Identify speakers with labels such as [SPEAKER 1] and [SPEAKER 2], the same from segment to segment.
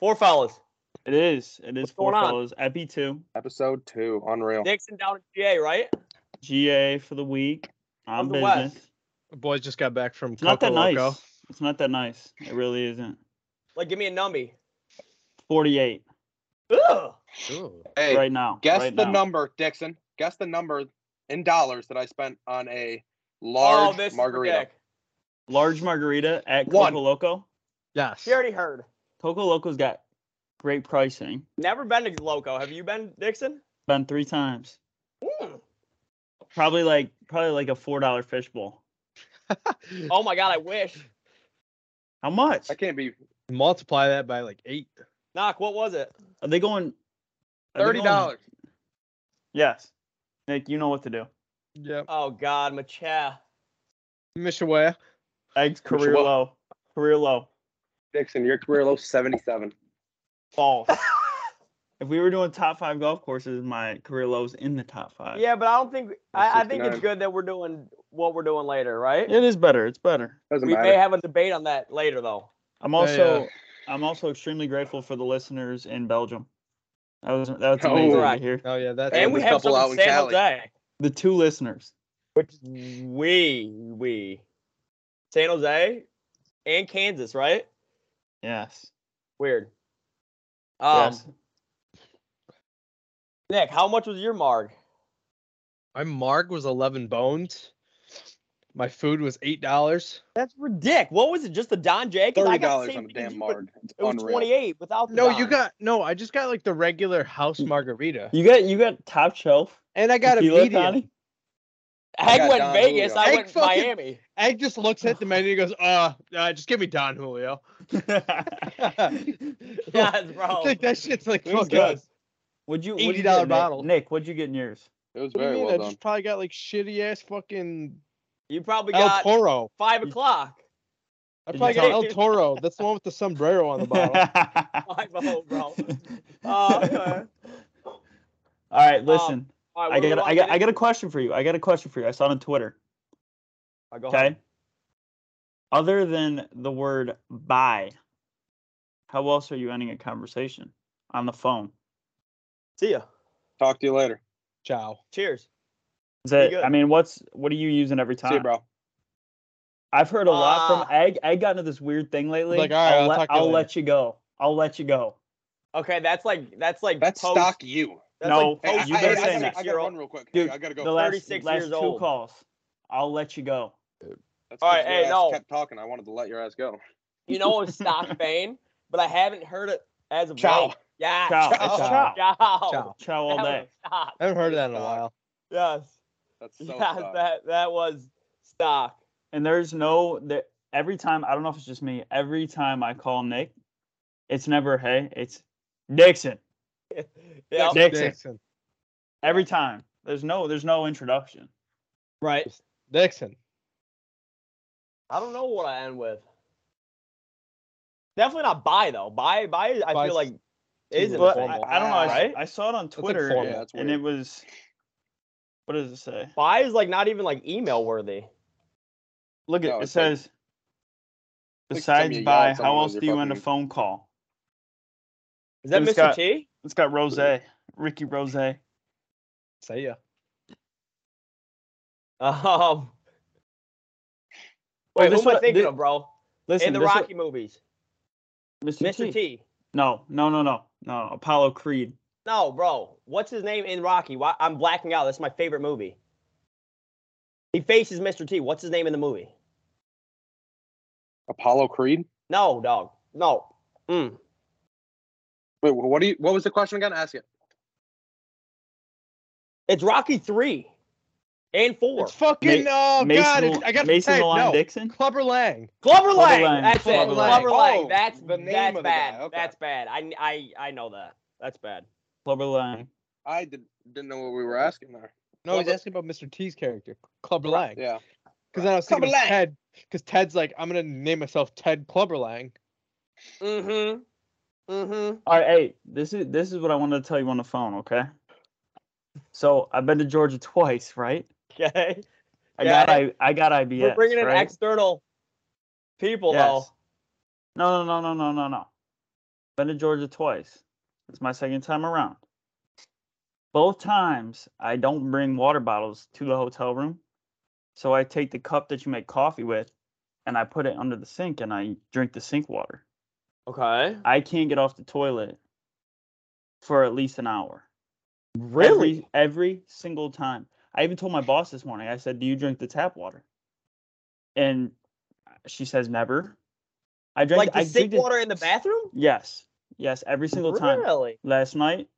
[SPEAKER 1] Four fellas.
[SPEAKER 2] It is. It is
[SPEAKER 1] What's
[SPEAKER 2] four
[SPEAKER 1] going on?
[SPEAKER 2] fellas. Epi two.
[SPEAKER 3] Episode two, unreal.
[SPEAKER 1] Nixon down at GA, right?
[SPEAKER 2] GA for the week. I'm
[SPEAKER 1] the
[SPEAKER 2] business.
[SPEAKER 1] West.
[SPEAKER 4] The boys just got back from
[SPEAKER 2] It's not that
[SPEAKER 4] Coco
[SPEAKER 2] nice.
[SPEAKER 4] Loco.
[SPEAKER 2] It's not that nice. It really isn't.
[SPEAKER 1] Like, give me a nummy.
[SPEAKER 2] Forty-eight
[SPEAKER 1] Ugh.
[SPEAKER 4] Ooh.
[SPEAKER 3] Hey,
[SPEAKER 2] right now.
[SPEAKER 3] guess
[SPEAKER 2] right
[SPEAKER 3] the
[SPEAKER 2] now.
[SPEAKER 3] number, Dixon. Guess the number in dollars that I spent on a
[SPEAKER 1] Oh,
[SPEAKER 3] large
[SPEAKER 1] this is
[SPEAKER 3] margarita.
[SPEAKER 1] ridic-
[SPEAKER 2] Large margarita at
[SPEAKER 3] One.
[SPEAKER 2] Coco Loco.
[SPEAKER 4] Yes.
[SPEAKER 1] She already heard.
[SPEAKER 2] Coco Loco's got great pricing.
[SPEAKER 1] Never been to Loco. Have you been, Nixon?
[SPEAKER 2] Been three times.
[SPEAKER 1] Mm.
[SPEAKER 2] Probably like probably like a four dollar fishbowl.
[SPEAKER 1] Oh my God, I wish.
[SPEAKER 2] How much?
[SPEAKER 3] I can't be
[SPEAKER 4] Multiply that by like eight.
[SPEAKER 1] Knock, what was it?
[SPEAKER 2] Are they going? are they
[SPEAKER 3] thirty
[SPEAKER 2] going-
[SPEAKER 3] dollars.
[SPEAKER 2] Yes. Nick, you know what to do.
[SPEAKER 4] Yep.
[SPEAKER 1] Oh God, Macha.
[SPEAKER 4] Mishawaya.
[SPEAKER 2] Eggs
[SPEAKER 3] Which
[SPEAKER 2] career
[SPEAKER 3] one?
[SPEAKER 2] low. Career low.
[SPEAKER 3] Dixon, your career low seventy-seven.
[SPEAKER 2] False. if we were doing top five golf courses, my career low's in the top five.
[SPEAKER 1] Yeah, but I don't think
[SPEAKER 3] That's
[SPEAKER 1] I, I think it's
[SPEAKER 3] 69.
[SPEAKER 1] good that we're doing what we're doing later, right?
[SPEAKER 2] It is better. It's better.
[SPEAKER 3] Doesn't
[SPEAKER 1] we
[SPEAKER 3] matter.
[SPEAKER 1] may have a debate on that later, though.
[SPEAKER 2] I'm
[SPEAKER 4] Hey,
[SPEAKER 2] also I'm also extremely grateful for the listeners in Belgium. That was that's
[SPEAKER 3] Oh,
[SPEAKER 2] amazing
[SPEAKER 1] right.
[SPEAKER 2] to hear.
[SPEAKER 4] Oh yeah, that's
[SPEAKER 3] And
[SPEAKER 1] And we
[SPEAKER 3] a
[SPEAKER 1] have
[SPEAKER 3] couple
[SPEAKER 1] some
[SPEAKER 3] out
[SPEAKER 1] in
[SPEAKER 3] in
[SPEAKER 1] San
[SPEAKER 3] Cali.
[SPEAKER 1] Jose,
[SPEAKER 2] The two listeners.
[SPEAKER 1] which is way, way. San Jose and Kansas, right?
[SPEAKER 2] Yes.
[SPEAKER 1] Weird. Um,
[SPEAKER 2] yes.
[SPEAKER 1] Nick, how much was your marg?
[SPEAKER 4] my marg was eleven bones. My food was eight dollars.
[SPEAKER 1] That's ridiculous. What was it? Just the Don J? 'Cause I
[SPEAKER 3] Thirty
[SPEAKER 1] got the
[SPEAKER 3] dollars
[SPEAKER 1] same
[SPEAKER 3] on a
[SPEAKER 1] thing as
[SPEAKER 3] damn
[SPEAKER 1] you, but
[SPEAKER 3] marg. It's
[SPEAKER 1] It was
[SPEAKER 3] unreal.
[SPEAKER 1] 28 without the
[SPEAKER 4] No, you
[SPEAKER 1] Don.
[SPEAKER 4] got no. I just got like the regular house margarita,
[SPEAKER 2] You got you got top shelf.
[SPEAKER 4] and I got a
[SPEAKER 2] tequila,
[SPEAKER 4] medium.
[SPEAKER 2] Tony?
[SPEAKER 1] I
[SPEAKER 3] got
[SPEAKER 1] went
[SPEAKER 3] Don
[SPEAKER 1] Vegas.
[SPEAKER 3] Julio.
[SPEAKER 1] I
[SPEAKER 4] Egg
[SPEAKER 1] went
[SPEAKER 4] fucking-
[SPEAKER 1] Miami.
[SPEAKER 4] Egg just looks at the menu and goes, "Uh, uh just give me Don Julio."
[SPEAKER 1] Yes, bro.
[SPEAKER 4] like that shit's like
[SPEAKER 2] It was
[SPEAKER 4] fucking
[SPEAKER 2] good. Would you what'd you get,
[SPEAKER 4] $80
[SPEAKER 2] Nick?
[SPEAKER 4] bottle.
[SPEAKER 2] Nick, what'd you get in yours?
[SPEAKER 3] It was
[SPEAKER 4] What do you
[SPEAKER 3] very
[SPEAKER 4] mean?
[SPEAKER 3] well
[SPEAKER 4] I
[SPEAKER 3] done.
[SPEAKER 4] just probably got like shitty ass fucking
[SPEAKER 1] You probably
[SPEAKER 4] El
[SPEAKER 1] got
[SPEAKER 4] Toro.
[SPEAKER 1] five o'clock.
[SPEAKER 4] I
[SPEAKER 2] Did you
[SPEAKER 4] probably got
[SPEAKER 1] tell-
[SPEAKER 4] El Toro. That's the one with the sombrero on the bottom.
[SPEAKER 1] Five oh, bro.
[SPEAKER 4] Oh,
[SPEAKER 1] Uh,
[SPEAKER 2] All
[SPEAKER 4] Um,
[SPEAKER 2] right, listen.
[SPEAKER 1] All right,
[SPEAKER 2] I
[SPEAKER 1] what do we
[SPEAKER 2] got,
[SPEAKER 1] want
[SPEAKER 2] I
[SPEAKER 1] to
[SPEAKER 2] got, I
[SPEAKER 1] into?
[SPEAKER 2] got a question for you. I got a question for you. I saw it on Twitter.
[SPEAKER 1] All right, go ahead.
[SPEAKER 2] Okay. Other than the word "bye," how else are you ending a conversation on the phone?
[SPEAKER 1] See ya.
[SPEAKER 3] Talk to you later.
[SPEAKER 4] Ciao.
[SPEAKER 1] Cheers.
[SPEAKER 2] Is
[SPEAKER 1] Pretty
[SPEAKER 2] it?
[SPEAKER 1] good.
[SPEAKER 2] I mean, what's what are you using every time?
[SPEAKER 3] See you, bro.
[SPEAKER 2] I've heard a lot
[SPEAKER 1] Ah.
[SPEAKER 2] from Egg. Egg got into this weird thing lately.
[SPEAKER 4] Like, all right, I'll
[SPEAKER 2] let,
[SPEAKER 4] talk to you
[SPEAKER 2] I'll
[SPEAKER 4] later.
[SPEAKER 2] let you go. I'll let you go.
[SPEAKER 1] Okay, that's like that's like
[SPEAKER 3] That's
[SPEAKER 1] post,
[SPEAKER 3] stock you.
[SPEAKER 1] That's
[SPEAKER 2] No,
[SPEAKER 1] like
[SPEAKER 2] Oh,
[SPEAKER 3] Hey, I,
[SPEAKER 1] post
[SPEAKER 2] you've
[SPEAKER 3] I,
[SPEAKER 2] been
[SPEAKER 3] I, gotta-
[SPEAKER 2] saying
[SPEAKER 3] I,
[SPEAKER 2] that.
[SPEAKER 3] gotta
[SPEAKER 1] 36-year-old.
[SPEAKER 3] run real quick.
[SPEAKER 2] Dude,
[SPEAKER 3] I gotta go.
[SPEAKER 2] The last,
[SPEAKER 1] 36
[SPEAKER 2] last
[SPEAKER 1] years
[SPEAKER 2] two
[SPEAKER 1] old.
[SPEAKER 2] calls. I'll let you go.
[SPEAKER 3] That's
[SPEAKER 1] All right,
[SPEAKER 3] 'cause your
[SPEAKER 1] hey,
[SPEAKER 3] ass
[SPEAKER 1] no.
[SPEAKER 3] kept talking. I wanted to let your ass go.
[SPEAKER 1] You know it's stock fame, but I haven't heard it as of
[SPEAKER 3] Ciao.
[SPEAKER 1] late. Yeah.
[SPEAKER 2] Ciao.
[SPEAKER 3] Ciao.
[SPEAKER 2] It's ciao.
[SPEAKER 1] Ciao.
[SPEAKER 4] Ciao.
[SPEAKER 2] Ciao all
[SPEAKER 1] That was
[SPEAKER 2] day.
[SPEAKER 1] stock.
[SPEAKER 4] I haven't heard of that in a
[SPEAKER 3] Stock.
[SPEAKER 4] while.
[SPEAKER 1] Yes.
[SPEAKER 3] That's so uh,
[SPEAKER 1] yes,
[SPEAKER 3] stock.
[SPEAKER 1] that that was stock.
[SPEAKER 2] and there's no there, every time i don't know if it's just me every time i call nick it's never hey it's dixon
[SPEAKER 1] Yeah.
[SPEAKER 3] Next.
[SPEAKER 2] dixon
[SPEAKER 4] Dixon.
[SPEAKER 2] every time there's no there's no introduction
[SPEAKER 1] Right.
[SPEAKER 4] Dixon.
[SPEAKER 1] I don't know what I end with. Definitely not buy though. Buy buy. I
[SPEAKER 4] Buy
[SPEAKER 1] feel like
[SPEAKER 4] too
[SPEAKER 1] isn't
[SPEAKER 2] but I,
[SPEAKER 4] informal.
[SPEAKER 2] I don't know I, s-
[SPEAKER 1] Right?
[SPEAKER 2] I saw it on
[SPEAKER 4] like
[SPEAKER 2] twitter
[SPEAKER 4] formal.
[SPEAKER 2] and-
[SPEAKER 3] Yeah, that's
[SPEAKER 2] and it was what does it say
[SPEAKER 1] buy is like not even like email worthy.
[SPEAKER 2] look at
[SPEAKER 3] No,
[SPEAKER 2] it
[SPEAKER 3] it's like-
[SPEAKER 2] says
[SPEAKER 3] like something
[SPEAKER 2] besides
[SPEAKER 3] you yell at
[SPEAKER 2] by how
[SPEAKER 3] someone as
[SPEAKER 2] else
[SPEAKER 3] you're
[SPEAKER 2] do you end a
[SPEAKER 3] fucking-
[SPEAKER 2] phone call
[SPEAKER 1] Is that
[SPEAKER 2] Dude,
[SPEAKER 1] Mr.
[SPEAKER 2] it's got-
[SPEAKER 1] T?
[SPEAKER 2] it's got rose ricky rose
[SPEAKER 4] Say ya.
[SPEAKER 1] Um.
[SPEAKER 2] Well,
[SPEAKER 1] Wait, who
[SPEAKER 2] this
[SPEAKER 1] am I
[SPEAKER 2] one-
[SPEAKER 1] thinking
[SPEAKER 2] thi-
[SPEAKER 1] of, bro?
[SPEAKER 2] listen
[SPEAKER 1] In the
[SPEAKER 2] this one-
[SPEAKER 1] Rocky movies, Mr. T.
[SPEAKER 2] no no no no no apollo creed
[SPEAKER 1] No, bro. What's his name in Rocky? Why, I'm blacking out. That's my favorite movie. He faces Mr. T. What's his name in the movie?
[SPEAKER 3] Apollo Creed.
[SPEAKER 1] No, dog. No. Mm.
[SPEAKER 3] Wait, wh- what do you? What was the question again? Ask it.
[SPEAKER 1] It's Rocky three and four.
[SPEAKER 4] It's fucking. oh God!
[SPEAKER 2] mason,
[SPEAKER 4] It, I got the
[SPEAKER 2] mason
[SPEAKER 4] type.
[SPEAKER 2] Lyon
[SPEAKER 4] No.
[SPEAKER 2] dixon
[SPEAKER 4] Clubber Lang.
[SPEAKER 1] Clubber Lang.
[SPEAKER 2] Lang.
[SPEAKER 1] That's it.
[SPEAKER 2] Clubber Lang.
[SPEAKER 1] Clubber Lang.
[SPEAKER 3] Oh,
[SPEAKER 1] That's
[SPEAKER 3] the name
[SPEAKER 1] that's
[SPEAKER 3] of the
[SPEAKER 1] bad.
[SPEAKER 3] guy. Okay.
[SPEAKER 1] That's bad. I, I I know that. That's bad.
[SPEAKER 2] Clubber Lang.
[SPEAKER 3] I did, didn't know what we were asking there.
[SPEAKER 4] No, he's
[SPEAKER 1] Clubber-
[SPEAKER 4] asking about Mr. T's character, Clubber Lang.
[SPEAKER 3] Yeah.
[SPEAKER 4] Because then I was
[SPEAKER 3] Clubber
[SPEAKER 4] thinking of
[SPEAKER 3] Lang.
[SPEAKER 4] Ted. Because Ted's like, I'm gonna name myself Ted Clubber Lang.
[SPEAKER 1] Mm-hmm. Mm-hmm.
[SPEAKER 2] All right, hey, this is this is what I wanted to tell you on the phone, okay? So I've been to Georgia twice, right?
[SPEAKER 1] Okay.
[SPEAKER 2] I
[SPEAKER 1] Yeah.
[SPEAKER 2] got I, I got IBS.
[SPEAKER 1] We're bringing in
[SPEAKER 2] right?
[SPEAKER 1] external people
[SPEAKER 2] Yes. No, no, no, no, no, no, no. Been to Georgia twice. It's my second time around. Both times I don't bring water bottles to the hotel room. So I take the cup that you make coffee with and I put it under the sink and I drink the sink water.
[SPEAKER 1] though. Okay.
[SPEAKER 2] I can't get off the toilet for at least an hour.
[SPEAKER 1] Really?
[SPEAKER 2] Every, every single time. I even told my boss this morning, I said, Do you drink the tap water? And she says, Never. I drank
[SPEAKER 1] like the
[SPEAKER 2] I
[SPEAKER 1] sink
[SPEAKER 2] drink
[SPEAKER 1] water in the bathroom?
[SPEAKER 2] Yes. Yes. Every single time.
[SPEAKER 1] Really?
[SPEAKER 2] Last night,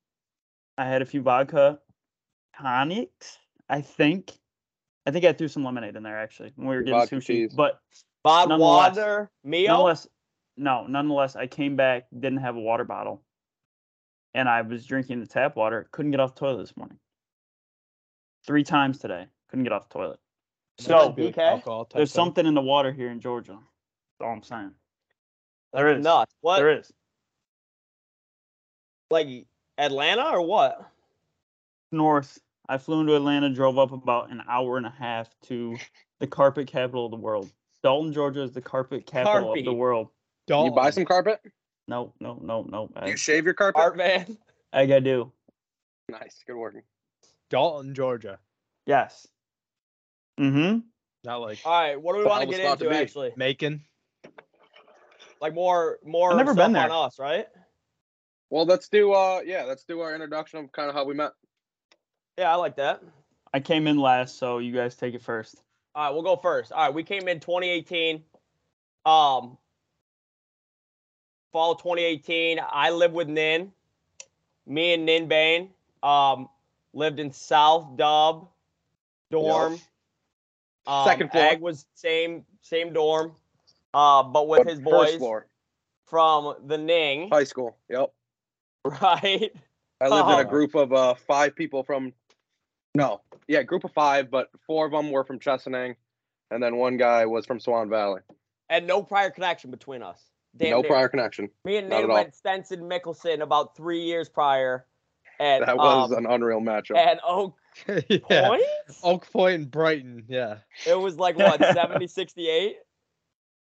[SPEAKER 2] I had a few vodka tonics, I think. I think I threw some lemonade in there actually when we were getting
[SPEAKER 3] Vodka
[SPEAKER 2] sushi.
[SPEAKER 3] cheese.
[SPEAKER 2] But
[SPEAKER 1] Bob
[SPEAKER 2] Nonetheless.
[SPEAKER 1] Water, Mio.
[SPEAKER 2] nonetheless, no, nonetheless, I came back, didn't have a water bottle, and I was drinking the tap water. Couldn't get off the toilet this morning. Three times today, couldn't get off the toilet.
[SPEAKER 1] So,
[SPEAKER 2] So
[SPEAKER 4] Be like
[SPEAKER 1] DK,
[SPEAKER 4] alcohol type
[SPEAKER 2] there's
[SPEAKER 4] thing.
[SPEAKER 2] something in the water here in Georgia. That's all I'm saying. There is.
[SPEAKER 1] Nuts. What?
[SPEAKER 2] There is.
[SPEAKER 1] Like Atlanta or what?
[SPEAKER 2] north. I flew into Atlanta, drove up about an hour and a half to the carpet capital of the world. Dalton, Georgia is the carpet capital of the
[SPEAKER 1] Carpy.
[SPEAKER 2] world.
[SPEAKER 3] You buy
[SPEAKER 4] Dalton.
[SPEAKER 3] some carpet?
[SPEAKER 2] No, no, no, no. I,
[SPEAKER 3] You shave your carpet?
[SPEAKER 1] Art Van.
[SPEAKER 2] I gotta do.
[SPEAKER 3] Nice. Good working.
[SPEAKER 4] Dalton, Georgia.
[SPEAKER 2] Yes. Mm-hmm.
[SPEAKER 4] Not like
[SPEAKER 3] Oh.
[SPEAKER 1] All right. What do we
[SPEAKER 3] Well,
[SPEAKER 1] want
[SPEAKER 3] I
[SPEAKER 1] to
[SPEAKER 3] was
[SPEAKER 1] get
[SPEAKER 3] about to
[SPEAKER 1] into
[SPEAKER 3] be.
[SPEAKER 1] actually?
[SPEAKER 4] Macon.
[SPEAKER 1] Like more, more.
[SPEAKER 2] I've never
[SPEAKER 1] stuff
[SPEAKER 2] been there.
[SPEAKER 1] on us, right?
[SPEAKER 3] Well, let's do uh yeah, let's do our introduction of kind of how we met.
[SPEAKER 1] Yeah, I like that.
[SPEAKER 2] I came in last, so you guys take it first.
[SPEAKER 1] All right, we'll go first. All right, we came in 2018. Um, fall 2018. I lived with Nin. Me and Nin Bain um, lived in South Dub dorm. Um,
[SPEAKER 3] Second floor.
[SPEAKER 1] Ag was same same dorm, uh, but with
[SPEAKER 3] But
[SPEAKER 1] his boys
[SPEAKER 3] First floor,
[SPEAKER 1] from the Ning,
[SPEAKER 3] high school. Yep.
[SPEAKER 1] right?
[SPEAKER 3] I lived in
[SPEAKER 1] Oh.
[SPEAKER 3] a group of uh five people from no, yeah, group of five, but four of them were from Chesaning, and then one guy was from Swan Valley.
[SPEAKER 1] And no prior connection between us. Damn
[SPEAKER 3] no
[SPEAKER 1] near.
[SPEAKER 3] prior connection.
[SPEAKER 1] Me and
[SPEAKER 3] Not
[SPEAKER 1] Nin
[SPEAKER 3] at all.
[SPEAKER 1] went Stenson Mickelson about three years prior. At,
[SPEAKER 3] That was
[SPEAKER 1] um,
[SPEAKER 3] an unreal matchup.
[SPEAKER 1] at Oak
[SPEAKER 4] yeah. Oh.
[SPEAKER 1] Point.
[SPEAKER 4] Oak Point and Brighton. Yeah.
[SPEAKER 1] It was like what 70 68.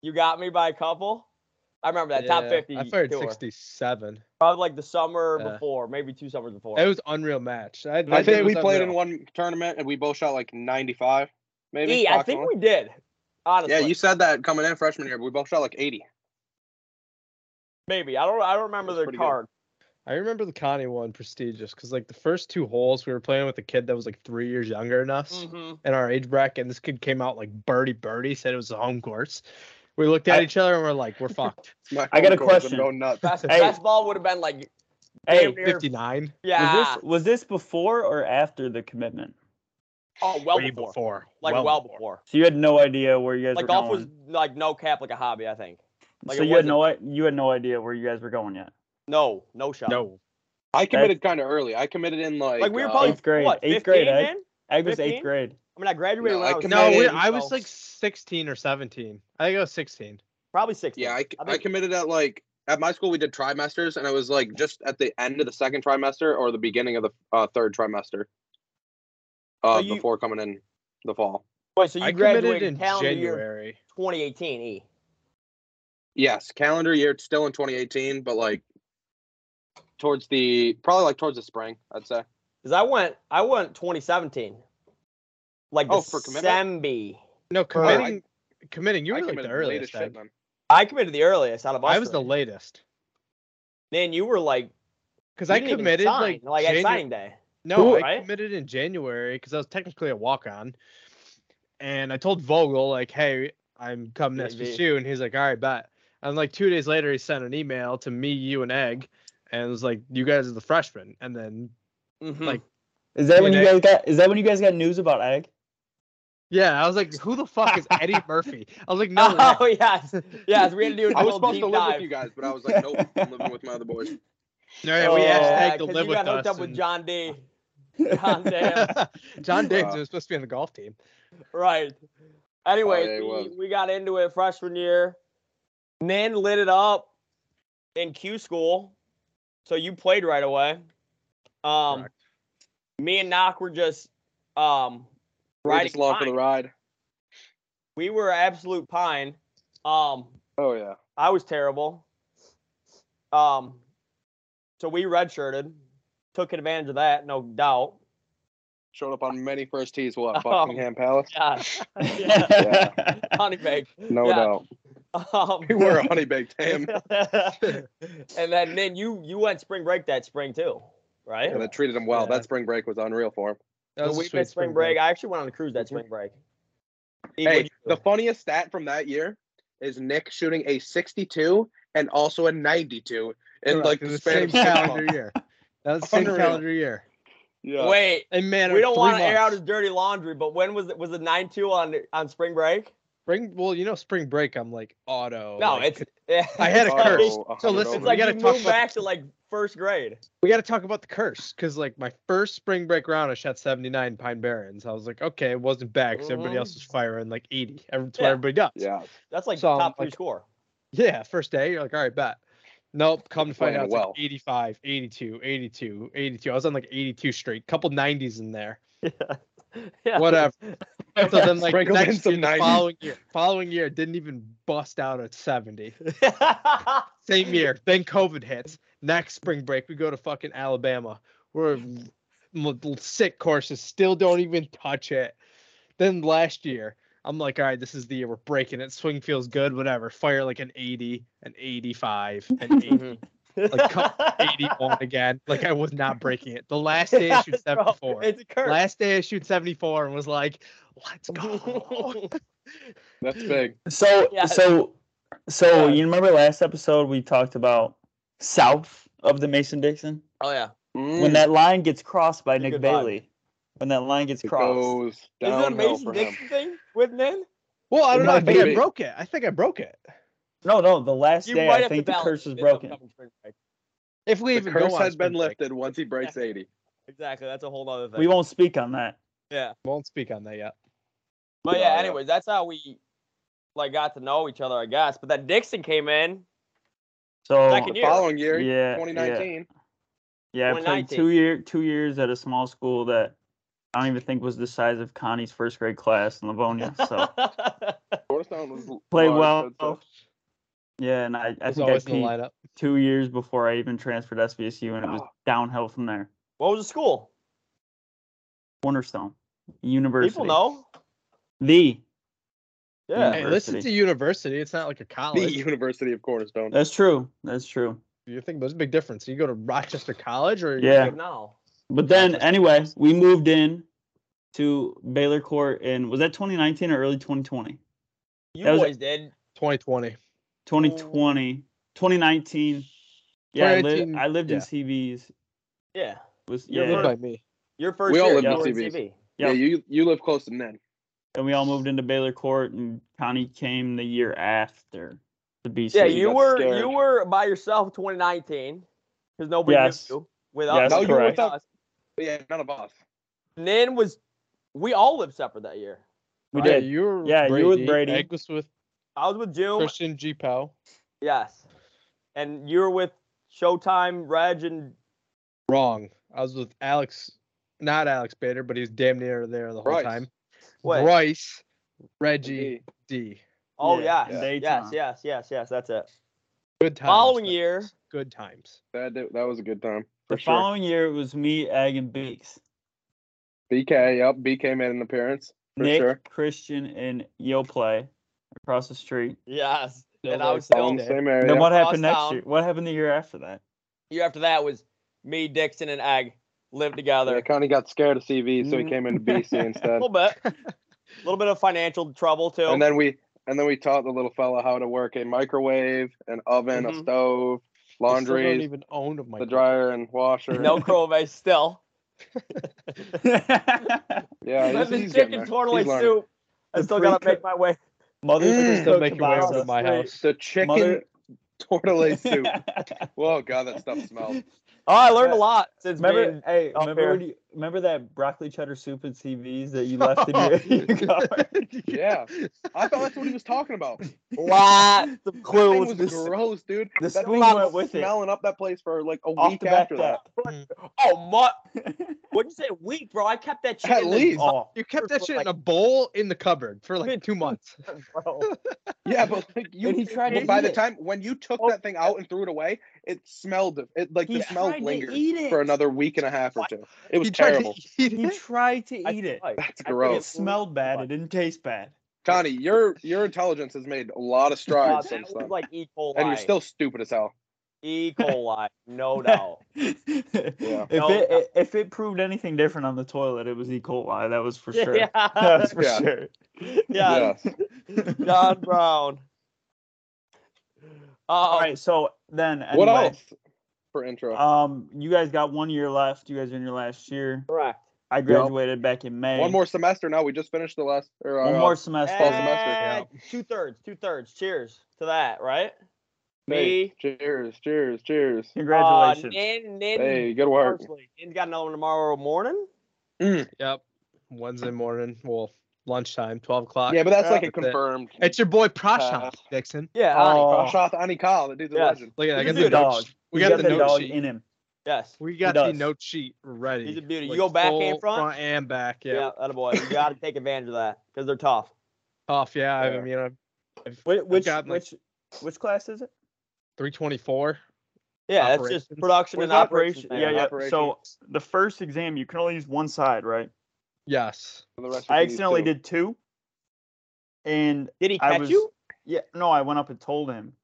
[SPEAKER 1] You got me by a couple. I remember that top
[SPEAKER 4] Yeah.
[SPEAKER 1] 50.
[SPEAKER 4] I fired
[SPEAKER 1] tour.
[SPEAKER 4] 67.
[SPEAKER 1] Probably like the summer
[SPEAKER 4] Yeah.
[SPEAKER 1] before, maybe two summers before.
[SPEAKER 4] It was unreal match. That-
[SPEAKER 3] I
[SPEAKER 4] that day
[SPEAKER 3] think we
[SPEAKER 4] was
[SPEAKER 3] played
[SPEAKER 4] unreal.
[SPEAKER 3] in one tournament and we both shot like 95, maybe.
[SPEAKER 1] E, I
[SPEAKER 3] Fox
[SPEAKER 1] think
[SPEAKER 3] won.
[SPEAKER 1] we did. Honestly,
[SPEAKER 3] Yeah, you said that coming in freshman year, but we both shot like 80.
[SPEAKER 1] maybe I don't. I don't remember
[SPEAKER 3] That's
[SPEAKER 1] their
[SPEAKER 3] pretty good.
[SPEAKER 1] card.
[SPEAKER 4] I remember the Connie one prestigious because like the first two holes we were playing with a kid that was like three years younger than us
[SPEAKER 1] Mhm.
[SPEAKER 4] in our age bracket, and this kid came out like birdie birdie, said it was a home course. We looked at
[SPEAKER 2] I-
[SPEAKER 4] each other and we're like, we're fucked.
[SPEAKER 3] It's my
[SPEAKER 2] I got a
[SPEAKER 3] home course, I'm
[SPEAKER 2] question.
[SPEAKER 3] going nuts.
[SPEAKER 1] Best,
[SPEAKER 2] Hey.
[SPEAKER 1] best ball would have been like
[SPEAKER 2] Hey,
[SPEAKER 1] damn near-
[SPEAKER 4] Fifty nine.
[SPEAKER 1] yeah.
[SPEAKER 2] was this was this before or after the commitment?
[SPEAKER 1] oh, well before. Like well, before.
[SPEAKER 2] So you had no idea where you guys
[SPEAKER 1] Like
[SPEAKER 2] were
[SPEAKER 1] golf
[SPEAKER 2] going.
[SPEAKER 1] was like no cap, like a hobby. I think. like,
[SPEAKER 2] so
[SPEAKER 1] it
[SPEAKER 2] you had no i- you had no idea where you guys were going yet.
[SPEAKER 1] No, no shot.
[SPEAKER 4] No.
[SPEAKER 3] I committed kind of early. I committed in like
[SPEAKER 1] Like we were
[SPEAKER 3] uh,
[SPEAKER 1] probably
[SPEAKER 2] Eighth grade.
[SPEAKER 1] What, 15,
[SPEAKER 2] Eighth grade, eh?
[SPEAKER 1] man?
[SPEAKER 2] Egg was
[SPEAKER 1] 15?
[SPEAKER 2] eighth grade.
[SPEAKER 1] I mean, I graduated
[SPEAKER 3] No,
[SPEAKER 1] when I,
[SPEAKER 3] I
[SPEAKER 1] was
[SPEAKER 4] No, we,
[SPEAKER 3] Committed,
[SPEAKER 4] I was
[SPEAKER 1] so
[SPEAKER 4] like sixteen or seventeen. I think I was sixteen.
[SPEAKER 1] probably sixteen.
[SPEAKER 3] Yeah, I, I
[SPEAKER 1] think-
[SPEAKER 3] committed at like at my school we did trimesters and it was like just at the end of the second trimester or the beginning of the uh, third trimester.
[SPEAKER 1] So
[SPEAKER 3] Uh,
[SPEAKER 1] you-
[SPEAKER 3] before coming in the fall.
[SPEAKER 1] Wait, so you
[SPEAKER 4] I committed
[SPEAKER 1] graduated
[SPEAKER 4] in
[SPEAKER 1] calendar year
[SPEAKER 4] January.
[SPEAKER 1] 2018, E.
[SPEAKER 3] Yes, calendar year it's still in 2018, but like towards the probably like towards the spring, I'd say.
[SPEAKER 1] Because I went, I went 2017. Like the
[SPEAKER 3] Oh, for commitment?
[SPEAKER 1] Sembe.
[SPEAKER 4] No,
[SPEAKER 2] Bro, I-
[SPEAKER 4] committing, committing. You were
[SPEAKER 3] I
[SPEAKER 4] like the
[SPEAKER 3] committed late as
[SPEAKER 4] earliest.
[SPEAKER 3] shit,
[SPEAKER 4] Ed.
[SPEAKER 3] man.
[SPEAKER 1] I committed the earliest out of us.
[SPEAKER 4] I was the
[SPEAKER 1] three.
[SPEAKER 4] latest
[SPEAKER 1] Then you were like,
[SPEAKER 4] because
[SPEAKER 1] you
[SPEAKER 4] I
[SPEAKER 1] didn't even
[SPEAKER 4] committed
[SPEAKER 1] sign,
[SPEAKER 4] like,
[SPEAKER 1] like at
[SPEAKER 4] Janu-
[SPEAKER 1] signing day.
[SPEAKER 4] No,
[SPEAKER 1] Ooh,
[SPEAKER 4] I
[SPEAKER 1] right?
[SPEAKER 4] committed in January because I was technically a walk on. And I told Vogel, like, hey, I'm coming to
[SPEAKER 1] JV.
[SPEAKER 4] SVSU. And he's like, all right, bet. And like two days later, he sent an email to me, you, and Egg. And it was like, you guys are the freshmen. And then,
[SPEAKER 3] Mm-hmm.
[SPEAKER 1] Mhm.
[SPEAKER 4] Like-
[SPEAKER 2] Is that when you
[SPEAKER 4] Yeah,
[SPEAKER 2] guys got? Is that when you guys got news about Egg?
[SPEAKER 4] yeah, I was like, who the fuck is Eddie Murphy? I was like, no. way.
[SPEAKER 1] oh yes, yes, we had to do a
[SPEAKER 3] I was
[SPEAKER 1] whole
[SPEAKER 3] supposed
[SPEAKER 1] deep
[SPEAKER 3] to live
[SPEAKER 1] dive.
[SPEAKER 3] with you guys, but I was like, nope, I'm living with my other boys.
[SPEAKER 4] No, yeah, we asked
[SPEAKER 1] Oh, Yeah,
[SPEAKER 4] Egg to
[SPEAKER 1] 'cause
[SPEAKER 4] live
[SPEAKER 1] you
[SPEAKER 4] with
[SPEAKER 1] got hooked
[SPEAKER 4] us.
[SPEAKER 1] up with
[SPEAKER 4] and-
[SPEAKER 1] John D. John Dam.
[SPEAKER 4] John Diggs
[SPEAKER 3] Wow.
[SPEAKER 4] was supposed to be on the golf team.
[SPEAKER 1] Right. Anyway,
[SPEAKER 3] Oh, yeah, he
[SPEAKER 1] we,
[SPEAKER 3] was.
[SPEAKER 1] we got into it freshman year. Nin lit it up. in Q school, so you played right away. Um,
[SPEAKER 4] Correct.
[SPEAKER 1] me and Knock were just um,
[SPEAKER 3] Right, just
[SPEAKER 1] riding.
[SPEAKER 3] along for
[SPEAKER 1] pine.
[SPEAKER 3] the ride.
[SPEAKER 1] we were absolute pine. Um,
[SPEAKER 3] Oh yeah.
[SPEAKER 1] I was terrible. Um, so we redshirted, took advantage of that, no doubt.
[SPEAKER 3] Showed up on many first tees. What
[SPEAKER 1] Um,
[SPEAKER 3] Buckingham Palace?
[SPEAKER 1] Gosh, honey bag.
[SPEAKER 3] No
[SPEAKER 1] yeah.
[SPEAKER 3] doubt.
[SPEAKER 1] Um,
[SPEAKER 3] We were a honey baked ham,
[SPEAKER 1] and then then you you went spring break that spring too, right?
[SPEAKER 3] and they treated him well.
[SPEAKER 4] Yeah.
[SPEAKER 3] That spring break was unreal for him.
[SPEAKER 4] That was
[SPEAKER 1] So
[SPEAKER 4] a
[SPEAKER 1] we
[SPEAKER 4] sweet Mm-hmm.
[SPEAKER 1] missed spring break. I actually went on a cruise that spring break. Eat what
[SPEAKER 3] Hey,
[SPEAKER 1] you
[SPEAKER 3] the
[SPEAKER 1] do.
[SPEAKER 3] funniest stat from that year is Nick shooting a 62 and also a 92 in
[SPEAKER 4] Correct,
[SPEAKER 3] like
[SPEAKER 4] it
[SPEAKER 3] the
[SPEAKER 4] was
[SPEAKER 3] span
[SPEAKER 4] same
[SPEAKER 3] of six months.
[SPEAKER 4] calendar year. That was the same
[SPEAKER 3] Unreal.
[SPEAKER 4] calendar year.
[SPEAKER 3] Yeah.
[SPEAKER 1] wait,
[SPEAKER 4] And man,
[SPEAKER 1] we don't
[SPEAKER 4] want
[SPEAKER 1] want to air out his dirty laundry, but when was it? Was it nine two on on spring break?
[SPEAKER 4] spring. Well, you know, spring break. I'm like auto.
[SPEAKER 1] no,
[SPEAKER 4] like,
[SPEAKER 1] it's.
[SPEAKER 4] Oh I had a
[SPEAKER 1] it's like-
[SPEAKER 4] curse.
[SPEAKER 1] It's,
[SPEAKER 3] Oh,
[SPEAKER 4] So listen,
[SPEAKER 3] over.
[SPEAKER 1] like
[SPEAKER 4] gotta
[SPEAKER 1] you
[SPEAKER 4] talk
[SPEAKER 1] moved
[SPEAKER 4] about-
[SPEAKER 1] back to like first grade.
[SPEAKER 4] we got to talk about the curse because like my first spring break round, I shot 79 Pine Barrens. I was like, okay, it wasn't bad 'cause everybody
[SPEAKER 1] Mhm.
[SPEAKER 4] else was firing like 80. Every, that's
[SPEAKER 1] Yeah.
[SPEAKER 4] what everybody does.
[SPEAKER 3] yeah.
[SPEAKER 1] That's like
[SPEAKER 4] So I'm
[SPEAKER 1] top three
[SPEAKER 4] like-
[SPEAKER 1] score.
[SPEAKER 4] Yeah, first day, you're like, all right, bet. Nope, come to find
[SPEAKER 3] Playing
[SPEAKER 4] out, it's like
[SPEAKER 3] well.
[SPEAKER 4] 85, 82, 82, 82. I was on like 82 straight, couple 90s in there,
[SPEAKER 1] Yeah.
[SPEAKER 4] whatever. so then, like,
[SPEAKER 3] Sprinkled in
[SPEAKER 4] next
[SPEAKER 3] some
[SPEAKER 4] year, the
[SPEAKER 3] 90s.
[SPEAKER 4] following year, following year, didn't even bust out at 70. Same year, then COVID hits. Next spring break, we go to fucking Alabama. We're m- sick courses, still don't even touch it. Then last year, I'm like, all right, this is the year we're breaking it. Swing feels good, whatever. Fire like an 80, an 85, an 80. Like, come- 81 again. Like I was not breaking it. The last day I shoot
[SPEAKER 1] Yes, bro,
[SPEAKER 4] 74.
[SPEAKER 1] It's a curse.
[SPEAKER 4] last day I shoot 74 and was like, let's go.
[SPEAKER 3] That's big.
[SPEAKER 2] So
[SPEAKER 1] Yeah.
[SPEAKER 2] so so
[SPEAKER 1] Yeah.
[SPEAKER 2] you remember last episode we talked about south of the Mason Dixon
[SPEAKER 1] oh yeah.
[SPEAKER 3] Mm.
[SPEAKER 2] when that line gets crossed by
[SPEAKER 1] It's a
[SPEAKER 2] Nick
[SPEAKER 1] good vibe.
[SPEAKER 2] Bailey. When that line gets
[SPEAKER 3] it
[SPEAKER 2] crossed.
[SPEAKER 3] goes
[SPEAKER 1] Is it a
[SPEAKER 3] downhill
[SPEAKER 1] Mason
[SPEAKER 3] for him.
[SPEAKER 1] Dixon thing with Nin?
[SPEAKER 4] well, I
[SPEAKER 2] It
[SPEAKER 4] don't know. I
[SPEAKER 2] might
[SPEAKER 4] think I
[SPEAKER 3] be.
[SPEAKER 4] broke it. I think I broke it.
[SPEAKER 2] No, no, the last
[SPEAKER 1] You
[SPEAKER 2] day
[SPEAKER 1] might
[SPEAKER 2] I
[SPEAKER 1] have to
[SPEAKER 2] think the
[SPEAKER 1] balance
[SPEAKER 2] curse was
[SPEAKER 1] this
[SPEAKER 2] broken.
[SPEAKER 1] upcoming spring break.
[SPEAKER 4] If we
[SPEAKER 3] The
[SPEAKER 4] even go
[SPEAKER 3] curse
[SPEAKER 4] on
[SPEAKER 3] has
[SPEAKER 4] spring
[SPEAKER 3] been
[SPEAKER 4] break,
[SPEAKER 3] lifted once he breaks 80.
[SPEAKER 1] Exactly. That's a whole other thing.
[SPEAKER 2] We won't speak on that.
[SPEAKER 1] yeah.
[SPEAKER 4] Won't speak on that yet.
[SPEAKER 1] But
[SPEAKER 3] Yeah,
[SPEAKER 1] yeah,
[SPEAKER 3] yeah.
[SPEAKER 1] anyways, that's how we like got to know each other, I guess. But then Dixon came in.
[SPEAKER 2] So
[SPEAKER 1] Second
[SPEAKER 3] The
[SPEAKER 1] year.
[SPEAKER 3] following year,
[SPEAKER 2] yeah,
[SPEAKER 3] 2019.
[SPEAKER 2] Yeah, yeah I played
[SPEAKER 1] 2019.
[SPEAKER 2] two year two years at a small school that I don't even think was the size of Connie's first grade class in Livonia. So
[SPEAKER 3] Georgetown was
[SPEAKER 2] Played
[SPEAKER 3] large,
[SPEAKER 2] well.
[SPEAKER 3] I'd say.
[SPEAKER 2] yeah, and I, I
[SPEAKER 4] It's
[SPEAKER 2] think I
[SPEAKER 4] always in the
[SPEAKER 2] peaked
[SPEAKER 4] lineup.
[SPEAKER 2] two years before I even transferred to SVSU, and it was
[SPEAKER 3] Oh.
[SPEAKER 2] downhill from there.
[SPEAKER 1] what was the school?
[SPEAKER 2] Cornerstone University.
[SPEAKER 1] People know.
[SPEAKER 2] the.
[SPEAKER 1] Yeah.
[SPEAKER 4] Hey, listen to
[SPEAKER 2] University.
[SPEAKER 4] university. It's not like a
[SPEAKER 3] The
[SPEAKER 4] college.
[SPEAKER 3] University of Cornerstone.
[SPEAKER 2] That's true. That's true.
[SPEAKER 4] You think there's a big difference. You go to Rochester College or
[SPEAKER 2] Yeah.
[SPEAKER 1] Now.
[SPEAKER 2] But then
[SPEAKER 4] that's-
[SPEAKER 2] anyway, we moved in to Baylor Court, and was that 2019 or early 2020?
[SPEAKER 1] You
[SPEAKER 2] That was-
[SPEAKER 1] boys did.
[SPEAKER 4] 2020.
[SPEAKER 2] 2020, 2019. Yeah, I, li-
[SPEAKER 4] 2019,
[SPEAKER 2] I lived in
[SPEAKER 4] yeah.
[SPEAKER 2] CVs.
[SPEAKER 1] Yeah.
[SPEAKER 2] Was
[SPEAKER 4] You're
[SPEAKER 2] yeah,
[SPEAKER 4] lived by me.
[SPEAKER 1] Your first
[SPEAKER 3] We all
[SPEAKER 1] year.
[SPEAKER 3] lived
[SPEAKER 1] you
[SPEAKER 2] in
[SPEAKER 1] were in
[SPEAKER 3] CVs.
[SPEAKER 1] TV.
[SPEAKER 2] yeah.
[SPEAKER 3] Yeah, you you live close to Ned.
[SPEAKER 2] and we all moved into Baylor Court, and Connie came the year after the BC.
[SPEAKER 1] Yeah,
[SPEAKER 3] you
[SPEAKER 1] you
[SPEAKER 3] got
[SPEAKER 1] were
[SPEAKER 3] scared.
[SPEAKER 1] you were by yourself 2019 because nobody
[SPEAKER 2] Yes.
[SPEAKER 1] knew you with us.
[SPEAKER 2] Yes, No, you were correct.
[SPEAKER 1] with us.
[SPEAKER 3] Yeah, none of us.
[SPEAKER 1] Nin was. We all lived separate that year.
[SPEAKER 2] we
[SPEAKER 4] Yeah,
[SPEAKER 2] did.
[SPEAKER 4] you were
[SPEAKER 2] Yeah, you were with Brady.
[SPEAKER 4] Egg was with
[SPEAKER 1] I was with June.
[SPEAKER 4] Christian G. Powell.
[SPEAKER 1] Yes. And you were with Showtime, Reg, and
[SPEAKER 4] Wrong. I was with Alex, not Alex Bader, but he was damn near there the whole
[SPEAKER 3] Bryce.
[SPEAKER 4] time.
[SPEAKER 1] Wait.
[SPEAKER 4] Bryce, Reggie, D.
[SPEAKER 1] Oh
[SPEAKER 2] Yeah,
[SPEAKER 1] yes,
[SPEAKER 3] yeah.
[SPEAKER 1] yes,
[SPEAKER 2] Daytime.
[SPEAKER 1] yes, yes, yes. That's it.
[SPEAKER 4] Good times.
[SPEAKER 1] Following
[SPEAKER 4] though.
[SPEAKER 1] year,
[SPEAKER 4] Good times.
[SPEAKER 3] That did- that was a good time. For
[SPEAKER 2] The
[SPEAKER 3] sure.
[SPEAKER 2] following year, it was me, Ag, and Beeks.
[SPEAKER 3] BK, yep, BK made an appearance. For
[SPEAKER 2] Nick,
[SPEAKER 3] sure.
[SPEAKER 2] Christian, and Yo play across the street.
[SPEAKER 1] yes.
[SPEAKER 4] Still
[SPEAKER 1] and I
[SPEAKER 4] there,
[SPEAKER 1] was
[SPEAKER 3] All
[SPEAKER 1] still
[SPEAKER 3] in the
[SPEAKER 4] there.
[SPEAKER 2] And
[SPEAKER 3] same
[SPEAKER 2] then
[SPEAKER 3] area.
[SPEAKER 2] what
[SPEAKER 1] Across
[SPEAKER 2] happened next
[SPEAKER 1] town.
[SPEAKER 2] year? What happened the year after that?
[SPEAKER 1] year after that was me, Dixon, and Ag lived
[SPEAKER 3] Yeah,
[SPEAKER 1] together.
[SPEAKER 3] Connie got scared of CV, so he
[SPEAKER 2] Mm.
[SPEAKER 3] came into BC
[SPEAKER 1] A
[SPEAKER 3] instead.
[SPEAKER 1] little bit, a little bit of financial trouble too.
[SPEAKER 3] And then we and then we taught the little fella how to work a microwave, an oven,
[SPEAKER 1] Mhm.
[SPEAKER 3] a stove,
[SPEAKER 4] They still don't
[SPEAKER 3] laundry,
[SPEAKER 4] even own
[SPEAKER 3] the
[SPEAKER 4] a microwave.
[SPEAKER 3] dryer and washer.
[SPEAKER 1] no Crove still.
[SPEAKER 3] Yeah,
[SPEAKER 1] I've
[SPEAKER 3] he's,
[SPEAKER 1] been
[SPEAKER 3] he's getting
[SPEAKER 1] chicken
[SPEAKER 3] there.
[SPEAKER 1] tortellini
[SPEAKER 3] He's learning.
[SPEAKER 1] soup. I
[SPEAKER 2] The
[SPEAKER 1] still gotta
[SPEAKER 2] pre-
[SPEAKER 1] make my way.
[SPEAKER 2] Mother's
[SPEAKER 3] Mm.
[SPEAKER 2] was
[SPEAKER 4] Still
[SPEAKER 2] cooked
[SPEAKER 4] making way
[SPEAKER 2] kebabs
[SPEAKER 4] over to
[SPEAKER 2] on
[SPEAKER 4] my
[SPEAKER 2] the
[SPEAKER 4] house.
[SPEAKER 3] The chicken
[SPEAKER 2] Mother-
[SPEAKER 3] tortellini soup.
[SPEAKER 2] street.
[SPEAKER 3] Whoa, god, that stuff smells.
[SPEAKER 1] Oh, I learned a lot since
[SPEAKER 2] remember,
[SPEAKER 1] being
[SPEAKER 2] hey,
[SPEAKER 1] up
[SPEAKER 2] remember
[SPEAKER 1] here.
[SPEAKER 2] when you remember that broccoli cheddar soup and CVs that you left
[SPEAKER 4] Oh,
[SPEAKER 2] in your, your car?
[SPEAKER 3] Yeah. I thought that's what he was talking about. That
[SPEAKER 5] Lots of
[SPEAKER 3] thing
[SPEAKER 5] clues.
[SPEAKER 3] was
[SPEAKER 5] This,
[SPEAKER 3] gross, dude.
[SPEAKER 2] the
[SPEAKER 3] That
[SPEAKER 2] spoon
[SPEAKER 3] thing was
[SPEAKER 2] went with it
[SPEAKER 3] smelling up that place for like a
[SPEAKER 2] off
[SPEAKER 3] week
[SPEAKER 2] the back
[SPEAKER 3] after that.
[SPEAKER 1] Oh my! What'd you say? A Week, bro. I kept that shit
[SPEAKER 3] At
[SPEAKER 1] in
[SPEAKER 3] least.
[SPEAKER 1] The,
[SPEAKER 2] Oh,
[SPEAKER 4] You kept
[SPEAKER 1] Like-
[SPEAKER 4] that shit in a bowl in the cupboard for like two months.
[SPEAKER 2] bro.
[SPEAKER 3] Yeah, but like you,
[SPEAKER 2] And he tried to
[SPEAKER 3] but by
[SPEAKER 2] eat
[SPEAKER 3] the
[SPEAKER 2] it. Oh.
[SPEAKER 3] time when you took that thing out and threw it away, it smelled. It like
[SPEAKER 2] He
[SPEAKER 3] the smell
[SPEAKER 2] tried to
[SPEAKER 3] lingered
[SPEAKER 2] eat it.
[SPEAKER 3] for another week and a half or two. It was
[SPEAKER 4] He tried to
[SPEAKER 3] terrible.
[SPEAKER 4] eat
[SPEAKER 2] He
[SPEAKER 4] it.
[SPEAKER 2] tried to
[SPEAKER 1] I
[SPEAKER 2] eat it.
[SPEAKER 1] feel like-
[SPEAKER 3] That's
[SPEAKER 1] I think
[SPEAKER 2] It
[SPEAKER 3] gross.
[SPEAKER 2] smelled bad. It didn't taste bad.
[SPEAKER 3] Connie, your your intelligence has made a lot of
[SPEAKER 1] Uh,
[SPEAKER 3] strides
[SPEAKER 1] that
[SPEAKER 3] since
[SPEAKER 1] was
[SPEAKER 3] then,
[SPEAKER 1] like E. coli.
[SPEAKER 3] and you're still stupid as hell.
[SPEAKER 1] E. coli, no doubt.
[SPEAKER 2] If
[SPEAKER 1] No.
[SPEAKER 2] it if it proved anything different on the toilet, it was E. coli. That was for sure.
[SPEAKER 1] Yeah.
[SPEAKER 2] That was for
[SPEAKER 3] Yeah.
[SPEAKER 2] sure.
[SPEAKER 1] Yeah. John Brown. Oh,
[SPEAKER 2] All right. So then,
[SPEAKER 3] What
[SPEAKER 2] anyway,
[SPEAKER 3] else for intro?
[SPEAKER 2] Um, you guys got one year left. You guys are in your last year.
[SPEAKER 1] correct.
[SPEAKER 2] I graduated back in May.
[SPEAKER 3] One more semester. Now we just finished the last. Or, uh,
[SPEAKER 2] One more semester.
[SPEAKER 3] Fall semester,
[SPEAKER 1] Two thirds, two thirds. Cheers to that, right? Me.
[SPEAKER 3] hey, Cheers! Cheers! Cheers!
[SPEAKER 1] Uh,
[SPEAKER 2] Congratulations.
[SPEAKER 1] Nin, Nin,
[SPEAKER 3] Hey, good work.
[SPEAKER 1] Parsley. Nin's got another one tomorrow morning.
[SPEAKER 4] Yep. Wednesday morning, well, lunchtime, twelve o'clock.
[SPEAKER 3] Yeah, but that's like
[SPEAKER 4] Yeah.
[SPEAKER 3] a confirmed.
[SPEAKER 4] It's your boy Prashant Dixon.
[SPEAKER 1] Yeah.
[SPEAKER 2] Oh.
[SPEAKER 1] Ani.
[SPEAKER 3] Prashant Anikal, the dude's a
[SPEAKER 1] Yes.
[SPEAKER 3] legend.
[SPEAKER 4] Look at that. I
[SPEAKER 2] He's
[SPEAKER 4] got
[SPEAKER 2] a
[SPEAKER 4] the
[SPEAKER 2] dog.
[SPEAKER 4] note sheet. We
[SPEAKER 2] You
[SPEAKER 4] got, the note
[SPEAKER 2] dog
[SPEAKER 4] sheet.
[SPEAKER 2] in him.
[SPEAKER 1] Yes.
[SPEAKER 4] We got the
[SPEAKER 2] does.
[SPEAKER 4] note sheet ready.
[SPEAKER 1] He's a beauty. You go back and
[SPEAKER 4] full
[SPEAKER 1] front?
[SPEAKER 4] and back. Yeah.
[SPEAKER 1] Yeah, that a boy. You got to take advantage of that because they're tough.
[SPEAKER 4] Off. Yeah. I
[SPEAKER 3] Yeah.
[SPEAKER 4] mean, uh, I'm
[SPEAKER 2] Which which,
[SPEAKER 4] got, like-
[SPEAKER 2] which which class is it?
[SPEAKER 4] three twenty four.
[SPEAKER 1] Yeah, that's just
[SPEAKER 4] Operations.
[SPEAKER 1] production
[SPEAKER 3] What
[SPEAKER 1] and
[SPEAKER 3] is that?
[SPEAKER 1] operation.
[SPEAKER 3] Yeah,
[SPEAKER 2] Yeah, yeah.
[SPEAKER 3] operation.
[SPEAKER 2] So the first exam, you can only use one side, right?
[SPEAKER 4] Yes.
[SPEAKER 3] The rest
[SPEAKER 2] I
[SPEAKER 3] of these
[SPEAKER 2] accidentally
[SPEAKER 3] two.
[SPEAKER 2] did two, and
[SPEAKER 1] Did he
[SPEAKER 2] I
[SPEAKER 1] catch
[SPEAKER 2] was-
[SPEAKER 1] you?
[SPEAKER 2] Yeah, no, I went up and told him,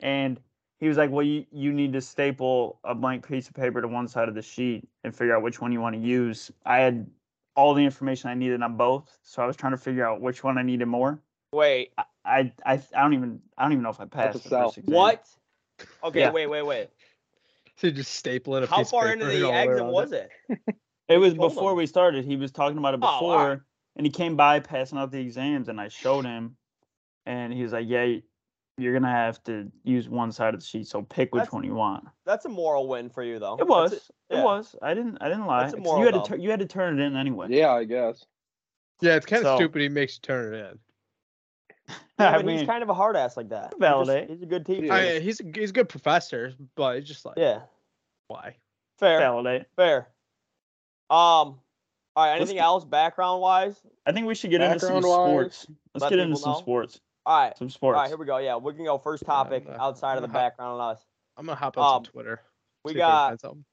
[SPEAKER 2] and he was like, "Well, you you need to staple a blank piece of paper to one side of the sheet and figure out which one you want to use." I had all the information I needed on both, so I was trying to figure out which one I needed more.
[SPEAKER 1] Wait,
[SPEAKER 2] I I, I don't even I don't even know if I passed. the
[SPEAKER 3] sell.
[SPEAKER 2] first exam.
[SPEAKER 1] what? Okay,
[SPEAKER 2] Yeah.
[SPEAKER 1] wait, wait, wait.
[SPEAKER 4] So you just staple in a
[SPEAKER 1] How
[SPEAKER 4] piece
[SPEAKER 1] far
[SPEAKER 4] of
[SPEAKER 1] into
[SPEAKER 4] paper
[SPEAKER 1] the exit was it?
[SPEAKER 2] It was
[SPEAKER 1] told
[SPEAKER 2] before
[SPEAKER 1] him?
[SPEAKER 2] we started. He was talking about it
[SPEAKER 1] Oh, all
[SPEAKER 2] before,
[SPEAKER 1] right.
[SPEAKER 2] and he came by passing out the exams, and I showed him, and he was like, "Yeah, you're gonna have to use one side of the sheet, so pick which
[SPEAKER 1] That's-
[SPEAKER 2] one you want."
[SPEAKER 1] That's a moral win for you, though.
[SPEAKER 2] It was.
[SPEAKER 1] That's
[SPEAKER 2] It
[SPEAKER 1] yeah.
[SPEAKER 2] was. I didn't. I didn't lie.
[SPEAKER 1] That's a
[SPEAKER 2] 'cause
[SPEAKER 1] moral
[SPEAKER 2] you had
[SPEAKER 1] though.
[SPEAKER 2] to. Tur- you had to turn it in anyway.
[SPEAKER 3] Yeah, I guess.
[SPEAKER 4] Yeah, it's kind of
[SPEAKER 2] So-
[SPEAKER 4] stupid. He makes you turn it in.
[SPEAKER 1] Yeah,
[SPEAKER 2] I
[SPEAKER 1] but
[SPEAKER 2] mean,
[SPEAKER 1] he's kind of a hard ass like that. He just-
[SPEAKER 2] Validate.
[SPEAKER 1] He's a good teacher.
[SPEAKER 3] Yeah.
[SPEAKER 4] I mean, he's a, he's a good professor, but it's just like
[SPEAKER 1] Yeah.
[SPEAKER 4] why?
[SPEAKER 1] Fair.
[SPEAKER 2] validate.
[SPEAKER 1] Fair. Um. All right.
[SPEAKER 2] Let's
[SPEAKER 1] Anything
[SPEAKER 2] get-
[SPEAKER 1] else background wise?
[SPEAKER 2] I think we should get into some
[SPEAKER 3] Background-wise,
[SPEAKER 2] sports. Let's
[SPEAKER 1] let
[SPEAKER 2] get into
[SPEAKER 1] people
[SPEAKER 2] some
[SPEAKER 1] know.
[SPEAKER 2] sports.
[SPEAKER 1] All right.
[SPEAKER 2] Some
[SPEAKER 1] All
[SPEAKER 2] sports.
[SPEAKER 1] right. Here we go. Yeah, we can go first
[SPEAKER 4] Yeah, I'm
[SPEAKER 1] topic
[SPEAKER 4] not-
[SPEAKER 1] outside of the
[SPEAKER 4] I'm not-
[SPEAKER 1] background on us.
[SPEAKER 4] I'm gonna hop on some
[SPEAKER 1] Um,
[SPEAKER 4] Twitter.
[SPEAKER 1] We
[SPEAKER 4] see if I can
[SPEAKER 1] got.
[SPEAKER 4] find something.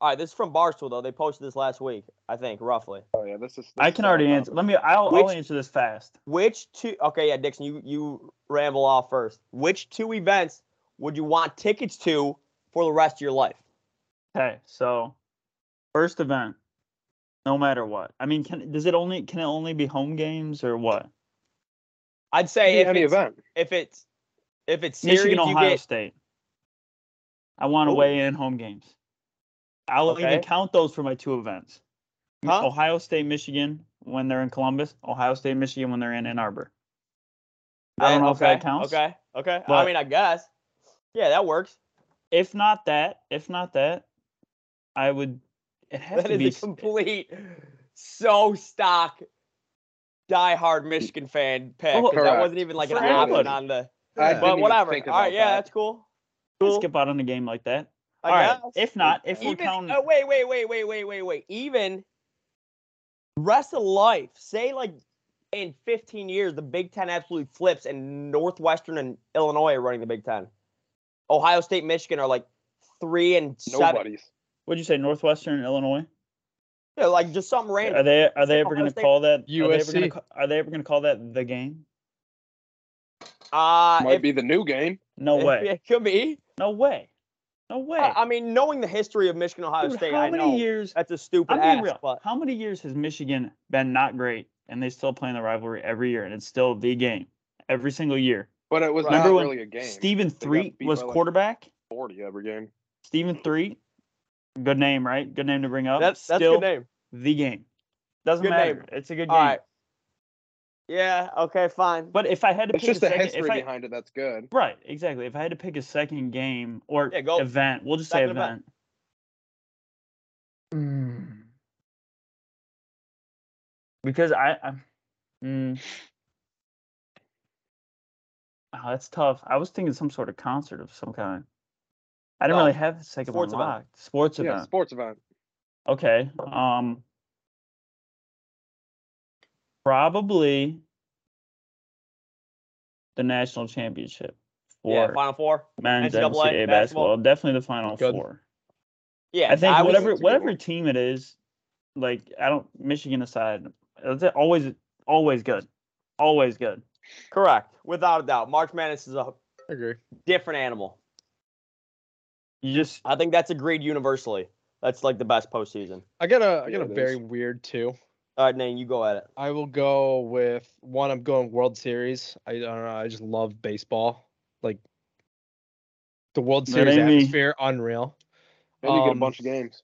[SPEAKER 1] All right. This is from Barstool though. They posted this last week, I think, roughly.
[SPEAKER 3] Oh yeah, this is. This
[SPEAKER 2] I
[SPEAKER 3] is
[SPEAKER 2] can
[SPEAKER 3] all
[SPEAKER 2] already
[SPEAKER 3] about
[SPEAKER 2] answer. Let me. I'll, I'll
[SPEAKER 1] Which-
[SPEAKER 2] answer this fast.
[SPEAKER 1] Which two? Okay, yeah, Dixon, you you ramble off first. Which two events would you want tickets to for the rest of your life?
[SPEAKER 2] Okay. So, first event. No matter what. I mean, can does it only can it only be home games or what?
[SPEAKER 1] I'd
[SPEAKER 3] it.
[SPEAKER 1] say if
[SPEAKER 3] any
[SPEAKER 1] it's,
[SPEAKER 3] event.
[SPEAKER 1] if it's if it's series,
[SPEAKER 2] Michigan,
[SPEAKER 1] you
[SPEAKER 2] Ohio
[SPEAKER 1] get
[SPEAKER 2] State. I want to
[SPEAKER 1] Ooh.
[SPEAKER 2] weigh in home games. I'll even
[SPEAKER 1] Okay.
[SPEAKER 2] count those for my two events. M-
[SPEAKER 1] Huh?
[SPEAKER 2] Ohio State, Michigan when they're in Columbus. Ohio State, Michigan when they're in Ann Arbor. I
[SPEAKER 1] Yeah,
[SPEAKER 2] don't know if
[SPEAKER 1] okay,
[SPEAKER 2] that counts.
[SPEAKER 1] Okay, okay. I
[SPEAKER 2] but-
[SPEAKER 1] mean, I guess. Yeah, that works.
[SPEAKER 2] If not that, if not that, I would. It has
[SPEAKER 1] That
[SPEAKER 2] to
[SPEAKER 1] is
[SPEAKER 2] be.
[SPEAKER 1] a
[SPEAKER 2] s-
[SPEAKER 1] complete so stock diehard Michigan fan pick. 'cause that
[SPEAKER 3] Correct.
[SPEAKER 1] wasn't even like an
[SPEAKER 2] For
[SPEAKER 1] option
[SPEAKER 2] anybody.
[SPEAKER 1] on the.
[SPEAKER 3] I
[SPEAKER 2] Yeah.
[SPEAKER 3] didn't
[SPEAKER 1] But
[SPEAKER 3] even
[SPEAKER 1] whatever. All
[SPEAKER 3] think
[SPEAKER 1] right,
[SPEAKER 3] about
[SPEAKER 1] yeah,
[SPEAKER 3] that.
[SPEAKER 1] that's cool.
[SPEAKER 2] can't
[SPEAKER 1] Cool.
[SPEAKER 2] skip out on a game like that.
[SPEAKER 1] I
[SPEAKER 2] All right.
[SPEAKER 1] guess.
[SPEAKER 2] If not, if we're
[SPEAKER 1] Even,
[SPEAKER 2] counting,
[SPEAKER 1] oh, wait, wait, wait, wait, wait, wait, wait. Even rest of life, say like in 15 years, the Big Ten absolutely flips and Northwestern and Illinois are running the Big Ten. Ohio State, Michigan are like three and seven.
[SPEAKER 3] Nobody's.
[SPEAKER 2] what'd you say, Northwestern Illinois?
[SPEAKER 1] Yeah, like just something
[SPEAKER 2] Are
[SPEAKER 1] random.
[SPEAKER 2] they are they
[SPEAKER 1] Skip
[SPEAKER 2] ever
[SPEAKER 1] Ohio
[SPEAKER 2] going to
[SPEAKER 1] State.
[SPEAKER 2] call that? Are they, ever
[SPEAKER 4] USC.
[SPEAKER 2] gonna, ca- are they ever going to call that the game?
[SPEAKER 1] Uh,
[SPEAKER 3] Might
[SPEAKER 1] if-
[SPEAKER 3] be the new game.
[SPEAKER 2] No
[SPEAKER 1] if
[SPEAKER 2] way.
[SPEAKER 1] It could be.
[SPEAKER 2] No way. No way.
[SPEAKER 1] I I mean, knowing the history of Michigan, Ohio
[SPEAKER 2] Dude,
[SPEAKER 1] State,
[SPEAKER 2] how
[SPEAKER 1] I
[SPEAKER 2] many
[SPEAKER 1] know
[SPEAKER 2] years?
[SPEAKER 1] that's a stupid
[SPEAKER 2] I'm being
[SPEAKER 1] ask,
[SPEAKER 2] real.
[SPEAKER 1] but
[SPEAKER 2] How many years has Michigan been not great and they still play in the rivalry every year and it's still the game every single year?
[SPEAKER 3] But it was
[SPEAKER 1] Remember
[SPEAKER 3] not
[SPEAKER 2] when
[SPEAKER 3] really a game.
[SPEAKER 2] Stephen
[SPEAKER 3] got
[SPEAKER 2] Threet
[SPEAKER 3] beat
[SPEAKER 2] was
[SPEAKER 3] by, like-
[SPEAKER 2] quarterback.
[SPEAKER 3] Forty every game.
[SPEAKER 2] Stephen Threet, good name, right? Good name to bring up.
[SPEAKER 1] that's that's a good
[SPEAKER 2] still
[SPEAKER 1] name.
[SPEAKER 2] the game. Doesn't
[SPEAKER 1] Good
[SPEAKER 2] matter.
[SPEAKER 1] name.
[SPEAKER 2] It's a good game.
[SPEAKER 1] All right. Yeah. Okay. Fine.
[SPEAKER 2] But if I had to
[SPEAKER 3] It's
[SPEAKER 2] pick
[SPEAKER 3] just
[SPEAKER 2] a
[SPEAKER 3] the
[SPEAKER 2] second,
[SPEAKER 3] history
[SPEAKER 2] if I,
[SPEAKER 3] behind it that's good.
[SPEAKER 2] right, exactly. If I had to pick a second game or
[SPEAKER 1] Yeah, go.
[SPEAKER 2] event, we'll just
[SPEAKER 1] Second
[SPEAKER 2] say
[SPEAKER 1] event.
[SPEAKER 2] event. because I, I mm, oh, that's tough. I was thinking some sort of concert of some kind. I didn't
[SPEAKER 1] No,
[SPEAKER 2] really have the second
[SPEAKER 1] sports
[SPEAKER 2] one
[SPEAKER 1] event.
[SPEAKER 2] locked. Sports
[SPEAKER 3] yeah,
[SPEAKER 2] event.
[SPEAKER 3] sports event.
[SPEAKER 2] Okay. Um probably the national championship for
[SPEAKER 1] Yeah, Final Four.
[SPEAKER 2] men's
[SPEAKER 1] NCAA
[SPEAKER 2] NCAA basketball.
[SPEAKER 1] basketball.
[SPEAKER 2] Definitely the final
[SPEAKER 4] Good.
[SPEAKER 2] four.
[SPEAKER 1] Yeah,
[SPEAKER 2] I think
[SPEAKER 1] was-
[SPEAKER 2] whatever
[SPEAKER 3] That's a good
[SPEAKER 2] whatever
[SPEAKER 3] one.
[SPEAKER 2] team it is, like I don't Michigan aside, it's always always good. Always good.
[SPEAKER 1] correct, without a doubt. March Madness is a
[SPEAKER 4] I agree.
[SPEAKER 1] different animal.
[SPEAKER 2] You just
[SPEAKER 1] I think that's agreed universally. That's like the best postseason.
[SPEAKER 4] I got a I
[SPEAKER 3] Yeah,
[SPEAKER 4] got a
[SPEAKER 3] it
[SPEAKER 4] very
[SPEAKER 3] is.
[SPEAKER 4] weird too.
[SPEAKER 1] All right, Nate, you go at it.
[SPEAKER 4] I will go with one. I'm going World Series. I, I don't know. I just love baseball. Like the World
[SPEAKER 2] That
[SPEAKER 4] Series
[SPEAKER 2] ain't me.
[SPEAKER 4] atmosphere, unreal.
[SPEAKER 3] And you get
[SPEAKER 4] Um,
[SPEAKER 3] a bunch of games.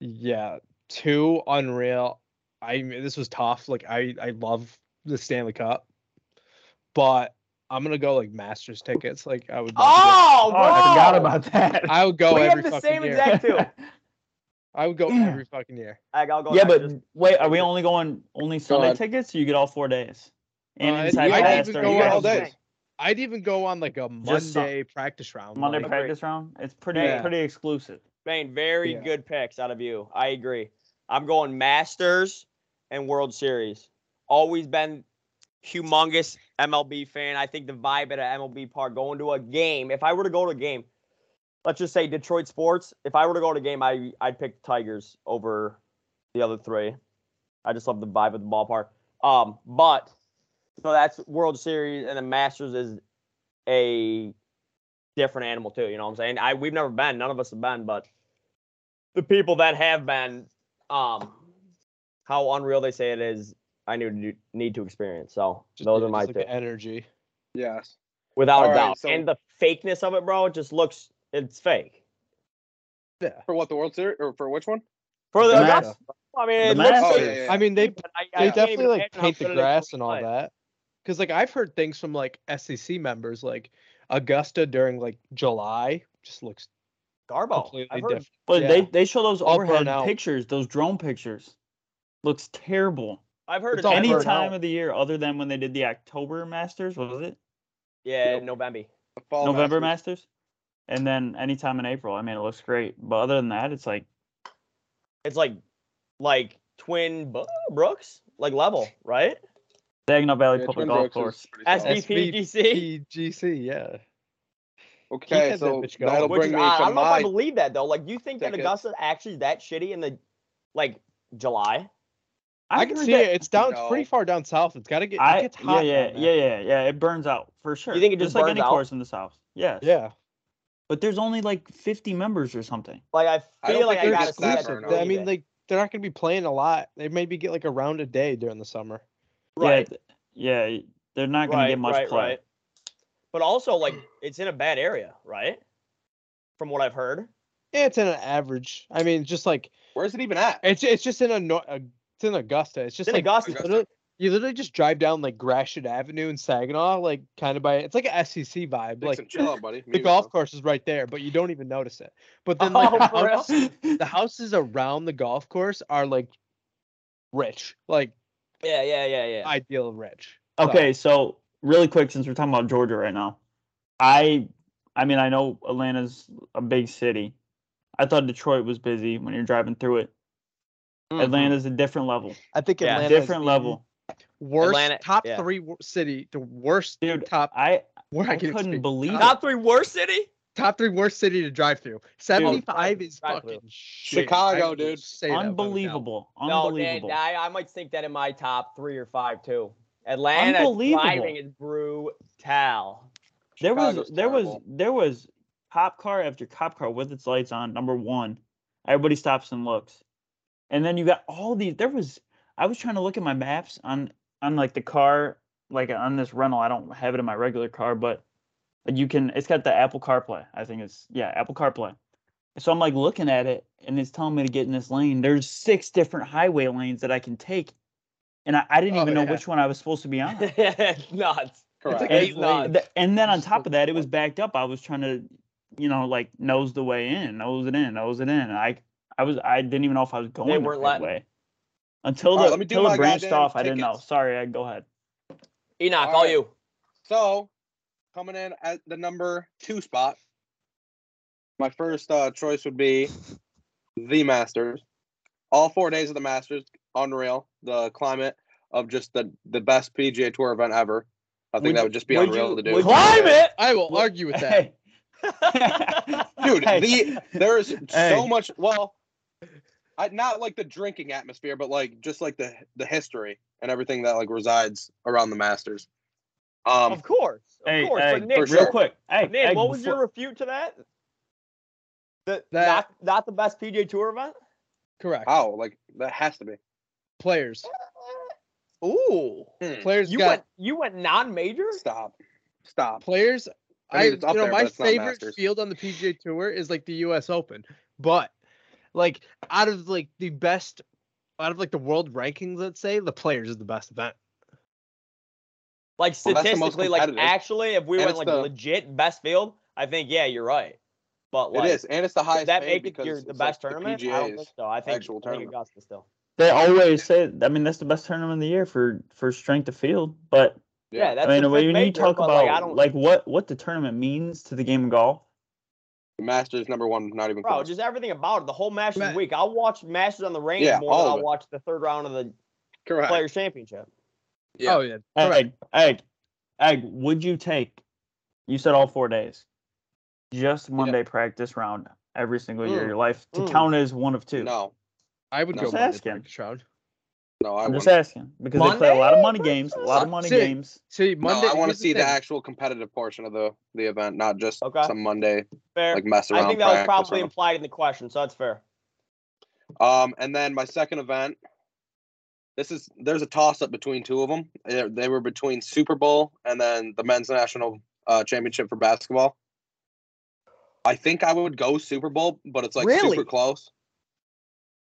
[SPEAKER 4] Yeah, two unreal. I this was tough. Like I I love the Stanley Cup, but I'm gonna go like Masters tickets. Like I would. love
[SPEAKER 1] Oh,
[SPEAKER 2] oh, I forgot
[SPEAKER 1] whoa!
[SPEAKER 2] about that.
[SPEAKER 4] to go- I would go
[SPEAKER 1] Oh! we
[SPEAKER 4] every
[SPEAKER 1] have the
[SPEAKER 4] fucking
[SPEAKER 1] same
[SPEAKER 4] year.
[SPEAKER 1] exact two.
[SPEAKER 4] I would go
[SPEAKER 2] Yeah.
[SPEAKER 4] every fucking year.
[SPEAKER 1] I- I'll go
[SPEAKER 2] yeah,
[SPEAKER 1] next.
[SPEAKER 2] but wait, are we only going only Sunday
[SPEAKER 3] ahead.
[SPEAKER 2] tickets? Or you get all four days. And
[SPEAKER 4] Uh,
[SPEAKER 2] inside
[SPEAKER 4] yeah, I
[SPEAKER 2] pass
[SPEAKER 4] even
[SPEAKER 2] or
[SPEAKER 4] go
[SPEAKER 2] you
[SPEAKER 4] on
[SPEAKER 2] guys
[SPEAKER 4] all
[SPEAKER 2] just-
[SPEAKER 4] days. I'd even go on like a
[SPEAKER 2] Just some-
[SPEAKER 4] Monday practice round.
[SPEAKER 2] Monday
[SPEAKER 4] like-
[SPEAKER 2] practice round. It's pretty
[SPEAKER 4] Yeah.
[SPEAKER 2] pretty exclusive.
[SPEAKER 1] Bane, very
[SPEAKER 4] Yeah.
[SPEAKER 1] good picks out of you. I agree. I'm going Masters and World Series. Always been humongous MLB fan. I think the vibe at an MLB park, going to a game. If I were to go to a game, let's just say Detroit sports. If I were to go to a game, I I'd pick Tigers over the other three. I just love the vibe of the ballpark. Um, but so that's World Series and the Masters is a different animal too. You know what I'm saying? I we've never been. None of us have been, but the people that have been, um, how unreal they say it is. I knew need to experience. So
[SPEAKER 4] just-
[SPEAKER 1] those
[SPEAKER 4] yeah,
[SPEAKER 1] are my
[SPEAKER 4] just,
[SPEAKER 1] two,
[SPEAKER 4] like, the energy.
[SPEAKER 3] Yes.
[SPEAKER 1] without a
[SPEAKER 3] All right,
[SPEAKER 1] doubt.
[SPEAKER 3] so-
[SPEAKER 1] and the fakeness of it, bro, it just looks it's fake.
[SPEAKER 4] Yeah.
[SPEAKER 3] For what the World Series or for which one?
[SPEAKER 1] For the,
[SPEAKER 2] The
[SPEAKER 1] that's-
[SPEAKER 2] Masters.
[SPEAKER 1] I mean, it
[SPEAKER 2] The
[SPEAKER 1] looks
[SPEAKER 2] Masters.
[SPEAKER 1] fake.
[SPEAKER 3] Oh, yeah, yeah, yeah.
[SPEAKER 4] I mean, they they
[SPEAKER 1] but I- I can't
[SPEAKER 4] definitely
[SPEAKER 1] even
[SPEAKER 4] like
[SPEAKER 1] imagine how
[SPEAKER 4] paint the
[SPEAKER 1] good it is
[SPEAKER 4] grass
[SPEAKER 1] to
[SPEAKER 4] and all
[SPEAKER 1] play.
[SPEAKER 4] that. Because like I've heard things from like SEC members, like Augusta during like July just looks
[SPEAKER 2] Oh,
[SPEAKER 1] Garbo.
[SPEAKER 4] completely
[SPEAKER 1] I've heard
[SPEAKER 4] different.
[SPEAKER 2] But they
[SPEAKER 4] Yeah.
[SPEAKER 2] they show those
[SPEAKER 4] All burnt
[SPEAKER 2] overhead
[SPEAKER 4] out.
[SPEAKER 2] pictures, those drone pictures. Looks terrible.
[SPEAKER 1] I've heard
[SPEAKER 4] It's
[SPEAKER 1] it's
[SPEAKER 4] all
[SPEAKER 2] Any
[SPEAKER 4] burnt
[SPEAKER 2] time of the year other than when they did the October Masters, what was it?
[SPEAKER 1] Yeah,
[SPEAKER 3] Yep.
[SPEAKER 1] November.
[SPEAKER 3] The fall
[SPEAKER 2] November
[SPEAKER 3] Masters.
[SPEAKER 2] Masters? And then anytime in April. I mean, it looks great. But other than that, it's like
[SPEAKER 1] It's like like twin bu- Brooks, like level, right?
[SPEAKER 2] Saginaw Valley
[SPEAKER 3] Yeah,
[SPEAKER 2] Public
[SPEAKER 3] Twin
[SPEAKER 2] Golf
[SPEAKER 3] Brooks is
[SPEAKER 2] Course.
[SPEAKER 3] pretty solid.
[SPEAKER 1] SBPGC.
[SPEAKER 4] PGC, yeah. He
[SPEAKER 3] Okay,
[SPEAKER 4] had that
[SPEAKER 3] so
[SPEAKER 4] bitch going.
[SPEAKER 3] that'll
[SPEAKER 1] Which is,
[SPEAKER 3] bring
[SPEAKER 1] I,
[SPEAKER 3] me to
[SPEAKER 1] I don't know if I
[SPEAKER 3] my
[SPEAKER 1] believe that though. Like, do you think that
[SPEAKER 3] Tickets.
[SPEAKER 1] Augusta actually is that shitty in the like July?
[SPEAKER 4] I,
[SPEAKER 2] I've
[SPEAKER 4] can
[SPEAKER 2] heard
[SPEAKER 4] see
[SPEAKER 2] that-
[SPEAKER 4] it. It's down. It's pretty
[SPEAKER 3] No.
[SPEAKER 4] far down south. It's gotta get. It
[SPEAKER 2] I
[SPEAKER 4] gets
[SPEAKER 2] yeah
[SPEAKER 4] hot.
[SPEAKER 2] yeah
[SPEAKER 4] down
[SPEAKER 2] yeah yeah
[SPEAKER 4] there.
[SPEAKER 2] yeah. It burns out for sure.
[SPEAKER 1] think it just
[SPEAKER 2] like
[SPEAKER 1] burns
[SPEAKER 2] any
[SPEAKER 1] out?
[SPEAKER 2] course in the south? Yes.
[SPEAKER 4] Yeah.
[SPEAKER 2] But there's only like 50 members or something.
[SPEAKER 1] Like, I
[SPEAKER 3] I
[SPEAKER 1] feel
[SPEAKER 3] don't
[SPEAKER 1] like
[SPEAKER 3] think
[SPEAKER 1] I
[SPEAKER 3] they're
[SPEAKER 1] gotta
[SPEAKER 3] just
[SPEAKER 1] see that.
[SPEAKER 3] that
[SPEAKER 1] to
[SPEAKER 3] burnt out.
[SPEAKER 4] They're- I
[SPEAKER 1] believe
[SPEAKER 4] mean,
[SPEAKER 1] it.
[SPEAKER 4] like they're not gonna be playing a lot. They maybe get like a round a day during the summer.
[SPEAKER 1] right?
[SPEAKER 2] Yeah. Yeah. They're not going to get much play.
[SPEAKER 1] But also, like, it's in a bad area, right? From what I've heard.
[SPEAKER 4] Yeah, it's in an average. I mean, just like
[SPEAKER 3] Where's it even at?
[SPEAKER 4] it's it's just in a, no- a it's in Augusta. It's just
[SPEAKER 1] It's in
[SPEAKER 4] like
[SPEAKER 1] Augusta.
[SPEAKER 3] Augusta.
[SPEAKER 4] literally, you literally just drive down like Gratiot Avenue in Saginaw, like kind of by it's like a SEC
[SPEAKER 3] Like,
[SPEAKER 4] vibe. Like
[SPEAKER 3] some chill out, Oh, buddy.
[SPEAKER 4] the golf course is right there, but you don't even notice it. But then like the,
[SPEAKER 1] Oh, for real?
[SPEAKER 4] house, the houses around the golf course are like rich, like
[SPEAKER 1] Yeah, yeah, yeah, yeah.
[SPEAKER 4] ideal rich. So,
[SPEAKER 2] Okay, so really quick, since we're talking about Georgia right now, I, I mean, I know Atlanta's a big city. I thought Detroit was busy when you're driving through it.
[SPEAKER 4] Mm-hmm.
[SPEAKER 2] Atlanta's a different level,
[SPEAKER 4] I think
[SPEAKER 1] Yeah.
[SPEAKER 4] Atlanta
[SPEAKER 2] different level.
[SPEAKER 4] Worst
[SPEAKER 1] Atlanta-
[SPEAKER 4] top
[SPEAKER 1] yeah.
[SPEAKER 4] three wor- city, the worst
[SPEAKER 2] Dude,
[SPEAKER 4] top.
[SPEAKER 2] I,
[SPEAKER 4] Where
[SPEAKER 2] I
[SPEAKER 4] I can
[SPEAKER 2] couldn't
[SPEAKER 4] speak.
[SPEAKER 2] believe it.
[SPEAKER 1] Top three worst city.
[SPEAKER 4] top three worst city to drive through. Seventy five is
[SPEAKER 1] drive-through.
[SPEAKER 4] fucking shit.
[SPEAKER 3] Chicago,
[SPEAKER 4] I will
[SPEAKER 3] dude.
[SPEAKER 4] say that without a doubt.
[SPEAKER 2] Unbelievable,
[SPEAKER 1] No, Dan,
[SPEAKER 2] unbelievable.
[SPEAKER 1] I, I might sink that in my top three or five too. Atlanta
[SPEAKER 2] Unbelievable.
[SPEAKER 1] driving is brutal.
[SPEAKER 2] there was,
[SPEAKER 3] Chicago's
[SPEAKER 2] there was,
[SPEAKER 3] terrible.
[SPEAKER 2] there was cop car after cop car with its lights on. Number one, everybody stops and looks, and then you got all these. There was, I was trying to look at my maps on on like the car, like on this rental. I don't have it in my regular car, but you can. It's got the Apple CarPlay. I think it's yeah, Apple CarPlay. So I'm like looking at it, and it's telling me to get in this lane. There's six different highway lanes that I can take, and I, I didn't
[SPEAKER 4] Oh,
[SPEAKER 2] even know
[SPEAKER 4] yeah.
[SPEAKER 2] which one I was supposed to be on.
[SPEAKER 1] It's nuts.
[SPEAKER 3] Correct.
[SPEAKER 4] like
[SPEAKER 2] And,
[SPEAKER 1] It's nuts.
[SPEAKER 2] th- and then on
[SPEAKER 4] Just
[SPEAKER 2] top
[SPEAKER 4] like-
[SPEAKER 2] of that, it was backed up. I was trying to, you know, like nose the way in, nose it in, nose it in. and I I was I didn't even know if I was going
[SPEAKER 1] They
[SPEAKER 2] the
[SPEAKER 1] weren't
[SPEAKER 2] right
[SPEAKER 1] letting.
[SPEAKER 2] way. Until
[SPEAKER 3] All
[SPEAKER 2] the
[SPEAKER 3] right, let me do
[SPEAKER 2] until
[SPEAKER 3] my
[SPEAKER 2] it branched
[SPEAKER 3] goddamn
[SPEAKER 2] off, I didn't know.
[SPEAKER 3] tickets.
[SPEAKER 2] Sorry, I go ahead.
[SPEAKER 1] Enoch, all,
[SPEAKER 3] All right.
[SPEAKER 1] you.
[SPEAKER 3] So, coming in at the number two spot, my first uh, choice would be the Masters. All four days of the Masters, unreal. The climate of just the the best PGA Tour event ever. I
[SPEAKER 2] Would
[SPEAKER 3] think that
[SPEAKER 2] you-
[SPEAKER 3] would just be
[SPEAKER 2] would
[SPEAKER 3] unreal
[SPEAKER 2] you-
[SPEAKER 3] to do.
[SPEAKER 2] would you-
[SPEAKER 1] Climb it.
[SPEAKER 4] I will
[SPEAKER 2] Well,
[SPEAKER 4] argue with that.
[SPEAKER 3] Dude,
[SPEAKER 2] Hey.
[SPEAKER 3] the there is
[SPEAKER 2] Hey.
[SPEAKER 3] so much. Well, I, not like the drinking atmosphere, but like just like the the history and everything that like resides around the Masters. Um,
[SPEAKER 1] Of course. Of
[SPEAKER 2] Hey,
[SPEAKER 1] course.
[SPEAKER 2] hey,
[SPEAKER 1] but Nick,
[SPEAKER 3] for
[SPEAKER 1] real
[SPEAKER 3] sure.
[SPEAKER 2] Real quick. Hey,
[SPEAKER 1] Nick,
[SPEAKER 2] hey,
[SPEAKER 1] what was your
[SPEAKER 2] before-
[SPEAKER 1] refute to that? The,
[SPEAKER 4] That-
[SPEAKER 1] not, not the best PJ Tour event?
[SPEAKER 4] Correct.
[SPEAKER 3] how like that has to be.
[SPEAKER 4] Players.
[SPEAKER 1] Ooh.
[SPEAKER 3] Hmm.
[SPEAKER 4] Players
[SPEAKER 1] You
[SPEAKER 4] got
[SPEAKER 1] went you went non major?
[SPEAKER 3] Stop. Stop.
[SPEAKER 4] players.
[SPEAKER 3] I
[SPEAKER 4] I,
[SPEAKER 3] mean,
[SPEAKER 4] you
[SPEAKER 3] it's up
[SPEAKER 4] know
[SPEAKER 3] there, but
[SPEAKER 4] my
[SPEAKER 3] it's not
[SPEAKER 4] favorite
[SPEAKER 3] Masters.
[SPEAKER 4] field on the PGA Tour is like the U.S. Open, but like out of like the best, out of like the world rankings, let's say the players is the best event.
[SPEAKER 1] Like
[SPEAKER 3] Well, that's the most
[SPEAKER 1] statistically, like
[SPEAKER 3] competitive.
[SPEAKER 1] actually, if we
[SPEAKER 3] And
[SPEAKER 1] went
[SPEAKER 3] it's
[SPEAKER 1] like
[SPEAKER 3] the-
[SPEAKER 1] legit best field, I think yeah, you're right. But like
[SPEAKER 3] it is, and it's the highest.
[SPEAKER 1] that
[SPEAKER 3] paid
[SPEAKER 1] make it
[SPEAKER 3] because
[SPEAKER 1] your, the
[SPEAKER 3] it's,
[SPEAKER 1] best
[SPEAKER 3] like,
[SPEAKER 1] tournament?
[SPEAKER 3] The
[SPEAKER 1] I don't
[SPEAKER 3] PGA's.
[SPEAKER 1] think so. I think,
[SPEAKER 3] actual
[SPEAKER 1] I think
[SPEAKER 3] tournament.
[SPEAKER 1] Augusta still.
[SPEAKER 2] they always say I mean that's the best tournament of the year for for strength of field, but
[SPEAKER 1] Yeah,
[SPEAKER 3] Yeah,
[SPEAKER 1] that's
[SPEAKER 2] I mean
[SPEAKER 1] the
[SPEAKER 2] when
[SPEAKER 1] fifth
[SPEAKER 2] you
[SPEAKER 1] major,
[SPEAKER 2] talk
[SPEAKER 1] but,
[SPEAKER 2] about
[SPEAKER 1] like, I don't,
[SPEAKER 2] what what the tournament means to the game of golf.
[SPEAKER 3] the Masters number one, not even
[SPEAKER 1] bro,
[SPEAKER 3] close.
[SPEAKER 1] just everything about it. The whole Masters
[SPEAKER 4] Ma-
[SPEAKER 1] week, I'll watch Masters on the range
[SPEAKER 3] Yeah,
[SPEAKER 1] more than
[SPEAKER 3] all of
[SPEAKER 1] I'll
[SPEAKER 3] it.
[SPEAKER 1] watch the third round of the
[SPEAKER 3] Correct.
[SPEAKER 1] Players Championship.
[SPEAKER 3] Yeah.
[SPEAKER 4] Oh yeah, correct.
[SPEAKER 2] Egg, egg, egg. Would you take? You said all four days, just one day prumpractice round every single year of
[SPEAKER 1] Mm,
[SPEAKER 2] your life to
[SPEAKER 1] mm.
[SPEAKER 2] count as one of two.
[SPEAKER 3] No,
[SPEAKER 4] I would
[SPEAKER 3] No.
[SPEAKER 4] go
[SPEAKER 2] Just
[SPEAKER 4] Monday
[SPEAKER 2] asking.
[SPEAKER 4] practice round.
[SPEAKER 3] no, I
[SPEAKER 2] I'm
[SPEAKER 3] wouldn't.
[SPEAKER 2] just asking because they play a lot of
[SPEAKER 1] Monday
[SPEAKER 2] money games, a lot of money
[SPEAKER 4] See,
[SPEAKER 2] games.
[SPEAKER 4] See
[SPEAKER 3] No,
[SPEAKER 4] Monday.
[SPEAKER 3] I want to
[SPEAKER 4] here's
[SPEAKER 3] see the
[SPEAKER 4] thing.
[SPEAKER 3] actual competitive portion of the the event, not just
[SPEAKER 1] Okay.
[SPEAKER 3] some Monday
[SPEAKER 1] Fair.
[SPEAKER 3] like mess around.
[SPEAKER 1] I think that was
[SPEAKER 3] practice
[SPEAKER 1] probably
[SPEAKER 3] round.
[SPEAKER 1] implied in the question, so that's fair.
[SPEAKER 3] Um, and then my second event. This is there's a toss up between two of them. They, they were between Super Bowl and then the men's national uh, championship for basketball. I think I would go Super Bowl, but it's like
[SPEAKER 1] Really?
[SPEAKER 3] super close.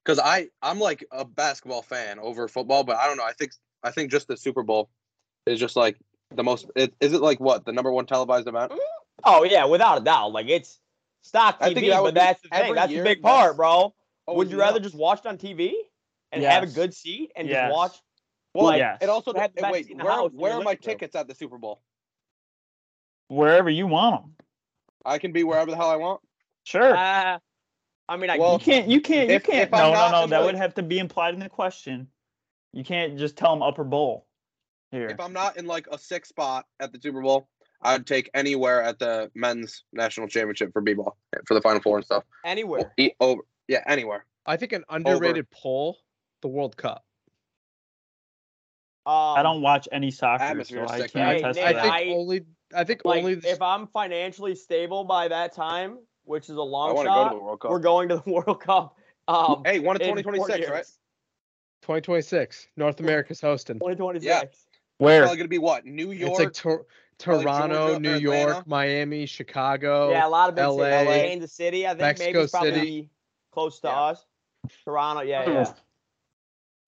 [SPEAKER 3] Because I I'm like a basketball fan over football, but I don't know. I think I think just the Super Bowl is just like the most. It, is it like what the number one televised event?
[SPEAKER 1] Oh yeah, without a doubt. Like it's stock
[SPEAKER 3] I
[SPEAKER 1] TV,
[SPEAKER 3] think that
[SPEAKER 1] but
[SPEAKER 3] would be
[SPEAKER 1] that's the thing.
[SPEAKER 3] every
[SPEAKER 1] That's the
[SPEAKER 3] year,
[SPEAKER 1] big
[SPEAKER 3] that's-
[SPEAKER 1] part, bro.
[SPEAKER 3] Oh,
[SPEAKER 1] Would you
[SPEAKER 3] yeah.
[SPEAKER 1] rather just watch it on TV and have a
[SPEAKER 2] Yes.
[SPEAKER 1] good seat and
[SPEAKER 2] Yes.
[SPEAKER 1] just watch?
[SPEAKER 3] Well,
[SPEAKER 1] like,
[SPEAKER 2] yes.
[SPEAKER 3] It also
[SPEAKER 1] They had the
[SPEAKER 3] eh,
[SPEAKER 1] best
[SPEAKER 3] wait.
[SPEAKER 1] seat in the
[SPEAKER 3] Where
[SPEAKER 1] house in
[SPEAKER 3] where
[SPEAKER 1] the
[SPEAKER 3] are my
[SPEAKER 1] living room.
[SPEAKER 3] tickets at the Super Bowl?
[SPEAKER 2] Wherever you want them.
[SPEAKER 3] I can be wherever the hell I want.
[SPEAKER 2] Sure.
[SPEAKER 1] Uh, I mean, I
[SPEAKER 3] Well,
[SPEAKER 2] you can't. You can't.
[SPEAKER 3] if-
[SPEAKER 2] you can't.
[SPEAKER 3] if I'm
[SPEAKER 2] No, no,
[SPEAKER 3] not
[SPEAKER 2] no.
[SPEAKER 3] in
[SPEAKER 2] That
[SPEAKER 3] the-
[SPEAKER 2] would have to be implied in the question. You can't just tell them upper bowl. Here.
[SPEAKER 3] If I'm not in like a sixth spot at the Super Bowl, I'd take anywhere at the men's national championship for b-ball eh, for the Final Four and stuff.
[SPEAKER 1] anywhere.
[SPEAKER 3] E- over. Yeah, anywhere.
[SPEAKER 4] I think an underrated poll, the World Cup.
[SPEAKER 1] Um,
[SPEAKER 2] I don't watch any soccer, so
[SPEAKER 3] Atmosphere
[SPEAKER 2] I
[SPEAKER 3] sick,
[SPEAKER 2] can't
[SPEAKER 1] right?
[SPEAKER 2] attest
[SPEAKER 1] Hey,
[SPEAKER 2] to
[SPEAKER 4] I
[SPEAKER 1] Nick,
[SPEAKER 2] that.
[SPEAKER 4] think
[SPEAKER 1] I-
[SPEAKER 4] only. I think
[SPEAKER 1] like
[SPEAKER 4] only. the
[SPEAKER 1] if I'm financially stable by that time, which is a
[SPEAKER 3] I
[SPEAKER 1] long
[SPEAKER 3] want to
[SPEAKER 1] shot.
[SPEAKER 3] go to the World Cup.
[SPEAKER 1] we're going to the World Cup. Um,
[SPEAKER 3] hey, one of
[SPEAKER 1] in four
[SPEAKER 3] 2026, right?
[SPEAKER 1] years.
[SPEAKER 4] 2026, North America's hosting.
[SPEAKER 1] 2026.
[SPEAKER 2] Where?
[SPEAKER 3] Probably gonna be what? New York.
[SPEAKER 4] It's like Tor-
[SPEAKER 3] probably
[SPEAKER 4] Toronto,
[SPEAKER 3] Georgia or
[SPEAKER 4] New
[SPEAKER 3] Atlanta.
[SPEAKER 4] York, Miami, Chicago.
[SPEAKER 1] Yeah, a lot of big cities.
[SPEAKER 4] LA,
[SPEAKER 1] Kansas City, I think maybe
[SPEAKER 4] Oh, Mexico
[SPEAKER 1] it's probably
[SPEAKER 4] City.
[SPEAKER 1] close to
[SPEAKER 3] Yeah.
[SPEAKER 1] us. Toronto, yeah,
[SPEAKER 2] Hmm.
[SPEAKER 1] yeah. So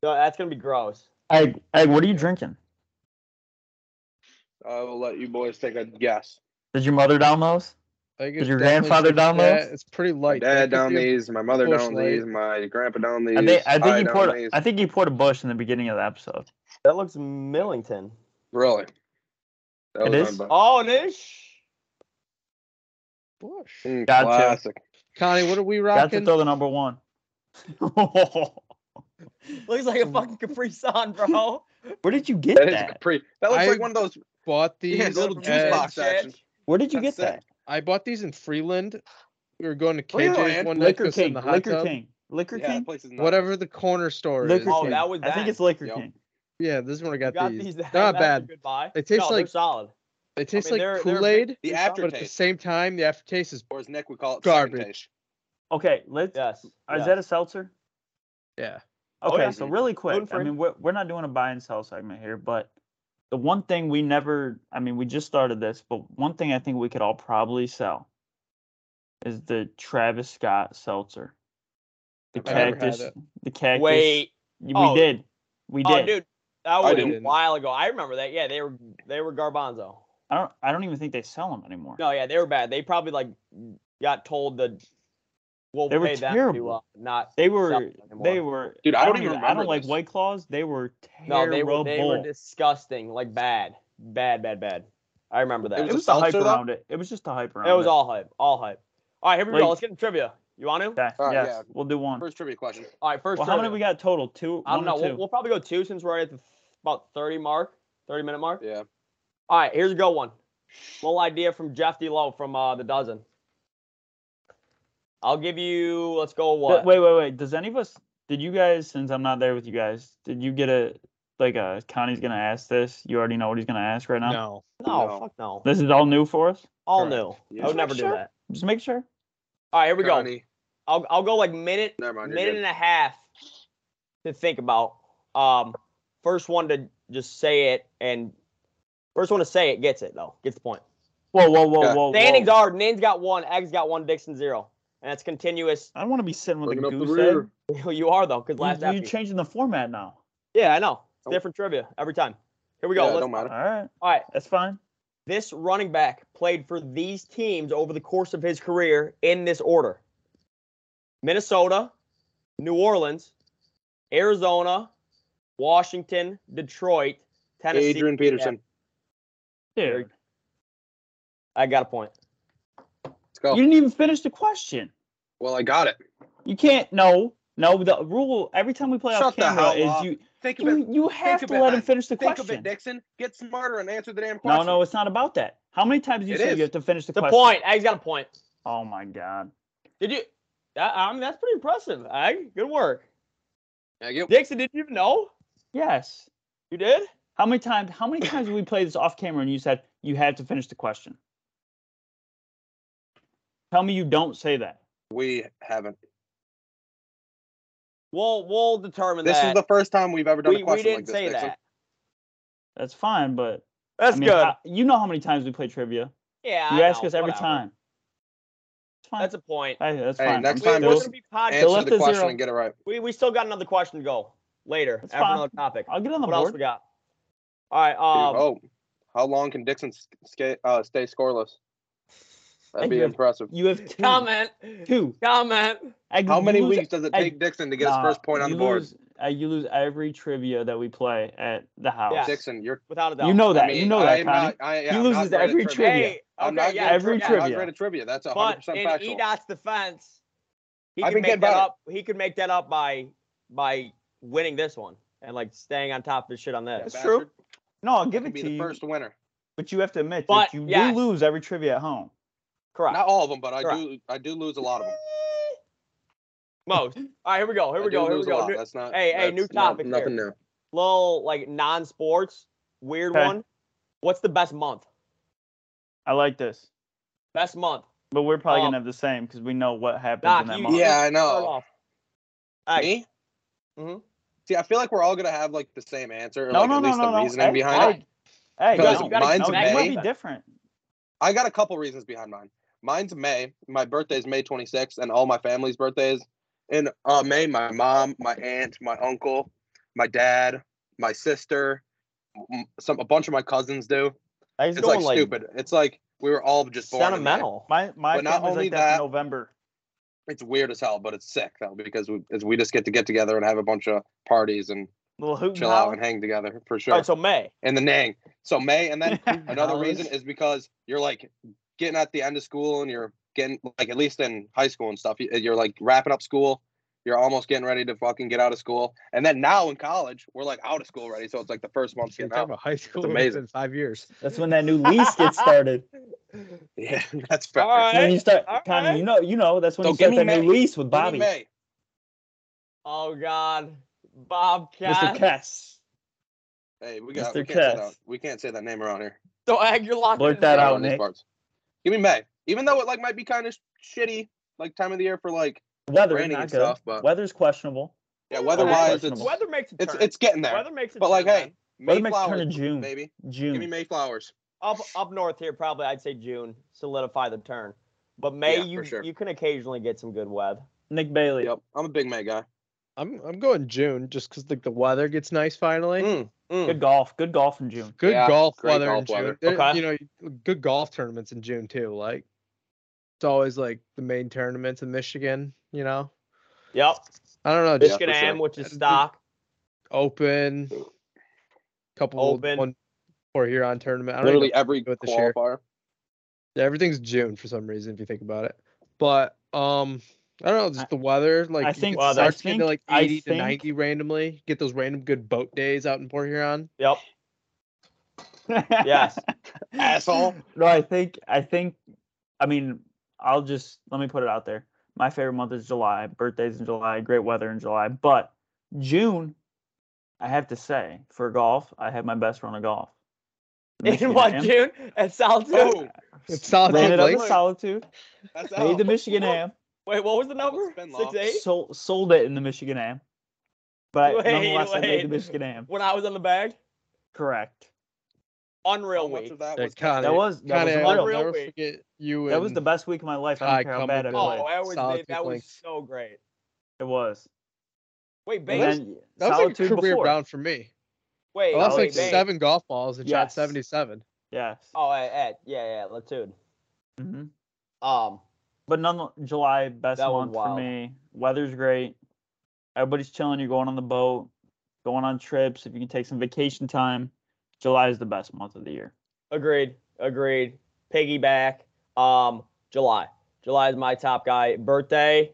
[SPEAKER 1] that's gonna be gross.
[SPEAKER 2] Egg, egg. What are you drinking?
[SPEAKER 3] I will let you boys take a guess.
[SPEAKER 2] Did your mother down those?
[SPEAKER 4] I think
[SPEAKER 2] Did
[SPEAKER 4] it's
[SPEAKER 2] your
[SPEAKER 4] definitely
[SPEAKER 2] grandfather
[SPEAKER 4] pretty-
[SPEAKER 2] down
[SPEAKER 4] yeah,
[SPEAKER 2] those?
[SPEAKER 4] It's pretty
[SPEAKER 3] My
[SPEAKER 4] light.
[SPEAKER 3] dad
[SPEAKER 4] That could
[SPEAKER 3] down
[SPEAKER 4] be a-
[SPEAKER 3] these, my mother
[SPEAKER 4] Bush
[SPEAKER 3] down
[SPEAKER 4] Light.
[SPEAKER 3] these, my grandpa down these.
[SPEAKER 2] I think I think
[SPEAKER 3] I
[SPEAKER 2] he
[SPEAKER 3] down
[SPEAKER 2] poured.
[SPEAKER 3] these.
[SPEAKER 2] I think he poured a bush in the beginning of the episode.
[SPEAKER 1] That looks Millington.
[SPEAKER 3] Really? That
[SPEAKER 2] It
[SPEAKER 3] was
[SPEAKER 2] is?
[SPEAKER 3] unbe-
[SPEAKER 1] Oh, Nish.
[SPEAKER 4] Bush.
[SPEAKER 3] Mm,
[SPEAKER 2] Gotcha.
[SPEAKER 3] Classic.
[SPEAKER 4] Connie, what are we
[SPEAKER 2] Got to
[SPEAKER 4] rocking?
[SPEAKER 2] throw the number one.
[SPEAKER 1] Looks like a fucking Capri Sun, bro.
[SPEAKER 2] Where did you get
[SPEAKER 3] That
[SPEAKER 2] that?
[SPEAKER 3] is Capri. That looks
[SPEAKER 4] I-
[SPEAKER 3] like one of those.
[SPEAKER 4] Bought these.
[SPEAKER 3] Yeah, little juice
[SPEAKER 4] at-
[SPEAKER 3] box action.
[SPEAKER 2] Where did you
[SPEAKER 3] That's
[SPEAKER 2] get that?
[SPEAKER 4] I bought these in Freeland. We were going to
[SPEAKER 3] Freeland?
[SPEAKER 4] KJ's one night.
[SPEAKER 2] Liquor
[SPEAKER 4] go sit in
[SPEAKER 2] King.
[SPEAKER 4] the hot
[SPEAKER 2] Liquor
[SPEAKER 4] tub.
[SPEAKER 2] King. Liquor
[SPEAKER 3] Yeah, that
[SPEAKER 2] King.
[SPEAKER 3] place is nuts.
[SPEAKER 4] Whatever the corner store
[SPEAKER 2] Liquor
[SPEAKER 4] is.
[SPEAKER 1] Oh,
[SPEAKER 2] King.
[SPEAKER 1] that was
[SPEAKER 2] I think
[SPEAKER 1] that.
[SPEAKER 2] it's Liquor
[SPEAKER 3] Yep.
[SPEAKER 2] King.
[SPEAKER 4] Yeah, this is when I
[SPEAKER 1] You
[SPEAKER 4] got,
[SPEAKER 1] got
[SPEAKER 4] these.
[SPEAKER 1] these.
[SPEAKER 4] They're not bad.
[SPEAKER 1] Goodbye.
[SPEAKER 4] They taste
[SPEAKER 1] no, they're
[SPEAKER 4] like-
[SPEAKER 1] solid.
[SPEAKER 4] They taste
[SPEAKER 1] mean,
[SPEAKER 4] like
[SPEAKER 1] they're- they're
[SPEAKER 4] Kool
[SPEAKER 3] The
[SPEAKER 4] Aid,
[SPEAKER 1] But
[SPEAKER 4] but at the
[SPEAKER 3] aftertaste,
[SPEAKER 4] same time, the aftertaste is
[SPEAKER 3] or as Nick would call it,
[SPEAKER 4] Garbage.
[SPEAKER 3] garbage.
[SPEAKER 2] Okay, let's.
[SPEAKER 1] Yes.
[SPEAKER 2] Is
[SPEAKER 1] yes.
[SPEAKER 2] that a seltzer?
[SPEAKER 4] yeah.
[SPEAKER 1] Oh,
[SPEAKER 2] Okay,
[SPEAKER 1] yeah.
[SPEAKER 2] so really quick, I
[SPEAKER 1] Gluten-free.
[SPEAKER 2] mean, we're, we're not doing a buy and sell segment here, but the one thing we never, I mean, we just started this, but one thing I think we could all probably sell is the Travis Scott seltzer. The
[SPEAKER 3] I've never
[SPEAKER 4] had
[SPEAKER 2] cactus,
[SPEAKER 4] it.
[SPEAKER 2] the cactus.
[SPEAKER 1] Wait.
[SPEAKER 2] we
[SPEAKER 1] oh.
[SPEAKER 2] did, we did.
[SPEAKER 1] Oh, dude, that was a
[SPEAKER 3] didn't.
[SPEAKER 1] while ago. I remember that. Yeah, they were they were garbanzo.
[SPEAKER 2] I don't, I don't even think they sell them anymore.
[SPEAKER 1] No, yeah, they were bad. They probably like got told to We'll
[SPEAKER 2] They were
[SPEAKER 1] pay them to uh,
[SPEAKER 2] terrible.
[SPEAKER 1] not.
[SPEAKER 2] They were.
[SPEAKER 1] suck
[SPEAKER 2] They
[SPEAKER 1] anymore.
[SPEAKER 2] were.
[SPEAKER 3] Dude, I don't even
[SPEAKER 2] even. I don't
[SPEAKER 3] remember
[SPEAKER 2] like
[SPEAKER 3] this.
[SPEAKER 2] White Claws. They were terrible.
[SPEAKER 1] No, they were they were disgusting, like bad, bad, bad, bad. I remember that.
[SPEAKER 3] It
[SPEAKER 2] it
[SPEAKER 1] It
[SPEAKER 2] was,
[SPEAKER 1] was,
[SPEAKER 3] a
[SPEAKER 2] the hype
[SPEAKER 3] seltzer, though?
[SPEAKER 2] around it. It was just the hype around it.
[SPEAKER 1] all hype, all hype. All right, here we
[SPEAKER 2] Like-
[SPEAKER 1] go. Let's get into trivia. You want to?
[SPEAKER 2] Okay,
[SPEAKER 3] All right,
[SPEAKER 2] yes,
[SPEAKER 3] yeah.
[SPEAKER 2] we'll do one.
[SPEAKER 3] First trivia question.
[SPEAKER 1] All right, first.
[SPEAKER 2] well, how many
[SPEAKER 1] trivia.
[SPEAKER 2] we got total? Two.
[SPEAKER 1] I don't
[SPEAKER 2] one
[SPEAKER 1] know.
[SPEAKER 2] or
[SPEAKER 1] We'll,
[SPEAKER 2] two?
[SPEAKER 1] we'll probably go two since we're at the, about 30 mark, 30 minute mark.
[SPEAKER 3] Yeah.
[SPEAKER 1] All right, here's a good one. Little idea from Jeff D. Lowe from uh, The Dozen. I'll give you, let's go,
[SPEAKER 2] Th-
[SPEAKER 1] what?
[SPEAKER 2] Wait, wait, wait. Does any of us? Did you guys? Since I'm not there with you guys, did you get a like a? Connie's gonna ask this. You already know what he's gonna ask right now.
[SPEAKER 4] No.
[SPEAKER 1] no,
[SPEAKER 3] No.
[SPEAKER 1] fuck no.
[SPEAKER 2] This is all new for us.
[SPEAKER 1] All
[SPEAKER 4] Correct.
[SPEAKER 1] new.
[SPEAKER 3] Yeah.
[SPEAKER 1] I would never
[SPEAKER 2] Sure.
[SPEAKER 1] do that.
[SPEAKER 2] Just make sure.
[SPEAKER 1] All right, here we go.
[SPEAKER 3] Connie,
[SPEAKER 1] I'll, I'll go like minute,
[SPEAKER 3] Never mind. you're
[SPEAKER 1] minute
[SPEAKER 3] good.
[SPEAKER 1] and a half to think about. Um, First one to just say it and first one to say it gets it, though. Gets the point.
[SPEAKER 2] Whoa, whoa, whoa,
[SPEAKER 3] Okay.
[SPEAKER 2] whoa.
[SPEAKER 1] Standings
[SPEAKER 2] Oh, whoa.
[SPEAKER 1] are Nin's got one, Egg's got one, Dixon zero. And that's continuous.
[SPEAKER 2] I don't want to be sitting with
[SPEAKER 3] Looking
[SPEAKER 2] a
[SPEAKER 3] up the
[SPEAKER 2] goose
[SPEAKER 3] rear.
[SPEAKER 2] egg.
[SPEAKER 1] you are, though, because last
[SPEAKER 2] You,
[SPEAKER 1] after
[SPEAKER 2] you
[SPEAKER 1] you.
[SPEAKER 2] changing the format now.
[SPEAKER 1] Yeah, I know. It's
[SPEAKER 3] Oh.
[SPEAKER 1] different trivia every time. Here we go.
[SPEAKER 3] Yeah,
[SPEAKER 1] Let's-
[SPEAKER 3] don't
[SPEAKER 2] All
[SPEAKER 3] matter.
[SPEAKER 2] right,
[SPEAKER 1] all right.
[SPEAKER 2] that's fine.
[SPEAKER 1] This running back played for these teams over the course of his career in this order Minnesota, New Orleans, Arizona, Washington, Detroit, Tennessee.
[SPEAKER 3] Adrian Peterson.
[SPEAKER 1] Very-
[SPEAKER 2] Dude,
[SPEAKER 1] I got a point.
[SPEAKER 3] Let's go.
[SPEAKER 2] you didn't even finish the question.
[SPEAKER 3] well, I got it.
[SPEAKER 2] You can't. No, no. The rule every time we play off
[SPEAKER 3] Shut the
[SPEAKER 2] camera
[SPEAKER 3] hell
[SPEAKER 2] is
[SPEAKER 3] up.
[SPEAKER 2] you.
[SPEAKER 3] Think of it.
[SPEAKER 2] You, you have
[SPEAKER 3] of
[SPEAKER 2] to
[SPEAKER 3] it,
[SPEAKER 2] let him
[SPEAKER 3] man.
[SPEAKER 2] finish the
[SPEAKER 3] Think of
[SPEAKER 2] question.
[SPEAKER 3] it, Dixon. Get smarter and answer the damn
[SPEAKER 2] No,
[SPEAKER 3] question.
[SPEAKER 2] no, it's not about that. How many times did you
[SPEAKER 3] It
[SPEAKER 2] say
[SPEAKER 3] is.
[SPEAKER 2] you have to finish the
[SPEAKER 1] The
[SPEAKER 2] question?
[SPEAKER 1] point. Egg's got a point.
[SPEAKER 2] Oh my god.
[SPEAKER 1] Did you? That, I mean, that's pretty impressive. Egg, good work.
[SPEAKER 3] I get
[SPEAKER 1] Dixon, did you even know?
[SPEAKER 2] Yes.
[SPEAKER 1] You did?
[SPEAKER 2] How many times? How many times did we play this off camera and you said you have to finish the question? Tell me you don't say that.
[SPEAKER 3] we haven't.
[SPEAKER 1] We'll, we'll determine
[SPEAKER 3] This is
[SPEAKER 1] that.
[SPEAKER 3] the first time we've ever done
[SPEAKER 1] we,
[SPEAKER 3] a
[SPEAKER 1] we
[SPEAKER 3] question
[SPEAKER 1] didn't
[SPEAKER 3] like this.
[SPEAKER 1] say
[SPEAKER 3] Dixon.
[SPEAKER 1] that.
[SPEAKER 2] That's fine, but
[SPEAKER 1] That's
[SPEAKER 2] I mean,
[SPEAKER 1] good.
[SPEAKER 2] I- you know how many times we play trivia?
[SPEAKER 1] yeah.
[SPEAKER 2] You
[SPEAKER 1] I
[SPEAKER 2] ask
[SPEAKER 1] know,
[SPEAKER 2] us every
[SPEAKER 1] whatever.
[SPEAKER 2] time. It's fine.
[SPEAKER 1] That's
[SPEAKER 2] That's,
[SPEAKER 1] a point.
[SPEAKER 2] that's
[SPEAKER 3] Hey,
[SPEAKER 2] fine.
[SPEAKER 3] next
[SPEAKER 2] I'm
[SPEAKER 1] We're,
[SPEAKER 3] time
[SPEAKER 1] we're
[SPEAKER 2] still-
[SPEAKER 1] going to be podcast.
[SPEAKER 2] Still
[SPEAKER 3] Answer
[SPEAKER 2] up
[SPEAKER 3] the
[SPEAKER 2] to
[SPEAKER 3] question
[SPEAKER 2] zero.
[SPEAKER 3] and get it right.
[SPEAKER 1] We, we still got another question to go later
[SPEAKER 2] That's
[SPEAKER 1] after
[SPEAKER 2] fine.
[SPEAKER 1] another topic.
[SPEAKER 2] I'll get on the
[SPEAKER 1] What else we
[SPEAKER 2] board.
[SPEAKER 1] got? All right. Um,
[SPEAKER 3] oh, how long can Dixon s- sca- uh, stay scoreless?
[SPEAKER 2] Thank
[SPEAKER 3] That'd be
[SPEAKER 2] you.
[SPEAKER 3] impressive.
[SPEAKER 2] You have two.
[SPEAKER 1] Comment.
[SPEAKER 2] Two.
[SPEAKER 1] Comment.
[SPEAKER 2] Egg,
[SPEAKER 3] How
[SPEAKER 2] you
[SPEAKER 3] many
[SPEAKER 2] lose
[SPEAKER 3] weeks does it
[SPEAKER 2] I-
[SPEAKER 3] take Dixon to get
[SPEAKER 2] Nah,
[SPEAKER 3] his first point on
[SPEAKER 2] you
[SPEAKER 3] the board?
[SPEAKER 2] Lose, uh, you lose every trivia that we play at the house.
[SPEAKER 3] Dixon, you're.
[SPEAKER 1] Without a doubt.
[SPEAKER 2] You know that.
[SPEAKER 3] I mean,
[SPEAKER 2] you know
[SPEAKER 3] I
[SPEAKER 2] that,
[SPEAKER 3] am
[SPEAKER 2] Connie.
[SPEAKER 3] not, I,
[SPEAKER 2] he
[SPEAKER 3] I'm
[SPEAKER 2] loses
[SPEAKER 3] not great at
[SPEAKER 2] every
[SPEAKER 3] trivia.
[SPEAKER 2] trivia.
[SPEAKER 1] Hey,
[SPEAKER 3] I'm
[SPEAKER 1] okay,
[SPEAKER 3] not
[SPEAKER 1] yeah,
[SPEAKER 3] good
[SPEAKER 1] yeah.
[SPEAKER 2] every
[SPEAKER 3] at I'm not
[SPEAKER 2] trivia.
[SPEAKER 3] great at trivia. That's a 100%
[SPEAKER 1] But in
[SPEAKER 3] factual.
[SPEAKER 1] Edot's defense, he
[SPEAKER 3] I've
[SPEAKER 1] could
[SPEAKER 3] been
[SPEAKER 1] make
[SPEAKER 3] getting
[SPEAKER 1] that
[SPEAKER 3] better.
[SPEAKER 1] up. He could make that up by by winning this one and like staying on top of his shit on
[SPEAKER 3] Yeah,
[SPEAKER 1] this.
[SPEAKER 2] That's true.
[SPEAKER 3] bastard.
[SPEAKER 2] No, I'll give
[SPEAKER 3] Could
[SPEAKER 2] it
[SPEAKER 3] be
[SPEAKER 2] to
[SPEAKER 3] the
[SPEAKER 2] you.
[SPEAKER 3] first winner.
[SPEAKER 2] But you have to admit
[SPEAKER 1] But,
[SPEAKER 2] that you
[SPEAKER 1] yes.
[SPEAKER 2] do lose every trivia at home.
[SPEAKER 1] Correct.
[SPEAKER 3] Not all of them, but I
[SPEAKER 1] Correct.
[SPEAKER 3] do. I do lose a lot of them.
[SPEAKER 1] Most. All right, here we go. Here
[SPEAKER 3] I
[SPEAKER 1] we
[SPEAKER 3] do
[SPEAKER 1] go. Here we
[SPEAKER 3] lose a
[SPEAKER 1] go.
[SPEAKER 3] lot.
[SPEAKER 1] New-
[SPEAKER 3] That's not.
[SPEAKER 1] Hey, hey,
[SPEAKER 3] that's
[SPEAKER 1] new
[SPEAKER 3] not-
[SPEAKER 1] topic
[SPEAKER 3] Nothing
[SPEAKER 1] here.
[SPEAKER 3] new.
[SPEAKER 1] little like non-sports weird
[SPEAKER 2] Okay.
[SPEAKER 1] one. What's the best month?
[SPEAKER 2] I like this,
[SPEAKER 1] Best month.
[SPEAKER 2] but we're probably
[SPEAKER 1] Um,
[SPEAKER 2] gonna have the same because we know what happens
[SPEAKER 1] Doc,
[SPEAKER 2] in that
[SPEAKER 1] you-
[SPEAKER 2] month.
[SPEAKER 3] Yeah, I
[SPEAKER 1] Start
[SPEAKER 3] know.
[SPEAKER 1] off. All right,
[SPEAKER 3] Me?
[SPEAKER 1] Mhm.
[SPEAKER 3] See, I feel like we're all gonna have like the same answer, or
[SPEAKER 2] No,
[SPEAKER 3] like
[SPEAKER 2] no,
[SPEAKER 3] at
[SPEAKER 2] no,
[SPEAKER 3] least
[SPEAKER 2] no,
[SPEAKER 3] the
[SPEAKER 2] no.
[SPEAKER 3] reasoning
[SPEAKER 2] Hey,
[SPEAKER 3] behind it.
[SPEAKER 2] hey, Hey,
[SPEAKER 3] Because
[SPEAKER 2] no,
[SPEAKER 3] mine's
[SPEAKER 2] no,
[SPEAKER 3] May.
[SPEAKER 2] you might be different.
[SPEAKER 3] I got a couple reasons behind mine. Mine's May. My birthday's May 26th, and all my family's birthdays in uh, May. My mom, my aunt, my uncle, my dad, my sister, m- some a bunch of my cousins do.
[SPEAKER 2] It's
[SPEAKER 3] It's, like, stupid. It's like we were all just born in May.
[SPEAKER 1] sentimental.
[SPEAKER 2] My my
[SPEAKER 3] But not
[SPEAKER 2] family's
[SPEAKER 3] only
[SPEAKER 2] like that
[SPEAKER 3] that-
[SPEAKER 2] in November.
[SPEAKER 3] It's weird as hell, but it's sick though because we, it's- we just get to get together and have a bunch of parties and
[SPEAKER 2] Little hoot and
[SPEAKER 3] chill out
[SPEAKER 2] holler.
[SPEAKER 3] and hang together for
[SPEAKER 1] All
[SPEAKER 3] sure.
[SPEAKER 1] right, so May.
[SPEAKER 3] and the Nang. So May, and then another
[SPEAKER 2] Dollars.
[SPEAKER 3] reason is because you're like getting at the end of school and you're getting like at least in high school and stuff, you- you're like wrapping up school. You're almost getting ready to fucking get out of school. And then now in college, we're like out of school already. So it's like the first month
[SPEAKER 4] You're
[SPEAKER 3] getting
[SPEAKER 4] talking
[SPEAKER 3] out.
[SPEAKER 4] about high school it's
[SPEAKER 3] amazing.
[SPEAKER 4] in five years.
[SPEAKER 2] That's when that new lease gets started.
[SPEAKER 3] Yeah, that's
[SPEAKER 1] All
[SPEAKER 3] perfect.
[SPEAKER 1] right.
[SPEAKER 2] When you start,
[SPEAKER 1] All
[SPEAKER 2] Connie,
[SPEAKER 1] right.
[SPEAKER 2] you know, you know, that's when
[SPEAKER 3] So
[SPEAKER 2] you
[SPEAKER 3] give
[SPEAKER 2] start
[SPEAKER 3] me
[SPEAKER 2] that
[SPEAKER 3] May.
[SPEAKER 2] new lease with
[SPEAKER 3] Give me
[SPEAKER 2] Bobby, Mr.
[SPEAKER 3] May.
[SPEAKER 1] Oh God, Bobcat.
[SPEAKER 2] Kess.
[SPEAKER 3] Hey, we
[SPEAKER 2] Mr.
[SPEAKER 3] got we can't, say
[SPEAKER 2] Kess.
[SPEAKER 3] that. we can't say that name around here.
[SPEAKER 1] So Egg, you're locked
[SPEAKER 2] Blurt
[SPEAKER 1] in.
[SPEAKER 2] that
[SPEAKER 3] Not
[SPEAKER 2] out,
[SPEAKER 3] on these
[SPEAKER 2] Nick.
[SPEAKER 3] parts. Give me May. Even though it like might be kind of shitty, like time of the year for like
[SPEAKER 2] Weather is
[SPEAKER 3] raining
[SPEAKER 2] not
[SPEAKER 3] and
[SPEAKER 2] good.
[SPEAKER 3] stuff, but
[SPEAKER 2] Weather's questionable.
[SPEAKER 3] yeah,
[SPEAKER 1] Weather-
[SPEAKER 3] weather-wise, it's
[SPEAKER 2] Questionable.
[SPEAKER 1] Weather makes a
[SPEAKER 3] it's
[SPEAKER 1] turn.
[SPEAKER 3] it's getting there.
[SPEAKER 1] Weather makes a
[SPEAKER 3] But
[SPEAKER 1] turn.
[SPEAKER 3] like, hey,
[SPEAKER 1] man.
[SPEAKER 2] Weather makes turn to
[SPEAKER 3] Mayflowers,
[SPEAKER 2] June.
[SPEAKER 3] baby. Give me
[SPEAKER 2] June.
[SPEAKER 3] Mayflowers.
[SPEAKER 1] up up north here, probably I'd say June solidify the turn. But May,
[SPEAKER 3] Yeah,
[SPEAKER 1] you
[SPEAKER 3] for sure.
[SPEAKER 1] you can occasionally get some good weather.
[SPEAKER 2] Nick Bailey.
[SPEAKER 3] Yep, I'm a big May guy.
[SPEAKER 4] I'm I'm going June just because like the weather gets nice finally.
[SPEAKER 3] Mm, mm.
[SPEAKER 2] Good golf. Good golf in June.
[SPEAKER 4] Good
[SPEAKER 3] Yeah,
[SPEAKER 4] golf
[SPEAKER 3] great
[SPEAKER 4] weather
[SPEAKER 3] golf
[SPEAKER 4] in June.
[SPEAKER 3] weather.
[SPEAKER 4] There-
[SPEAKER 1] Okay.
[SPEAKER 4] You know, good golf tournaments in June too. Like It's always like the main tournaments in Michigan, you know?
[SPEAKER 1] Yep.
[SPEAKER 4] I don't know. Just
[SPEAKER 1] Michigan
[SPEAKER 3] for sure.
[SPEAKER 1] Am, which is stock.
[SPEAKER 4] open, couple
[SPEAKER 1] Open.
[SPEAKER 4] one for Huron tournament. I don't
[SPEAKER 3] Literally
[SPEAKER 4] even-
[SPEAKER 3] every
[SPEAKER 4] do it this year.
[SPEAKER 3] qualifier.
[SPEAKER 4] everything's June for some reason if you think about it. But um I don't know,
[SPEAKER 2] I-
[SPEAKER 4] just the weather. Like
[SPEAKER 2] I
[SPEAKER 4] you
[SPEAKER 2] think-
[SPEAKER 4] could
[SPEAKER 1] Well, I
[SPEAKER 4] start to get
[SPEAKER 2] think-
[SPEAKER 4] to like
[SPEAKER 2] I
[SPEAKER 4] eighty to
[SPEAKER 2] think-
[SPEAKER 4] ninety randomly. Get those random good boat days out in Port Huron.
[SPEAKER 1] Yep. Yes.
[SPEAKER 3] Asshole.
[SPEAKER 2] No, I think I think I mean I'll just let me put it out there. My favorite month is July. Birthdays in July. Great weather in July. But June, I have to say, for golf, I had my best run of golf.
[SPEAKER 1] In
[SPEAKER 2] Michigan
[SPEAKER 1] what,
[SPEAKER 2] Am.
[SPEAKER 1] June? At Solitude?
[SPEAKER 3] Oh,
[SPEAKER 4] It's solid
[SPEAKER 2] Ran it up
[SPEAKER 4] Lake.
[SPEAKER 2] in Solitude.
[SPEAKER 3] that's
[SPEAKER 2] Made
[SPEAKER 3] out.
[SPEAKER 2] the Michigan Am.
[SPEAKER 1] Wait, what was the number?
[SPEAKER 3] Spin law.
[SPEAKER 1] Six eight?
[SPEAKER 2] Sold sold it in the Michigan Am. But
[SPEAKER 1] Wait,
[SPEAKER 2] nonetheless, I made the
[SPEAKER 1] wait.
[SPEAKER 2] Michigan Am.
[SPEAKER 1] When I was on the bag?
[SPEAKER 2] Correct.
[SPEAKER 1] Unreal
[SPEAKER 3] How much
[SPEAKER 1] week.
[SPEAKER 3] of that
[SPEAKER 4] Yeah,
[SPEAKER 3] was
[SPEAKER 4] kinda.
[SPEAKER 2] That was that
[SPEAKER 4] Kinda,
[SPEAKER 2] was
[SPEAKER 4] I'll
[SPEAKER 2] unreal.
[SPEAKER 1] unreal.
[SPEAKER 4] never
[SPEAKER 1] week.
[SPEAKER 4] forget you
[SPEAKER 2] That was
[SPEAKER 4] and-
[SPEAKER 2] the best week of my life. I
[SPEAKER 4] Ty
[SPEAKER 2] don't care how
[SPEAKER 4] come
[SPEAKER 2] bad I
[SPEAKER 4] with
[SPEAKER 1] Oh,
[SPEAKER 4] Good.
[SPEAKER 2] played.
[SPEAKER 1] that was
[SPEAKER 4] Solitude
[SPEAKER 1] that was
[SPEAKER 4] links.
[SPEAKER 1] so great.
[SPEAKER 2] It was.
[SPEAKER 1] Wait,
[SPEAKER 2] And
[SPEAKER 1] Bane.
[SPEAKER 2] then
[SPEAKER 4] that was like a
[SPEAKER 2] Solitude
[SPEAKER 4] career
[SPEAKER 2] before. oh,
[SPEAKER 4] round for me.
[SPEAKER 1] Wait,
[SPEAKER 4] I lost
[SPEAKER 1] wait,
[SPEAKER 4] like
[SPEAKER 1] Bane.
[SPEAKER 4] seven golf balls and shot
[SPEAKER 2] Yes.
[SPEAKER 4] seventy seven.
[SPEAKER 2] Yes.
[SPEAKER 1] Oh, at, at yeah, yeah, Latude.
[SPEAKER 4] Mm-hmm.
[SPEAKER 2] hmm
[SPEAKER 1] Um,
[SPEAKER 2] But none, July best
[SPEAKER 1] That was
[SPEAKER 2] month for
[SPEAKER 1] wild.
[SPEAKER 2] me. Weather's great. Everybody's chilling. You're going on the boat, going on trips. If you can take some vacation time, July is the best month of the year.
[SPEAKER 1] agreed, agreed. Piggyback. Um, July. July is my top guy. Birthday.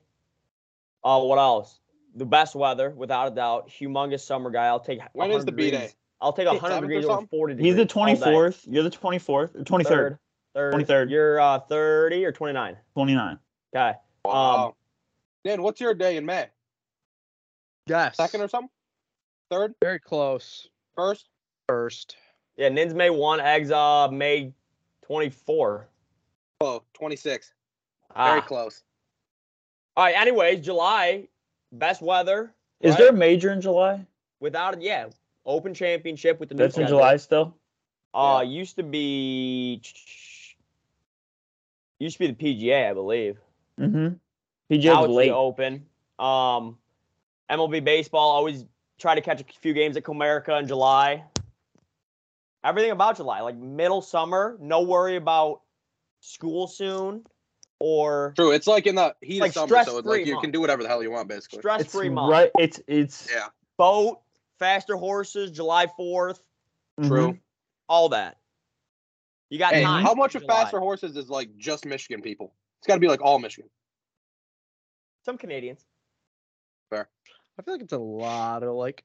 [SPEAKER 1] Uh, what else? The best weather, without a doubt. Humongous summer guy. I'll take.
[SPEAKER 3] When is the
[SPEAKER 1] 100
[SPEAKER 3] B day?
[SPEAKER 1] degrees. I'll take 100
[SPEAKER 3] Seventh or
[SPEAKER 1] degrees over
[SPEAKER 3] something?
[SPEAKER 1] 40 degrees.
[SPEAKER 2] He's the
[SPEAKER 1] all day.
[SPEAKER 2] 24th. You're the 24th, or 23rd,
[SPEAKER 1] Third.
[SPEAKER 2] 23rd.
[SPEAKER 1] You're uh, 30 or 29.
[SPEAKER 2] 29.
[SPEAKER 1] Okay.
[SPEAKER 2] um,
[SPEAKER 3] Wow. Dan, what's your day in May?
[SPEAKER 4] Yes.
[SPEAKER 3] Second or something? Third?
[SPEAKER 4] very close.
[SPEAKER 3] First?
[SPEAKER 4] First.
[SPEAKER 1] Yeah, Nins May 1, Eggs uh, May 24.
[SPEAKER 3] Close. 26.
[SPEAKER 1] Ah.
[SPEAKER 3] Very close.
[SPEAKER 1] All right. Anyways, July, best weather.
[SPEAKER 2] Is
[SPEAKER 1] right?
[SPEAKER 2] there a major in July?
[SPEAKER 1] without it? Yeah, Open Championship with the new
[SPEAKER 2] That's in
[SPEAKER 1] schedule.
[SPEAKER 2] July still.
[SPEAKER 1] Uh, used to be used to be the PGA, I believe.
[SPEAKER 2] Mm-hmm.
[SPEAKER 1] Now
[SPEAKER 2] PGA's
[SPEAKER 1] it's
[SPEAKER 2] late.
[SPEAKER 1] the Open. Um, MLB baseball always try to catch a few games at Comerica in July. Everything about July, like middle summer, no worry about school soon or
[SPEAKER 3] True. It's like in the heat
[SPEAKER 1] Like
[SPEAKER 3] of summer, so it's
[SPEAKER 1] stress-free
[SPEAKER 3] like you
[SPEAKER 1] month.
[SPEAKER 3] can do whatever the hell you want, basically.
[SPEAKER 2] It's
[SPEAKER 1] stress-free month.
[SPEAKER 2] right. It's it's
[SPEAKER 3] Yeah.
[SPEAKER 1] Boat, faster horses, July fourth,
[SPEAKER 2] mhm.
[SPEAKER 3] True.
[SPEAKER 1] all that. You got
[SPEAKER 4] Hey,
[SPEAKER 1] time.
[SPEAKER 3] How much
[SPEAKER 1] in
[SPEAKER 3] of
[SPEAKER 1] July.
[SPEAKER 3] faster horses is like just Michigan people? It's got to be like all Michigan.
[SPEAKER 1] Some Canadians.
[SPEAKER 4] I feel like it's a lot of like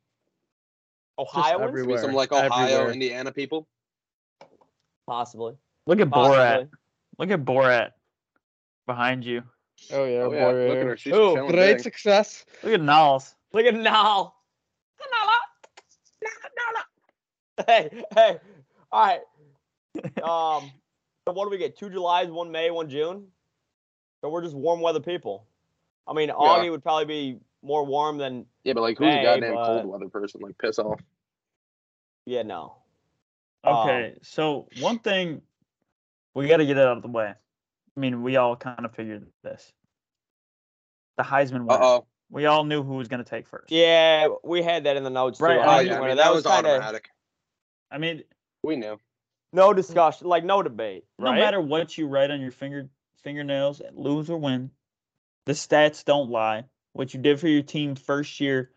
[SPEAKER 1] Ohioans?
[SPEAKER 4] everywhere.
[SPEAKER 3] Be some like Ohio,
[SPEAKER 4] Everywhere.
[SPEAKER 3] Indiana people.
[SPEAKER 1] Possibly.
[SPEAKER 2] Look at Borat.
[SPEAKER 1] Possibly.
[SPEAKER 2] Look at Borat behind you.
[SPEAKER 4] Oh yeah,
[SPEAKER 3] Oh, yeah. Look at her. She's
[SPEAKER 1] Ooh,
[SPEAKER 3] chilling
[SPEAKER 4] Great
[SPEAKER 3] big.
[SPEAKER 4] success.
[SPEAKER 2] Look at Niles.
[SPEAKER 1] Look at Nal. Hey, hey. All right. Um, so what do we get? Two Julys, one May, one June. So we're just warm weather people. I mean, Augie would probably be more warm than
[SPEAKER 3] Yeah, but like who's
[SPEAKER 1] Hey,
[SPEAKER 3] a goddamn
[SPEAKER 1] but-
[SPEAKER 3] cold weather person? Like piss off.
[SPEAKER 1] yeah, no.
[SPEAKER 2] Okay, so one thing we got to get it out of the way. I mean, we all kind of figured this. The Heisman
[SPEAKER 3] Uh
[SPEAKER 2] winner.
[SPEAKER 3] oh.
[SPEAKER 2] We all knew who was going to take first.
[SPEAKER 1] Yeah, we had that in the notes. too,
[SPEAKER 2] Right,
[SPEAKER 1] on
[SPEAKER 3] Oh
[SPEAKER 2] I
[SPEAKER 1] the
[SPEAKER 3] yeah, I
[SPEAKER 1] winner.
[SPEAKER 3] mean, that, was
[SPEAKER 1] kinda
[SPEAKER 3] automatic.
[SPEAKER 2] I mean,
[SPEAKER 3] We knew.
[SPEAKER 1] no discussion, like no debate.
[SPEAKER 2] no
[SPEAKER 1] right?
[SPEAKER 2] matter what you write on your finger fingernails, lose or win, the stats don't lie. What you did for your team first year,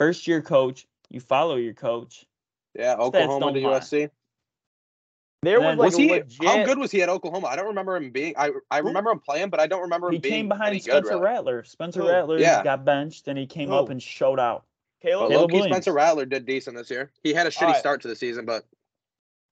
[SPEAKER 2] first year coach, you follow your coach.
[SPEAKER 3] Yeah, Oklahoma
[SPEAKER 2] don't
[SPEAKER 3] to
[SPEAKER 2] lie.
[SPEAKER 3] USC.
[SPEAKER 1] There was
[SPEAKER 2] Then-
[SPEAKER 1] like
[SPEAKER 3] Was he?
[SPEAKER 1] legit.
[SPEAKER 3] How good was he at Oklahoma? I don't remember him being. I I
[SPEAKER 2] Who?
[SPEAKER 3] remember him playing, but I don't remember him
[SPEAKER 2] He
[SPEAKER 3] being
[SPEAKER 2] came
[SPEAKER 3] any
[SPEAKER 2] behind
[SPEAKER 3] good.
[SPEAKER 2] Spencer
[SPEAKER 3] Really.
[SPEAKER 2] Rattler. Spencer
[SPEAKER 1] Who?
[SPEAKER 2] Rattler
[SPEAKER 3] Yeah.
[SPEAKER 2] got benched, and he came up
[SPEAKER 1] Who?
[SPEAKER 2] and showed out.
[SPEAKER 1] Caleb?
[SPEAKER 3] But
[SPEAKER 2] Caleb
[SPEAKER 3] low key,
[SPEAKER 2] Williams.
[SPEAKER 3] Spencer Rattler did decent this year. He had a shitty
[SPEAKER 1] Alright.
[SPEAKER 3] start to the season, but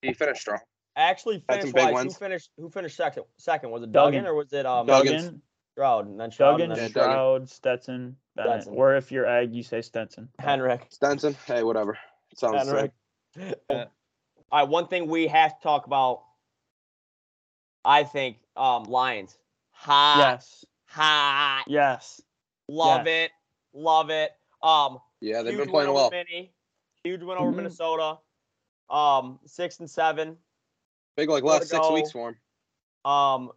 [SPEAKER 3] he finished strong.
[SPEAKER 1] actually
[SPEAKER 3] Had some
[SPEAKER 1] finished
[SPEAKER 3] big
[SPEAKER 1] wise. Who
[SPEAKER 3] ones.
[SPEAKER 1] finished? Who finished second? Second was it Duggan,
[SPEAKER 2] Duggan.
[SPEAKER 1] or was it um
[SPEAKER 3] Duggan.
[SPEAKER 2] Duggan,
[SPEAKER 1] Stroud and then Stroud
[SPEAKER 2] Duggan,
[SPEAKER 1] and then
[SPEAKER 3] Yeah, Duggan.
[SPEAKER 2] Stroud, Stetson, Bennett.
[SPEAKER 1] Stetson.
[SPEAKER 2] Or if you're Ag, you say Stetson.
[SPEAKER 1] Henrik.
[SPEAKER 3] Stenson, hey, whatever. Sounds
[SPEAKER 1] Henrik.
[SPEAKER 3] sick.
[SPEAKER 1] All right, one thing we have to talk about. I think um Lions. Hot,
[SPEAKER 2] Yes.
[SPEAKER 1] hot,
[SPEAKER 2] Yes.
[SPEAKER 1] love it, love it. Um,
[SPEAKER 3] Yeah, they've
[SPEAKER 1] huge
[SPEAKER 3] been playing
[SPEAKER 1] win
[SPEAKER 3] well.
[SPEAKER 1] Over Mini, huge win over
[SPEAKER 2] Mhm.
[SPEAKER 1] Minnesota. Um, six and seven.
[SPEAKER 3] Big like
[SPEAKER 1] Four to
[SPEAKER 3] last six
[SPEAKER 1] go.
[SPEAKER 3] weeks for him.
[SPEAKER 1] Um,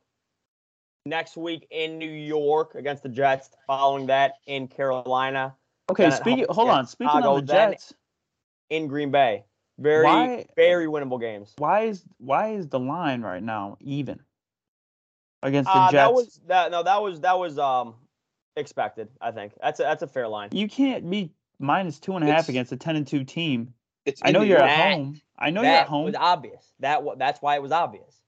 [SPEAKER 1] next week in New York against the Jets. Following that in Carolina.
[SPEAKER 2] Okay,
[SPEAKER 1] Bennett
[SPEAKER 2] speaking
[SPEAKER 1] helped
[SPEAKER 2] hold
[SPEAKER 1] get
[SPEAKER 2] on. Speaking
[SPEAKER 1] Chicago,
[SPEAKER 2] of the
[SPEAKER 1] then-
[SPEAKER 2] Jets,
[SPEAKER 1] in Green Bay. Very,
[SPEAKER 2] Why-
[SPEAKER 1] very winnable games.
[SPEAKER 2] why is why is the line right now even? against the
[SPEAKER 1] Uh,
[SPEAKER 2] Jets.
[SPEAKER 1] that was that. No, that was that was um expected. I think that's a, that's a fair line.
[SPEAKER 2] You can't be minus two and a half
[SPEAKER 3] It's-
[SPEAKER 2] against a ten and two team.
[SPEAKER 3] It's
[SPEAKER 2] I know
[SPEAKER 3] in
[SPEAKER 2] you're
[SPEAKER 3] New York.
[SPEAKER 2] at home. I know you're
[SPEAKER 1] that
[SPEAKER 2] at home.
[SPEAKER 1] was obvious. That wa- that's why it was obvious.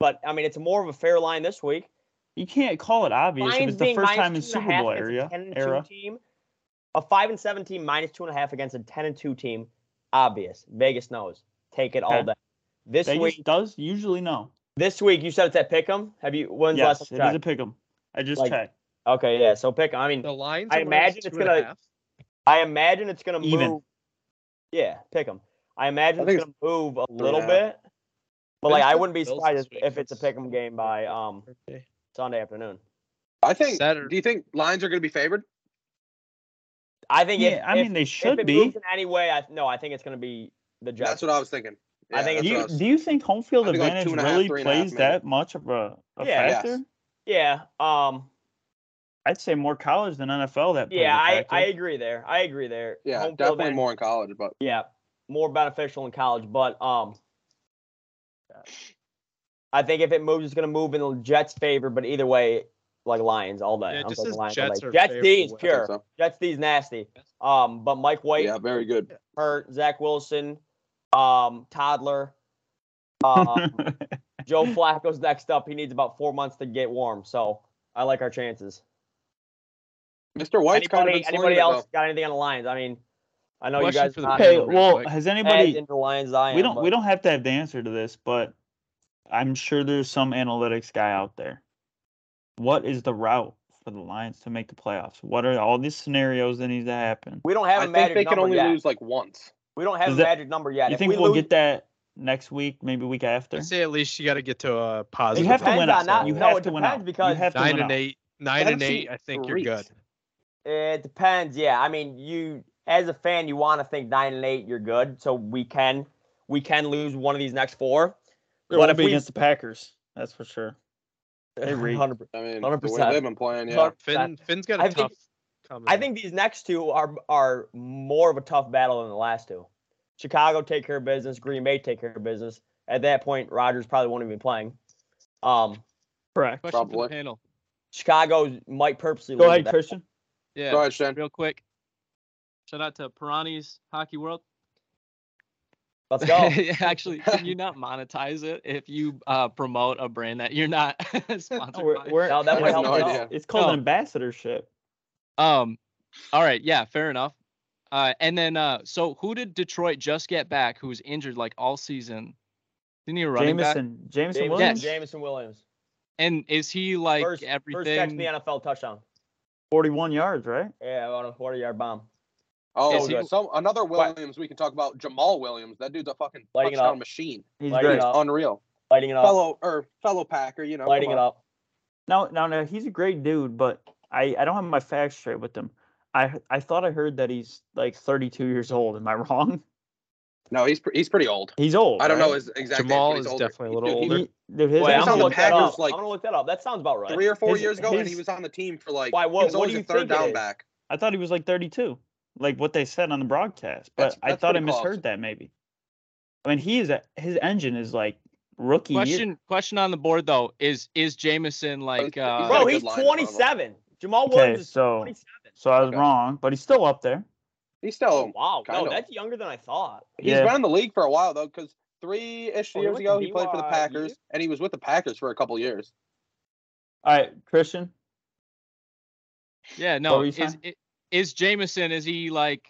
[SPEAKER 1] But I mean, it's more of a fair line this week.
[SPEAKER 2] You can't call it obvious if
[SPEAKER 1] Lions
[SPEAKER 2] it's the
[SPEAKER 1] being minus
[SPEAKER 2] first time in
[SPEAKER 1] two and
[SPEAKER 2] Super
[SPEAKER 1] a half
[SPEAKER 2] Bowl
[SPEAKER 1] against a
[SPEAKER 2] area
[SPEAKER 1] 10 and two
[SPEAKER 2] era.
[SPEAKER 1] team, a five and seven team minus two and a half against a ten and two team, obvious. Vegas knows. Take it all
[SPEAKER 2] Okay.
[SPEAKER 1] day. This
[SPEAKER 2] Vegas
[SPEAKER 1] week,
[SPEAKER 2] does usually know.
[SPEAKER 1] this week you said it's at Pick'em. Have you? When's the
[SPEAKER 2] Yes,
[SPEAKER 1] last
[SPEAKER 2] it
[SPEAKER 1] time
[SPEAKER 2] is
[SPEAKER 1] you
[SPEAKER 2] a pick'em. I just
[SPEAKER 1] Like-
[SPEAKER 2] checked.
[SPEAKER 1] checked? Okay, yeah. So Pick'em. I mean,
[SPEAKER 4] The Lions.
[SPEAKER 1] I
[SPEAKER 4] are minus
[SPEAKER 1] imagine
[SPEAKER 4] two
[SPEAKER 1] it's
[SPEAKER 4] and a
[SPEAKER 1] gonna-
[SPEAKER 4] half.
[SPEAKER 1] I imagine it's gonna move.
[SPEAKER 2] Even.
[SPEAKER 1] Yeah, Pick'em. I imagine
[SPEAKER 3] I
[SPEAKER 1] it's
[SPEAKER 3] think
[SPEAKER 1] gonna move a
[SPEAKER 3] and a
[SPEAKER 1] little
[SPEAKER 3] half.
[SPEAKER 1] bit, but like
[SPEAKER 4] Bills
[SPEAKER 1] I
[SPEAKER 4] got
[SPEAKER 1] wouldn't be
[SPEAKER 4] Bills
[SPEAKER 1] surprised
[SPEAKER 4] this week.
[SPEAKER 1] if it's a
[SPEAKER 4] That's-
[SPEAKER 1] Pick'em game by um
[SPEAKER 4] Okay.
[SPEAKER 1] Sunday afternoon.
[SPEAKER 3] I think.
[SPEAKER 4] Saturday.
[SPEAKER 3] Do you think Lions are going to be favored?
[SPEAKER 1] I think.
[SPEAKER 2] Yeah,
[SPEAKER 1] if,
[SPEAKER 2] I
[SPEAKER 1] if-
[SPEAKER 2] mean they
[SPEAKER 1] if
[SPEAKER 2] should
[SPEAKER 1] it
[SPEAKER 2] be.
[SPEAKER 1] moves in any way, I no, I think it's gonna be the Jets.
[SPEAKER 3] That's what I was thinking.
[SPEAKER 1] I think it's-
[SPEAKER 3] that's
[SPEAKER 2] Do
[SPEAKER 3] what I
[SPEAKER 2] you,
[SPEAKER 3] was-
[SPEAKER 2] do you think home field
[SPEAKER 3] I think like
[SPEAKER 2] advantage
[SPEAKER 3] two and a half,
[SPEAKER 2] really
[SPEAKER 3] three and a half,
[SPEAKER 2] plays
[SPEAKER 3] maybe.
[SPEAKER 2] that much of a, a
[SPEAKER 1] Yeah.
[SPEAKER 2] factor?
[SPEAKER 3] Yes.
[SPEAKER 1] Yeah. Um.
[SPEAKER 2] I'd say more college than NFL that plays
[SPEAKER 1] Yeah,
[SPEAKER 2] a
[SPEAKER 1] I,
[SPEAKER 2] factor.
[SPEAKER 1] I agree there. I agree there.
[SPEAKER 3] Yeah,
[SPEAKER 1] Home field
[SPEAKER 3] definitely
[SPEAKER 1] advantage-
[SPEAKER 3] more in college, but
[SPEAKER 1] Yeah, more beneficial in college, but um, I think if it moves, it's gonna move in the Jets' favor. But either way, like Lions all day.
[SPEAKER 4] Yeah, it
[SPEAKER 1] I'm
[SPEAKER 4] just
[SPEAKER 1] taking
[SPEAKER 4] says
[SPEAKER 1] Lions
[SPEAKER 4] Jets
[SPEAKER 1] all
[SPEAKER 4] are
[SPEAKER 1] day. Jets D is
[SPEAKER 4] favorable.
[SPEAKER 3] I think
[SPEAKER 1] pure.
[SPEAKER 3] so.
[SPEAKER 1] Jets D's nasty. Um, but Mike White
[SPEAKER 3] yeah, very good.
[SPEAKER 1] hurt. Zach Wilson, um, toddler. Um, Joe Flacco's next up. He needs about four months to get warm. So I like our chances.
[SPEAKER 3] Mr. White's kind of
[SPEAKER 1] anybody
[SPEAKER 3] been
[SPEAKER 1] anybody
[SPEAKER 3] slinging it,
[SPEAKER 1] else
[SPEAKER 3] though.
[SPEAKER 1] got anything on the Lions? I mean, I know you
[SPEAKER 4] Question
[SPEAKER 1] guys
[SPEAKER 4] for
[SPEAKER 1] are
[SPEAKER 4] the
[SPEAKER 1] not
[SPEAKER 2] okay,
[SPEAKER 4] real
[SPEAKER 2] well,
[SPEAKER 4] quick.
[SPEAKER 2] has
[SPEAKER 1] as
[SPEAKER 2] anybody
[SPEAKER 1] into the Lions as I am.
[SPEAKER 2] we don't
[SPEAKER 1] but-
[SPEAKER 2] we don't have to have the answer to this, but I'm sure there's some analytics guy out there. What is the route for the Lions to make the playoffs? What are all these scenarios that need to happen?
[SPEAKER 1] We don't have
[SPEAKER 3] I
[SPEAKER 1] a
[SPEAKER 3] think
[SPEAKER 1] magic
[SPEAKER 3] they can
[SPEAKER 1] number
[SPEAKER 3] only
[SPEAKER 1] yet.
[SPEAKER 3] lose like once.
[SPEAKER 1] We don't have
[SPEAKER 2] Is
[SPEAKER 1] a
[SPEAKER 2] that-
[SPEAKER 1] magic number yet.
[SPEAKER 2] You
[SPEAKER 1] If
[SPEAKER 2] think
[SPEAKER 1] we
[SPEAKER 2] we'll
[SPEAKER 1] lose-
[SPEAKER 2] get that next week, maybe week after?
[SPEAKER 4] I say at least you got to get to a
[SPEAKER 2] You
[SPEAKER 4] positive.
[SPEAKER 2] have to
[SPEAKER 1] Depends
[SPEAKER 2] win
[SPEAKER 1] on
[SPEAKER 2] out.
[SPEAKER 1] that.
[SPEAKER 2] You
[SPEAKER 1] No,
[SPEAKER 2] have
[SPEAKER 1] it
[SPEAKER 2] to win
[SPEAKER 1] depends
[SPEAKER 2] out.
[SPEAKER 1] because-
[SPEAKER 2] you have to
[SPEAKER 4] nine
[SPEAKER 2] win
[SPEAKER 4] and
[SPEAKER 2] out.
[SPEAKER 4] eight. Nine and
[SPEAKER 3] NFC
[SPEAKER 4] eight. I think you're good.
[SPEAKER 3] reeks.
[SPEAKER 1] It depends. Yeah, I mean, you as a fan, you want to think nine and eight, you're good. So we can we can lose one of these next four.
[SPEAKER 2] It
[SPEAKER 1] What
[SPEAKER 2] won't
[SPEAKER 1] if
[SPEAKER 2] be
[SPEAKER 1] we-
[SPEAKER 2] against the Packers. That's for sure. They reek.
[SPEAKER 1] 100%.
[SPEAKER 3] I mean, the way
[SPEAKER 1] 100%.
[SPEAKER 3] they've been playing, yeah.
[SPEAKER 4] Finn. Finn's got a
[SPEAKER 1] I
[SPEAKER 4] tough.
[SPEAKER 1] think-
[SPEAKER 4] coming
[SPEAKER 1] I
[SPEAKER 4] up.
[SPEAKER 1] think these next two are are more of a tough battle than the last two. Chicago take care of business. Green Bay take care of business. At that point, Rodgers probably won't even be playing. Um,
[SPEAKER 2] Correct.
[SPEAKER 4] Question for
[SPEAKER 3] Probably.
[SPEAKER 4] the panel,
[SPEAKER 1] Chicago might purposely
[SPEAKER 2] Go
[SPEAKER 1] lose
[SPEAKER 2] ahead,
[SPEAKER 1] that.
[SPEAKER 2] Christian.
[SPEAKER 4] yeah,
[SPEAKER 3] Go ahead, Shen.
[SPEAKER 4] real quick. Shout out to Pirani's Hockey World.
[SPEAKER 1] Let's go.
[SPEAKER 5] Actually, can you not monetize it if you uh, promote a brand that you're not sponsored
[SPEAKER 2] Oh, we're-
[SPEAKER 5] by?
[SPEAKER 2] we're-
[SPEAKER 1] No, that
[SPEAKER 3] I
[SPEAKER 1] would
[SPEAKER 3] have
[SPEAKER 1] help.
[SPEAKER 3] no
[SPEAKER 1] us out.
[SPEAKER 3] idea.
[SPEAKER 2] It's called
[SPEAKER 5] No.
[SPEAKER 2] an ambassadorship.
[SPEAKER 5] Um, all right, yeah, fair enough. Uh, and then, uh, so who did Detroit just get back? Who was injured like all season? Didn't he a running back?
[SPEAKER 2] Jameson. Jameson
[SPEAKER 1] Jameson,
[SPEAKER 2] Williams.
[SPEAKER 5] Yes.
[SPEAKER 1] Jameson Williams.
[SPEAKER 5] And is he like
[SPEAKER 1] First,
[SPEAKER 5] everything?
[SPEAKER 1] first catch in the NFL touchdown.
[SPEAKER 2] Forty-one yards, right?
[SPEAKER 1] Yeah, on a 40 yard bomb.
[SPEAKER 3] Oh,
[SPEAKER 5] Is he-
[SPEAKER 3] some another Williams we can talk about. Jamal Williams. That dude's a fucking
[SPEAKER 1] Lighting it up.
[SPEAKER 3] touchdown machine.
[SPEAKER 2] He's
[SPEAKER 1] Like,
[SPEAKER 2] great.
[SPEAKER 1] uh,
[SPEAKER 3] Unreal.
[SPEAKER 1] Lighting it up.
[SPEAKER 3] Fellow or fellow Packer, you know.
[SPEAKER 1] lighting
[SPEAKER 3] come
[SPEAKER 1] it
[SPEAKER 3] on.
[SPEAKER 1] up.
[SPEAKER 2] No, no, no. He's a great dude, but I, I don't have my facts straight with him. I I thought I heard that he's like 32 years old. Am I wrong?
[SPEAKER 3] No, he's pre- he's pretty old.
[SPEAKER 2] He's old.
[SPEAKER 3] I don't
[SPEAKER 2] right?
[SPEAKER 3] know his exact.
[SPEAKER 4] Jamal
[SPEAKER 3] age, but he's
[SPEAKER 4] is
[SPEAKER 3] older.
[SPEAKER 4] definitely a
[SPEAKER 3] He-
[SPEAKER 4] little
[SPEAKER 3] dude,
[SPEAKER 2] He-
[SPEAKER 3] he
[SPEAKER 4] older.
[SPEAKER 3] was
[SPEAKER 2] dude, his
[SPEAKER 1] Wait, I'm
[SPEAKER 2] ass
[SPEAKER 3] on
[SPEAKER 1] gonna
[SPEAKER 3] the
[SPEAKER 2] was-
[SPEAKER 1] look that
[SPEAKER 3] Packers,
[SPEAKER 1] up.
[SPEAKER 3] like-
[SPEAKER 1] I'm gonna look that up. That sounds about right.
[SPEAKER 3] Three or four
[SPEAKER 2] His-
[SPEAKER 3] years ago, and he
[SPEAKER 2] his-
[SPEAKER 3] was on the team for like.
[SPEAKER 1] Why?
[SPEAKER 3] he
[SPEAKER 1] What?
[SPEAKER 3] was
[SPEAKER 1] What
[SPEAKER 3] always
[SPEAKER 1] do you
[SPEAKER 3] a third
[SPEAKER 1] think
[SPEAKER 3] down
[SPEAKER 1] it is?
[SPEAKER 3] back.
[SPEAKER 2] I thought he was like 32, like what they said on the broadcast. But
[SPEAKER 3] That's-
[SPEAKER 2] I
[SPEAKER 3] that's
[SPEAKER 2] thought I
[SPEAKER 3] pretty close.
[SPEAKER 2] misheard that maybe. I mean, he is a, his engine is like rookie year.
[SPEAKER 5] question question on the board though is is Jameson like
[SPEAKER 3] he's
[SPEAKER 5] uh,
[SPEAKER 3] got a
[SPEAKER 1] Bro,
[SPEAKER 3] good
[SPEAKER 1] he's
[SPEAKER 3] line in front of him.
[SPEAKER 1] 27. Jamal Williams
[SPEAKER 2] Okay,
[SPEAKER 1] is
[SPEAKER 2] so
[SPEAKER 1] 27.
[SPEAKER 2] so I was
[SPEAKER 3] Okay.
[SPEAKER 2] wrong, but he's still up there.
[SPEAKER 3] He's
[SPEAKER 1] Oh
[SPEAKER 3] still.
[SPEAKER 1] wow, no,
[SPEAKER 3] kinda.
[SPEAKER 1] that's younger than I thought.
[SPEAKER 3] He's
[SPEAKER 2] Yeah.
[SPEAKER 3] been in the league for a while though, because three ish
[SPEAKER 1] Oh, he
[SPEAKER 3] years
[SPEAKER 1] went
[SPEAKER 3] ago
[SPEAKER 1] to
[SPEAKER 3] he played for the
[SPEAKER 1] BYU?
[SPEAKER 3] Packers, and he was with the Packers for a couple years.
[SPEAKER 2] All right, Christian.
[SPEAKER 5] yeah no
[SPEAKER 2] were you
[SPEAKER 5] is
[SPEAKER 2] saying?
[SPEAKER 5] i- is Jameson is he like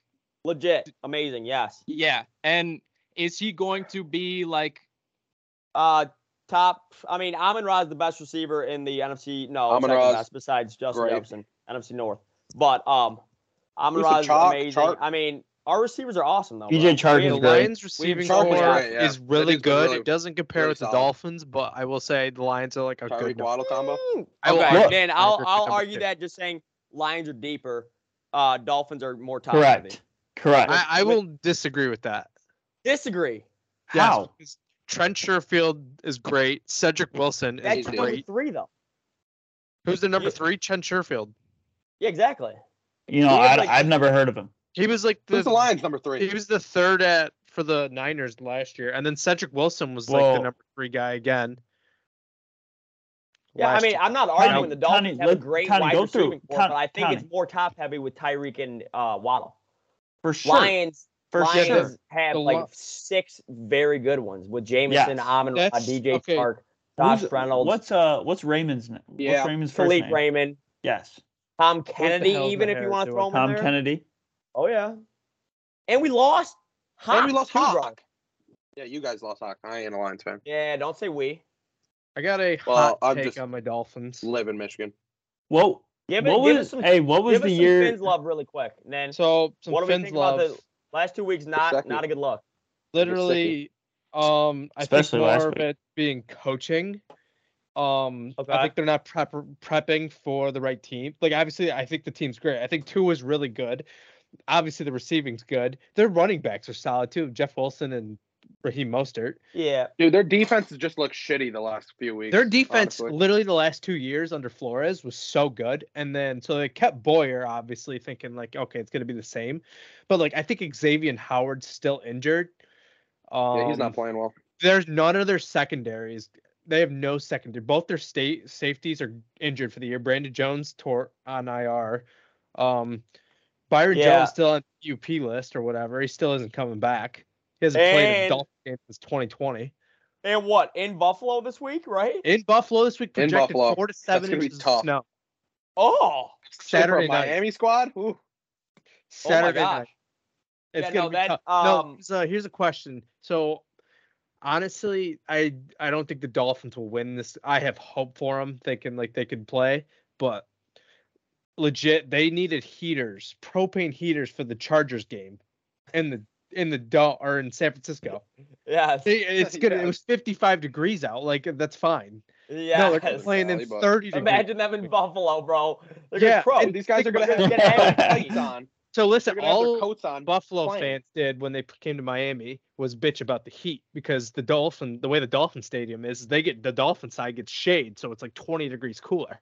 [SPEAKER 1] Legit, amazing. Yes.
[SPEAKER 5] yeah and is he going to be like
[SPEAKER 1] Uh, top. I mean, Amon Ra is the best receiver in the NFC. No,
[SPEAKER 3] Amon
[SPEAKER 1] second
[SPEAKER 3] Ra's
[SPEAKER 1] best besides Justin
[SPEAKER 3] great.
[SPEAKER 1] Jefferson, NFC North. But um, Amon
[SPEAKER 3] Who's the
[SPEAKER 1] Ra is
[SPEAKER 3] Chark-
[SPEAKER 1] amazing.
[SPEAKER 3] Chark?
[SPEAKER 1] I mean, our receivers are awesome though.
[SPEAKER 2] DJ
[SPEAKER 1] bro. We
[SPEAKER 2] Chark
[SPEAKER 1] have
[SPEAKER 4] The
[SPEAKER 2] is great.
[SPEAKER 4] Lions receiving
[SPEAKER 1] Chark
[SPEAKER 4] core
[SPEAKER 1] was
[SPEAKER 3] great, yeah.
[SPEAKER 4] is
[SPEAKER 3] That
[SPEAKER 4] really
[SPEAKER 3] dude's been
[SPEAKER 4] good.
[SPEAKER 3] really-
[SPEAKER 4] it doesn't compare
[SPEAKER 3] really
[SPEAKER 4] with the
[SPEAKER 3] solid.
[SPEAKER 4] Dolphins, but I will say the Lions are like a
[SPEAKER 3] Tyreek
[SPEAKER 4] good. number.
[SPEAKER 3] Waddle combo.
[SPEAKER 1] Mm.
[SPEAKER 4] I will
[SPEAKER 1] Okay,
[SPEAKER 2] argue-
[SPEAKER 1] then I'll
[SPEAKER 4] Packers are
[SPEAKER 1] I'll
[SPEAKER 4] number
[SPEAKER 1] argue
[SPEAKER 4] two.
[SPEAKER 1] that just saying Lions are deeper, uh, Dolphins are more top heavy.
[SPEAKER 2] Correct. Correct.
[SPEAKER 4] I, I will disagree with that.
[SPEAKER 1] Disagree.
[SPEAKER 4] Yes,
[SPEAKER 2] How?
[SPEAKER 4] because Trent Sherfield is great. Cedric Wilson is
[SPEAKER 1] That's
[SPEAKER 3] he's
[SPEAKER 1] number
[SPEAKER 4] great.
[SPEAKER 1] three though.
[SPEAKER 4] Who's the number
[SPEAKER 1] Yeah.
[SPEAKER 4] three? Trent Sherfield.
[SPEAKER 1] Yeah, exactly.
[SPEAKER 2] You know,
[SPEAKER 1] he was
[SPEAKER 2] I,
[SPEAKER 1] like-
[SPEAKER 2] I've never heard of him.
[SPEAKER 4] He was like the,
[SPEAKER 3] Who's the Lions number
[SPEAKER 4] he
[SPEAKER 3] three?
[SPEAKER 4] was the third at for the Niners last year, and then Cedric Wilson was like
[SPEAKER 2] Well-
[SPEAKER 4] the number three guy again.
[SPEAKER 1] Yeah, I
[SPEAKER 2] last
[SPEAKER 1] mean,
[SPEAKER 2] year.
[SPEAKER 1] I'm not
[SPEAKER 2] Connie,
[SPEAKER 1] arguing the Dolphins
[SPEAKER 2] Connie,
[SPEAKER 1] have a
[SPEAKER 2] let-
[SPEAKER 1] great
[SPEAKER 2] Connie,
[SPEAKER 1] wide
[SPEAKER 2] go through.
[SPEAKER 1] receiving core,
[SPEAKER 2] Con-
[SPEAKER 1] but I think it's
[SPEAKER 2] Connie.
[SPEAKER 1] more top heavy with Tyreek and uh, Waddle.
[SPEAKER 2] for sure.
[SPEAKER 1] Lions,
[SPEAKER 2] for
[SPEAKER 1] Lions
[SPEAKER 2] sure.
[SPEAKER 1] have
[SPEAKER 4] The
[SPEAKER 1] like
[SPEAKER 4] Lo-
[SPEAKER 1] six very good ones with Jameson,
[SPEAKER 2] Yes.
[SPEAKER 1] Amon, Ra,
[SPEAKER 4] That's-
[SPEAKER 1] DJ
[SPEAKER 4] okay.
[SPEAKER 1] Chark,
[SPEAKER 2] Who's-
[SPEAKER 1] Josh Reynolds,
[SPEAKER 2] What's uh what's Raymond's name?
[SPEAKER 3] Yeah.
[SPEAKER 2] What's Raymond's first
[SPEAKER 1] Khalid
[SPEAKER 2] name?
[SPEAKER 1] Raymond,
[SPEAKER 2] Yes.
[SPEAKER 1] Tom Kennedy,
[SPEAKER 4] hell's
[SPEAKER 1] even if you
[SPEAKER 4] Maher
[SPEAKER 1] want to
[SPEAKER 4] doing?
[SPEAKER 1] throw him in
[SPEAKER 2] Tom
[SPEAKER 1] there.
[SPEAKER 2] Kennedy.
[SPEAKER 1] Oh yeah, and we lost. Hawk,
[SPEAKER 3] And we lost
[SPEAKER 1] too,
[SPEAKER 3] Hawk.
[SPEAKER 1] Gronk.
[SPEAKER 3] Yeah, you guys lost Hawk. I ain't a Lions fan.
[SPEAKER 1] Yeah, don't say we.
[SPEAKER 4] I got a hot
[SPEAKER 3] Well, I'm
[SPEAKER 4] take
[SPEAKER 3] just-
[SPEAKER 4] on my Dolphins.
[SPEAKER 3] Live in Michigan.
[SPEAKER 2] Whoa.
[SPEAKER 1] Give it,
[SPEAKER 2] what
[SPEAKER 1] give
[SPEAKER 2] was
[SPEAKER 1] us some.
[SPEAKER 2] hey, what was
[SPEAKER 1] give
[SPEAKER 2] the
[SPEAKER 1] us some
[SPEAKER 2] year
[SPEAKER 1] Finns love really quick, and then
[SPEAKER 4] So some
[SPEAKER 1] What do we
[SPEAKER 4] Finns
[SPEAKER 1] think about
[SPEAKER 4] love.
[SPEAKER 1] the- last two weeks not
[SPEAKER 3] Exactly.
[SPEAKER 1] not a good look.
[SPEAKER 4] literally um i
[SPEAKER 2] Especially
[SPEAKER 4] think
[SPEAKER 2] last
[SPEAKER 4] more of
[SPEAKER 2] week.
[SPEAKER 4] it being coaching um i
[SPEAKER 1] Okay.
[SPEAKER 4] think they're not prep- prepping for the right team like obviously i think the team's great i think two is really good obviously the receiving's good their running backs are solid too jeff wilson and Raheem Mostert.
[SPEAKER 1] Yeah,
[SPEAKER 3] Dude, their defense has just looked shitty the last few weeks.
[SPEAKER 4] Their defense,
[SPEAKER 3] honestly.
[SPEAKER 4] literally, the last two years under Flores was so good, and then so they kept Boyer, obviously thinking like, okay, it's gonna be the same, but like I think Xavier Howard's still injured. Um,
[SPEAKER 3] yeah, he's not playing well.
[SPEAKER 4] there's none of their secondaries. They have no secondary. Both their state safeties are injured for the year. Brandon Jones tore on IR. Um, Byron
[SPEAKER 1] Yeah.
[SPEAKER 4] Jones still on the UP list or whatever. He still isn't coming back. He hasn't played a
[SPEAKER 1] And-
[SPEAKER 4] Dolphin game since 2020.
[SPEAKER 1] and what in Buffalo this week, right?
[SPEAKER 4] In Buffalo this week,
[SPEAKER 3] In
[SPEAKER 4] projected
[SPEAKER 3] Buffalo.
[SPEAKER 4] four to
[SPEAKER 3] That's
[SPEAKER 4] seven
[SPEAKER 3] gonna be
[SPEAKER 4] inches of
[SPEAKER 3] tough.
[SPEAKER 4] snow.
[SPEAKER 1] Oh,
[SPEAKER 4] Saturday
[SPEAKER 3] For
[SPEAKER 4] night.
[SPEAKER 3] Miami squad. Ooh.
[SPEAKER 4] Saturday
[SPEAKER 1] oh my gosh.
[SPEAKER 4] night. It's
[SPEAKER 1] Yeah,
[SPEAKER 4] gonna
[SPEAKER 1] no,
[SPEAKER 4] be
[SPEAKER 1] that,
[SPEAKER 4] tough. no,
[SPEAKER 1] um,
[SPEAKER 4] here's a, here's a question. So honestly, I I don't think the Dolphins will win this. I have hope for them, thinking like they could play, but legit, they needed heaters, propane heaters for the Chargers game, in the in the Dol- or in San Francisco.
[SPEAKER 1] Yes.
[SPEAKER 4] They- It's good.
[SPEAKER 3] Yeah.
[SPEAKER 4] It was 55 degrees out. Like that's fine. No,
[SPEAKER 1] Yes.
[SPEAKER 4] they're playing in
[SPEAKER 3] Golly, but-
[SPEAKER 4] 30 degrees.
[SPEAKER 1] Imagine them in Buffalo, bro. They're
[SPEAKER 4] Yeah,
[SPEAKER 1] yeah, crow.
[SPEAKER 3] Dude, Oh, these guys are gonna have
[SPEAKER 1] They're
[SPEAKER 3] their
[SPEAKER 1] gonna have
[SPEAKER 3] coats
[SPEAKER 1] heat.
[SPEAKER 3] on.
[SPEAKER 4] So
[SPEAKER 3] They're
[SPEAKER 4] listen,
[SPEAKER 3] gonna have
[SPEAKER 4] all
[SPEAKER 3] their coats on.
[SPEAKER 4] Buffalo
[SPEAKER 3] playing.
[SPEAKER 4] fans did when they p- came to Miami was bitch about the heat because the Dolphin, the way the Dolphin Stadium is, they get the Dolphin side gets shade, so it's like 20 degrees cooler.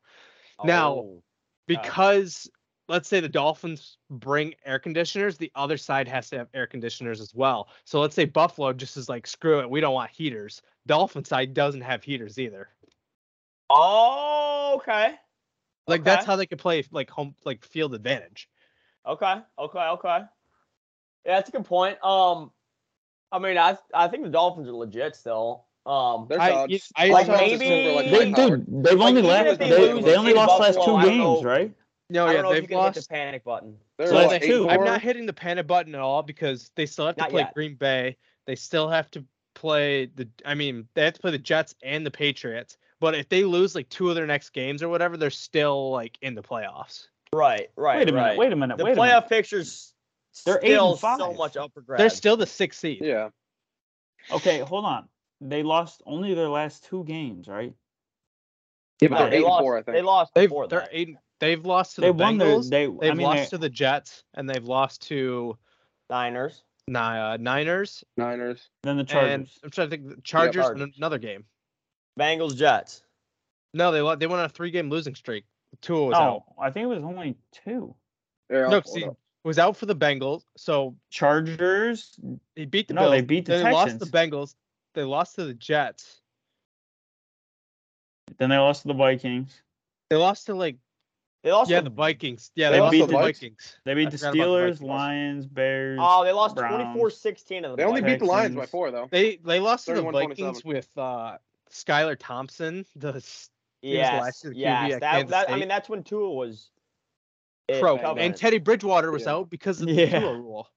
[SPEAKER 4] Now-
[SPEAKER 1] Oh.
[SPEAKER 4] Because let's say the Dolphins bring air conditioners, the other side has to have air conditioners as well. So let's say Buffalo just is like, screw it, we don't want heaters. Dolphin side doesn't have heaters either.
[SPEAKER 1] Oh, okay.
[SPEAKER 4] Like that's
[SPEAKER 1] Okay.
[SPEAKER 4] how they could play like home like field advantage.
[SPEAKER 1] Okay, okay, okay. Yeah, that's a good point. Um, I mean, I I think the Dolphins are legit still. Um,
[SPEAKER 3] They're
[SPEAKER 4] I-
[SPEAKER 3] solid.
[SPEAKER 4] you- I
[SPEAKER 3] Like,
[SPEAKER 4] also-
[SPEAKER 3] maybe-
[SPEAKER 4] They-
[SPEAKER 3] like,
[SPEAKER 2] they dude,
[SPEAKER 3] Dwight Howard.
[SPEAKER 2] they've only
[SPEAKER 1] even
[SPEAKER 2] last
[SPEAKER 1] if
[SPEAKER 2] they,
[SPEAKER 1] they
[SPEAKER 2] they,
[SPEAKER 1] lose
[SPEAKER 2] only
[SPEAKER 1] in
[SPEAKER 2] lost last
[SPEAKER 1] Buffalo,
[SPEAKER 2] two
[SPEAKER 1] I don't
[SPEAKER 2] games,
[SPEAKER 1] know.
[SPEAKER 2] right?
[SPEAKER 4] No,
[SPEAKER 1] I
[SPEAKER 4] Oh, yeah,
[SPEAKER 1] don't know if
[SPEAKER 4] they've
[SPEAKER 1] you can
[SPEAKER 4] lost
[SPEAKER 1] hit the panic button.
[SPEAKER 3] They're
[SPEAKER 2] So that's
[SPEAKER 3] like
[SPEAKER 2] two.
[SPEAKER 3] eight
[SPEAKER 4] I'm
[SPEAKER 3] four.
[SPEAKER 4] not hitting the panic button at all because they still have to
[SPEAKER 1] Not
[SPEAKER 4] play
[SPEAKER 1] yet.
[SPEAKER 4] Green Bay. They still have to play the. I mean, they have to play the Jets and the Patriots. But if they lose like two of their next games or whatever, they're still like in the playoffs.
[SPEAKER 1] Right, right.
[SPEAKER 2] wait a minute,
[SPEAKER 1] right.
[SPEAKER 2] wait a minute,
[SPEAKER 1] The
[SPEAKER 2] wait a minute.
[SPEAKER 1] playoff pictures
[SPEAKER 2] They're eight
[SPEAKER 1] still
[SPEAKER 2] and five.
[SPEAKER 1] so much up for grabs.
[SPEAKER 4] They're still the sixth seed.
[SPEAKER 3] Yeah.
[SPEAKER 2] Okay, hold on. They lost only their last two games, right?
[SPEAKER 3] Yeah,
[SPEAKER 1] No,
[SPEAKER 3] but they're
[SPEAKER 1] they
[SPEAKER 3] eight
[SPEAKER 1] lost,
[SPEAKER 3] and four, I
[SPEAKER 1] They
[SPEAKER 3] think.
[SPEAKER 1] lost
[SPEAKER 4] They've
[SPEAKER 1] before
[SPEAKER 4] they're
[SPEAKER 1] that.
[SPEAKER 4] eight. They've lost to
[SPEAKER 2] they
[SPEAKER 4] the
[SPEAKER 2] won their
[SPEAKER 4] Bengals.
[SPEAKER 2] they
[SPEAKER 4] they've
[SPEAKER 2] I mean
[SPEAKER 4] lost
[SPEAKER 2] they-
[SPEAKER 4] to the Jets and they've lost to
[SPEAKER 1] Niners.
[SPEAKER 4] Ni- uh, Niners
[SPEAKER 3] Niners.
[SPEAKER 2] then the
[SPEAKER 4] and
[SPEAKER 2] Chargers.
[SPEAKER 4] I'm trying to think. the Chargers and
[SPEAKER 1] Chargers.
[SPEAKER 4] another game.
[SPEAKER 1] Bengals Jets.
[SPEAKER 4] No, they lo- they went on a three game losing streak. Two was out.
[SPEAKER 2] oh, I think it was only two.
[SPEAKER 3] They're
[SPEAKER 4] No,
[SPEAKER 3] all
[SPEAKER 4] see,
[SPEAKER 3] four,
[SPEAKER 4] was out for the Bengals. So
[SPEAKER 2] Chargers.
[SPEAKER 4] He beat the
[SPEAKER 2] No,
[SPEAKER 4] Bills.
[SPEAKER 2] they beat the
[SPEAKER 4] then they lost to
[SPEAKER 2] Texans.
[SPEAKER 4] the Bengals. They lost to the Jets.
[SPEAKER 2] Then they lost to the Vikings.
[SPEAKER 4] They lost to like
[SPEAKER 1] They lost.
[SPEAKER 4] yeah
[SPEAKER 1] to-
[SPEAKER 4] the Vikings. Yeah,
[SPEAKER 2] They
[SPEAKER 4] they, lost
[SPEAKER 2] beat
[SPEAKER 4] to the
[SPEAKER 2] the
[SPEAKER 3] Vikes?
[SPEAKER 4] Vikings.
[SPEAKER 2] They
[SPEAKER 4] I
[SPEAKER 2] beat the
[SPEAKER 4] forgot about the
[SPEAKER 2] Steelers,
[SPEAKER 4] Vikings.
[SPEAKER 2] Lions, Bears.
[SPEAKER 1] oh, they lost
[SPEAKER 2] Browns.
[SPEAKER 1] 24-16 of the.
[SPEAKER 3] though. They only beat the Lions by
[SPEAKER 2] Texans.
[SPEAKER 3] four though.
[SPEAKER 4] They they lost to the
[SPEAKER 3] 31-27.
[SPEAKER 4] Vikings with uh Skylar Thompson. The s- he was
[SPEAKER 1] Yeah.
[SPEAKER 4] last year the QB
[SPEAKER 1] Yes.
[SPEAKER 4] at
[SPEAKER 1] That,
[SPEAKER 4] Kansas
[SPEAKER 1] that, I
[SPEAKER 4] State.
[SPEAKER 1] mean, that's when Tua was. it
[SPEAKER 4] pro
[SPEAKER 1] covered.
[SPEAKER 4] and Teddy Bridgewater was
[SPEAKER 3] Yeah.
[SPEAKER 4] out because of
[SPEAKER 2] Yeah.
[SPEAKER 4] the Tua rule.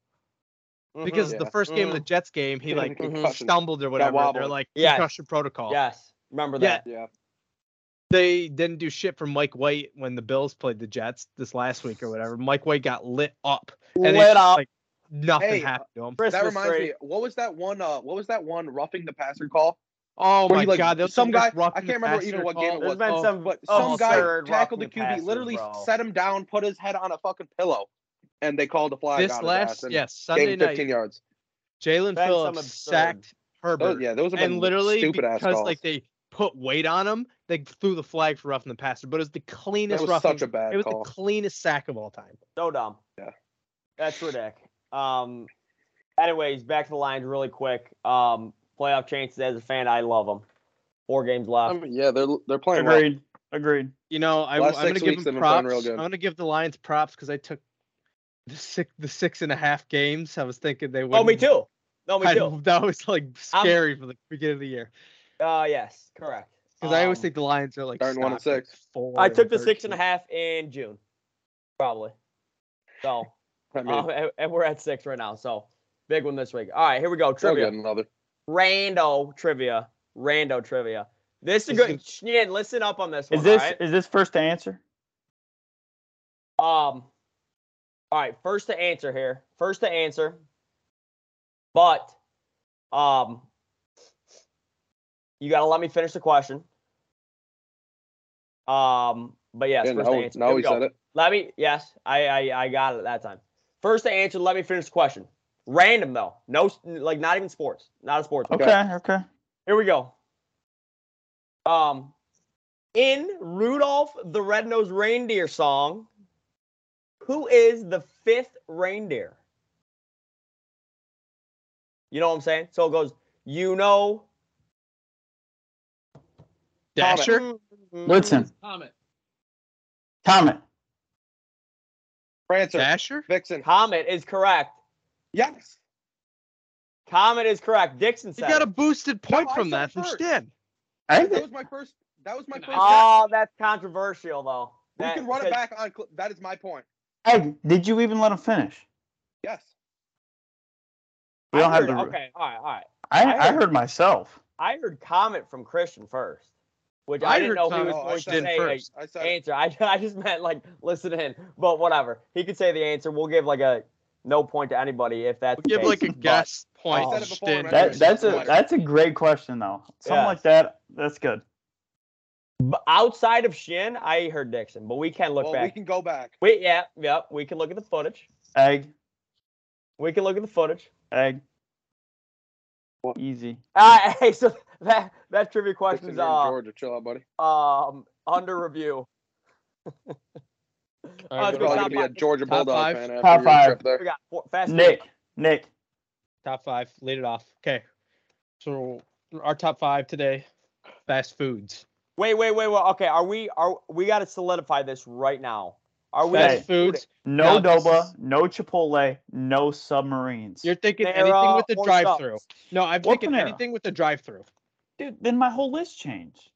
[SPEAKER 1] Mhm.
[SPEAKER 4] Because the
[SPEAKER 3] Yeah.
[SPEAKER 4] first game of the
[SPEAKER 1] Mhm.
[SPEAKER 4] Jets game,
[SPEAKER 3] He
[SPEAKER 4] he
[SPEAKER 3] had a
[SPEAKER 4] like
[SPEAKER 3] Uh-huh. concussion.
[SPEAKER 4] stumbled or whatever. They're
[SPEAKER 3] wobbled.
[SPEAKER 4] like
[SPEAKER 1] Yeah.
[SPEAKER 4] concussion protocol.
[SPEAKER 1] Mm-hmm. Yes. Remember
[SPEAKER 4] Yeah.
[SPEAKER 1] that.
[SPEAKER 3] Yeah.
[SPEAKER 4] they didn't do shit for Mike White when the Bills played the Jets this last week or whatever. Mike White got lit up. And it's
[SPEAKER 1] Lit
[SPEAKER 4] just
[SPEAKER 1] up.
[SPEAKER 4] Like, nothing
[SPEAKER 3] Hey,
[SPEAKER 4] happened to him.
[SPEAKER 1] Christmas
[SPEAKER 3] That reminds
[SPEAKER 1] tree.
[SPEAKER 3] me. What was that one? Uh, what was that one roughing the passer call?
[SPEAKER 4] Oh
[SPEAKER 3] Where
[SPEAKER 4] my
[SPEAKER 3] he, like,
[SPEAKER 4] god, those
[SPEAKER 3] some
[SPEAKER 4] things
[SPEAKER 3] guy-
[SPEAKER 4] roughed
[SPEAKER 3] I
[SPEAKER 4] him
[SPEAKER 3] can't
[SPEAKER 4] the
[SPEAKER 3] remember even
[SPEAKER 4] passer
[SPEAKER 3] what game it
[SPEAKER 4] call.
[SPEAKER 1] There's
[SPEAKER 3] was-
[SPEAKER 1] been
[SPEAKER 3] oh,
[SPEAKER 1] some.
[SPEAKER 3] But
[SPEAKER 1] oh,
[SPEAKER 3] some guy
[SPEAKER 1] third
[SPEAKER 3] tackled the
[SPEAKER 1] roughing
[SPEAKER 3] QB,
[SPEAKER 1] passes,
[SPEAKER 3] literally
[SPEAKER 1] bro.
[SPEAKER 3] set him down, put his head on a fucking pillow, and they called the flag
[SPEAKER 4] This
[SPEAKER 3] on his ass
[SPEAKER 4] last,
[SPEAKER 3] and
[SPEAKER 4] yes,
[SPEAKER 3] gave
[SPEAKER 4] Sunday
[SPEAKER 3] him 15
[SPEAKER 4] night,
[SPEAKER 3] yards.
[SPEAKER 4] Jalen
[SPEAKER 1] That's some
[SPEAKER 4] Phillips
[SPEAKER 1] absurd.
[SPEAKER 4] sacked Herbert.
[SPEAKER 3] Those, yeah, those have been
[SPEAKER 4] and literally,
[SPEAKER 3] stupid ass
[SPEAKER 4] because
[SPEAKER 3] calls.
[SPEAKER 4] like they put weight on him, they threw the flag for roughing the passer. But it was the cleanest
[SPEAKER 3] that was
[SPEAKER 4] roughing.
[SPEAKER 3] such a bad
[SPEAKER 4] it was
[SPEAKER 3] call.
[SPEAKER 4] the cleanest sack of all time.
[SPEAKER 1] So dumb.
[SPEAKER 3] Yeah.
[SPEAKER 1] That's ridiculous. Um. Anyways, back to the Lions really quick. Um, playoff chances as a fan, I love them. Four games left.
[SPEAKER 3] I mean, Um, yeah, they're they're playing well.
[SPEAKER 2] Agreed. Agreed.
[SPEAKER 4] You know, I, am
[SPEAKER 3] Last
[SPEAKER 4] going to
[SPEAKER 3] six
[SPEAKER 4] give
[SPEAKER 3] weeks
[SPEAKER 4] them
[SPEAKER 3] they've been playing
[SPEAKER 4] props.
[SPEAKER 3] real
[SPEAKER 4] I'm
[SPEAKER 3] good.
[SPEAKER 4] going to give the Lions props because I took the six, the six and a half games. I was thinking they would.
[SPEAKER 1] Oh, me too. No, me
[SPEAKER 4] I,
[SPEAKER 1] too.
[SPEAKER 4] that was like scary for the beginning of the year
[SPEAKER 1] Uh, yes, correct.
[SPEAKER 4] because I always
[SPEAKER 1] Um,
[SPEAKER 4] think the Lions are like
[SPEAKER 3] starting one and
[SPEAKER 4] stopped at
[SPEAKER 3] six.
[SPEAKER 4] four
[SPEAKER 1] I took the six and
[SPEAKER 4] thirteen.
[SPEAKER 1] a half in June, probably. So,
[SPEAKER 3] I mean,
[SPEAKER 1] um, and, and we're at six right now. So, big one this week. All right, here we go.
[SPEAKER 3] they'll
[SPEAKER 1] Trivia.
[SPEAKER 3] get another.
[SPEAKER 1] Rando trivia. Rando trivia. This is
[SPEAKER 4] This
[SPEAKER 1] good. Shan, listen up on this one.
[SPEAKER 2] Is this
[SPEAKER 1] all right?
[SPEAKER 2] is this first to answer?
[SPEAKER 1] Um. All right. First to answer here. First to answer. But, um, you gotta let me finish the question. Um. But yes,
[SPEAKER 3] Yeah,
[SPEAKER 1] first
[SPEAKER 3] now,
[SPEAKER 1] to answer. Here
[SPEAKER 3] now
[SPEAKER 1] we
[SPEAKER 3] he
[SPEAKER 1] go.
[SPEAKER 3] said it.
[SPEAKER 1] Let me. Yes, I, I I got it that time. First to answer. Let me finish the question. Random though. No, s- like not even sports. Not a sports.
[SPEAKER 2] Okay,
[SPEAKER 3] Okay.
[SPEAKER 2] okay.
[SPEAKER 1] Here we go. Um, in Rudolph the Red-Nosed Reindeer song, who is the fifth reindeer? You know what I'm saying? So it goes, you know,
[SPEAKER 4] Dasher.
[SPEAKER 1] Mm-hmm.
[SPEAKER 2] Blitzen,
[SPEAKER 5] Comment.
[SPEAKER 2] comment.
[SPEAKER 3] Prancer,
[SPEAKER 4] Dasher.
[SPEAKER 3] Vixen.
[SPEAKER 1] Comet is correct.
[SPEAKER 3] Yes.
[SPEAKER 1] Comet is correct. Dixon
[SPEAKER 4] You
[SPEAKER 1] said.
[SPEAKER 4] got a
[SPEAKER 1] it.
[SPEAKER 4] boosted point
[SPEAKER 3] I
[SPEAKER 4] from
[SPEAKER 3] said
[SPEAKER 4] that from
[SPEAKER 3] first.
[SPEAKER 4] Stan.
[SPEAKER 2] I think
[SPEAKER 3] That
[SPEAKER 2] that-
[SPEAKER 3] was my first. That was my first. guess.
[SPEAKER 1] oh, that's controversial though.
[SPEAKER 3] we
[SPEAKER 1] That-
[SPEAKER 3] can run it
[SPEAKER 1] because-
[SPEAKER 3] back on. cl- That is my point.
[SPEAKER 2] hey, did you even let him finish?
[SPEAKER 3] Yes.
[SPEAKER 2] We
[SPEAKER 1] I
[SPEAKER 2] don't have
[SPEAKER 1] heard-
[SPEAKER 2] the.
[SPEAKER 1] Okay, all right, all right.
[SPEAKER 2] I,
[SPEAKER 1] I
[SPEAKER 2] I
[SPEAKER 1] heard-
[SPEAKER 2] heard myself.
[SPEAKER 1] I heard comment from Christian first, which I,
[SPEAKER 4] I
[SPEAKER 1] didn't
[SPEAKER 4] heard
[SPEAKER 1] know if he
[SPEAKER 4] comment.
[SPEAKER 1] was
[SPEAKER 3] Oh, I
[SPEAKER 1] going to
[SPEAKER 3] said
[SPEAKER 1] say.
[SPEAKER 4] it first.
[SPEAKER 3] I said it.
[SPEAKER 1] answer. I, I just meant like listen in, but whatever. He could say the answer. We'll give like a no point to anybody if that's
[SPEAKER 4] We'll give
[SPEAKER 1] the
[SPEAKER 4] like a
[SPEAKER 1] case, but-
[SPEAKER 4] guess point.
[SPEAKER 1] I said
[SPEAKER 4] to
[SPEAKER 1] it
[SPEAKER 3] before,
[SPEAKER 4] Stan.
[SPEAKER 3] remember?
[SPEAKER 2] That
[SPEAKER 3] Anyways,
[SPEAKER 2] that's a
[SPEAKER 3] whatever.
[SPEAKER 2] that's a great question though. Something
[SPEAKER 1] Yeah.
[SPEAKER 2] like that. That's good.
[SPEAKER 1] but outside of Shin, I heard Dixon, but we can look
[SPEAKER 3] well, we
[SPEAKER 1] back.
[SPEAKER 3] can go back.
[SPEAKER 1] Wait, yeah, yeah, we can look at the footage.
[SPEAKER 2] Egg,
[SPEAKER 1] We can look at the footage.
[SPEAKER 2] egg. Easy.
[SPEAKER 1] Uh, hey, so that that trivia
[SPEAKER 3] Vixen,
[SPEAKER 1] question's
[SPEAKER 3] you're in
[SPEAKER 1] uh,
[SPEAKER 3] Georgia, chill out, buddy.
[SPEAKER 1] um under review.
[SPEAKER 4] All right,
[SPEAKER 1] Let's
[SPEAKER 3] You're
[SPEAKER 1] go top
[SPEAKER 3] probably gonna be a
[SPEAKER 1] five.
[SPEAKER 3] Georgia
[SPEAKER 4] Top
[SPEAKER 3] Bulldog
[SPEAKER 4] five.
[SPEAKER 3] fan after
[SPEAKER 2] Top
[SPEAKER 3] your
[SPEAKER 2] five.
[SPEAKER 3] trip there.
[SPEAKER 1] We got four, fast.
[SPEAKER 2] Nick, Nick.
[SPEAKER 4] Top five, lead it off. Okay. So our top five today, fast foods.
[SPEAKER 1] Wait, wait, wait, wait. Okay, are we are we got to solidify this right now? Are we
[SPEAKER 2] Hey.
[SPEAKER 4] Fast foods.
[SPEAKER 2] No
[SPEAKER 4] No, this
[SPEAKER 2] Doba,
[SPEAKER 4] is-
[SPEAKER 2] no Chipotle, no submarines.
[SPEAKER 4] You're thinking
[SPEAKER 1] Panera
[SPEAKER 4] anything with the
[SPEAKER 1] or
[SPEAKER 4] drive through.
[SPEAKER 1] Subs?
[SPEAKER 4] No, I'm
[SPEAKER 2] Or
[SPEAKER 4] thinking
[SPEAKER 2] Panera.
[SPEAKER 4] anything with the drive through.
[SPEAKER 2] Dude, then my whole list changed.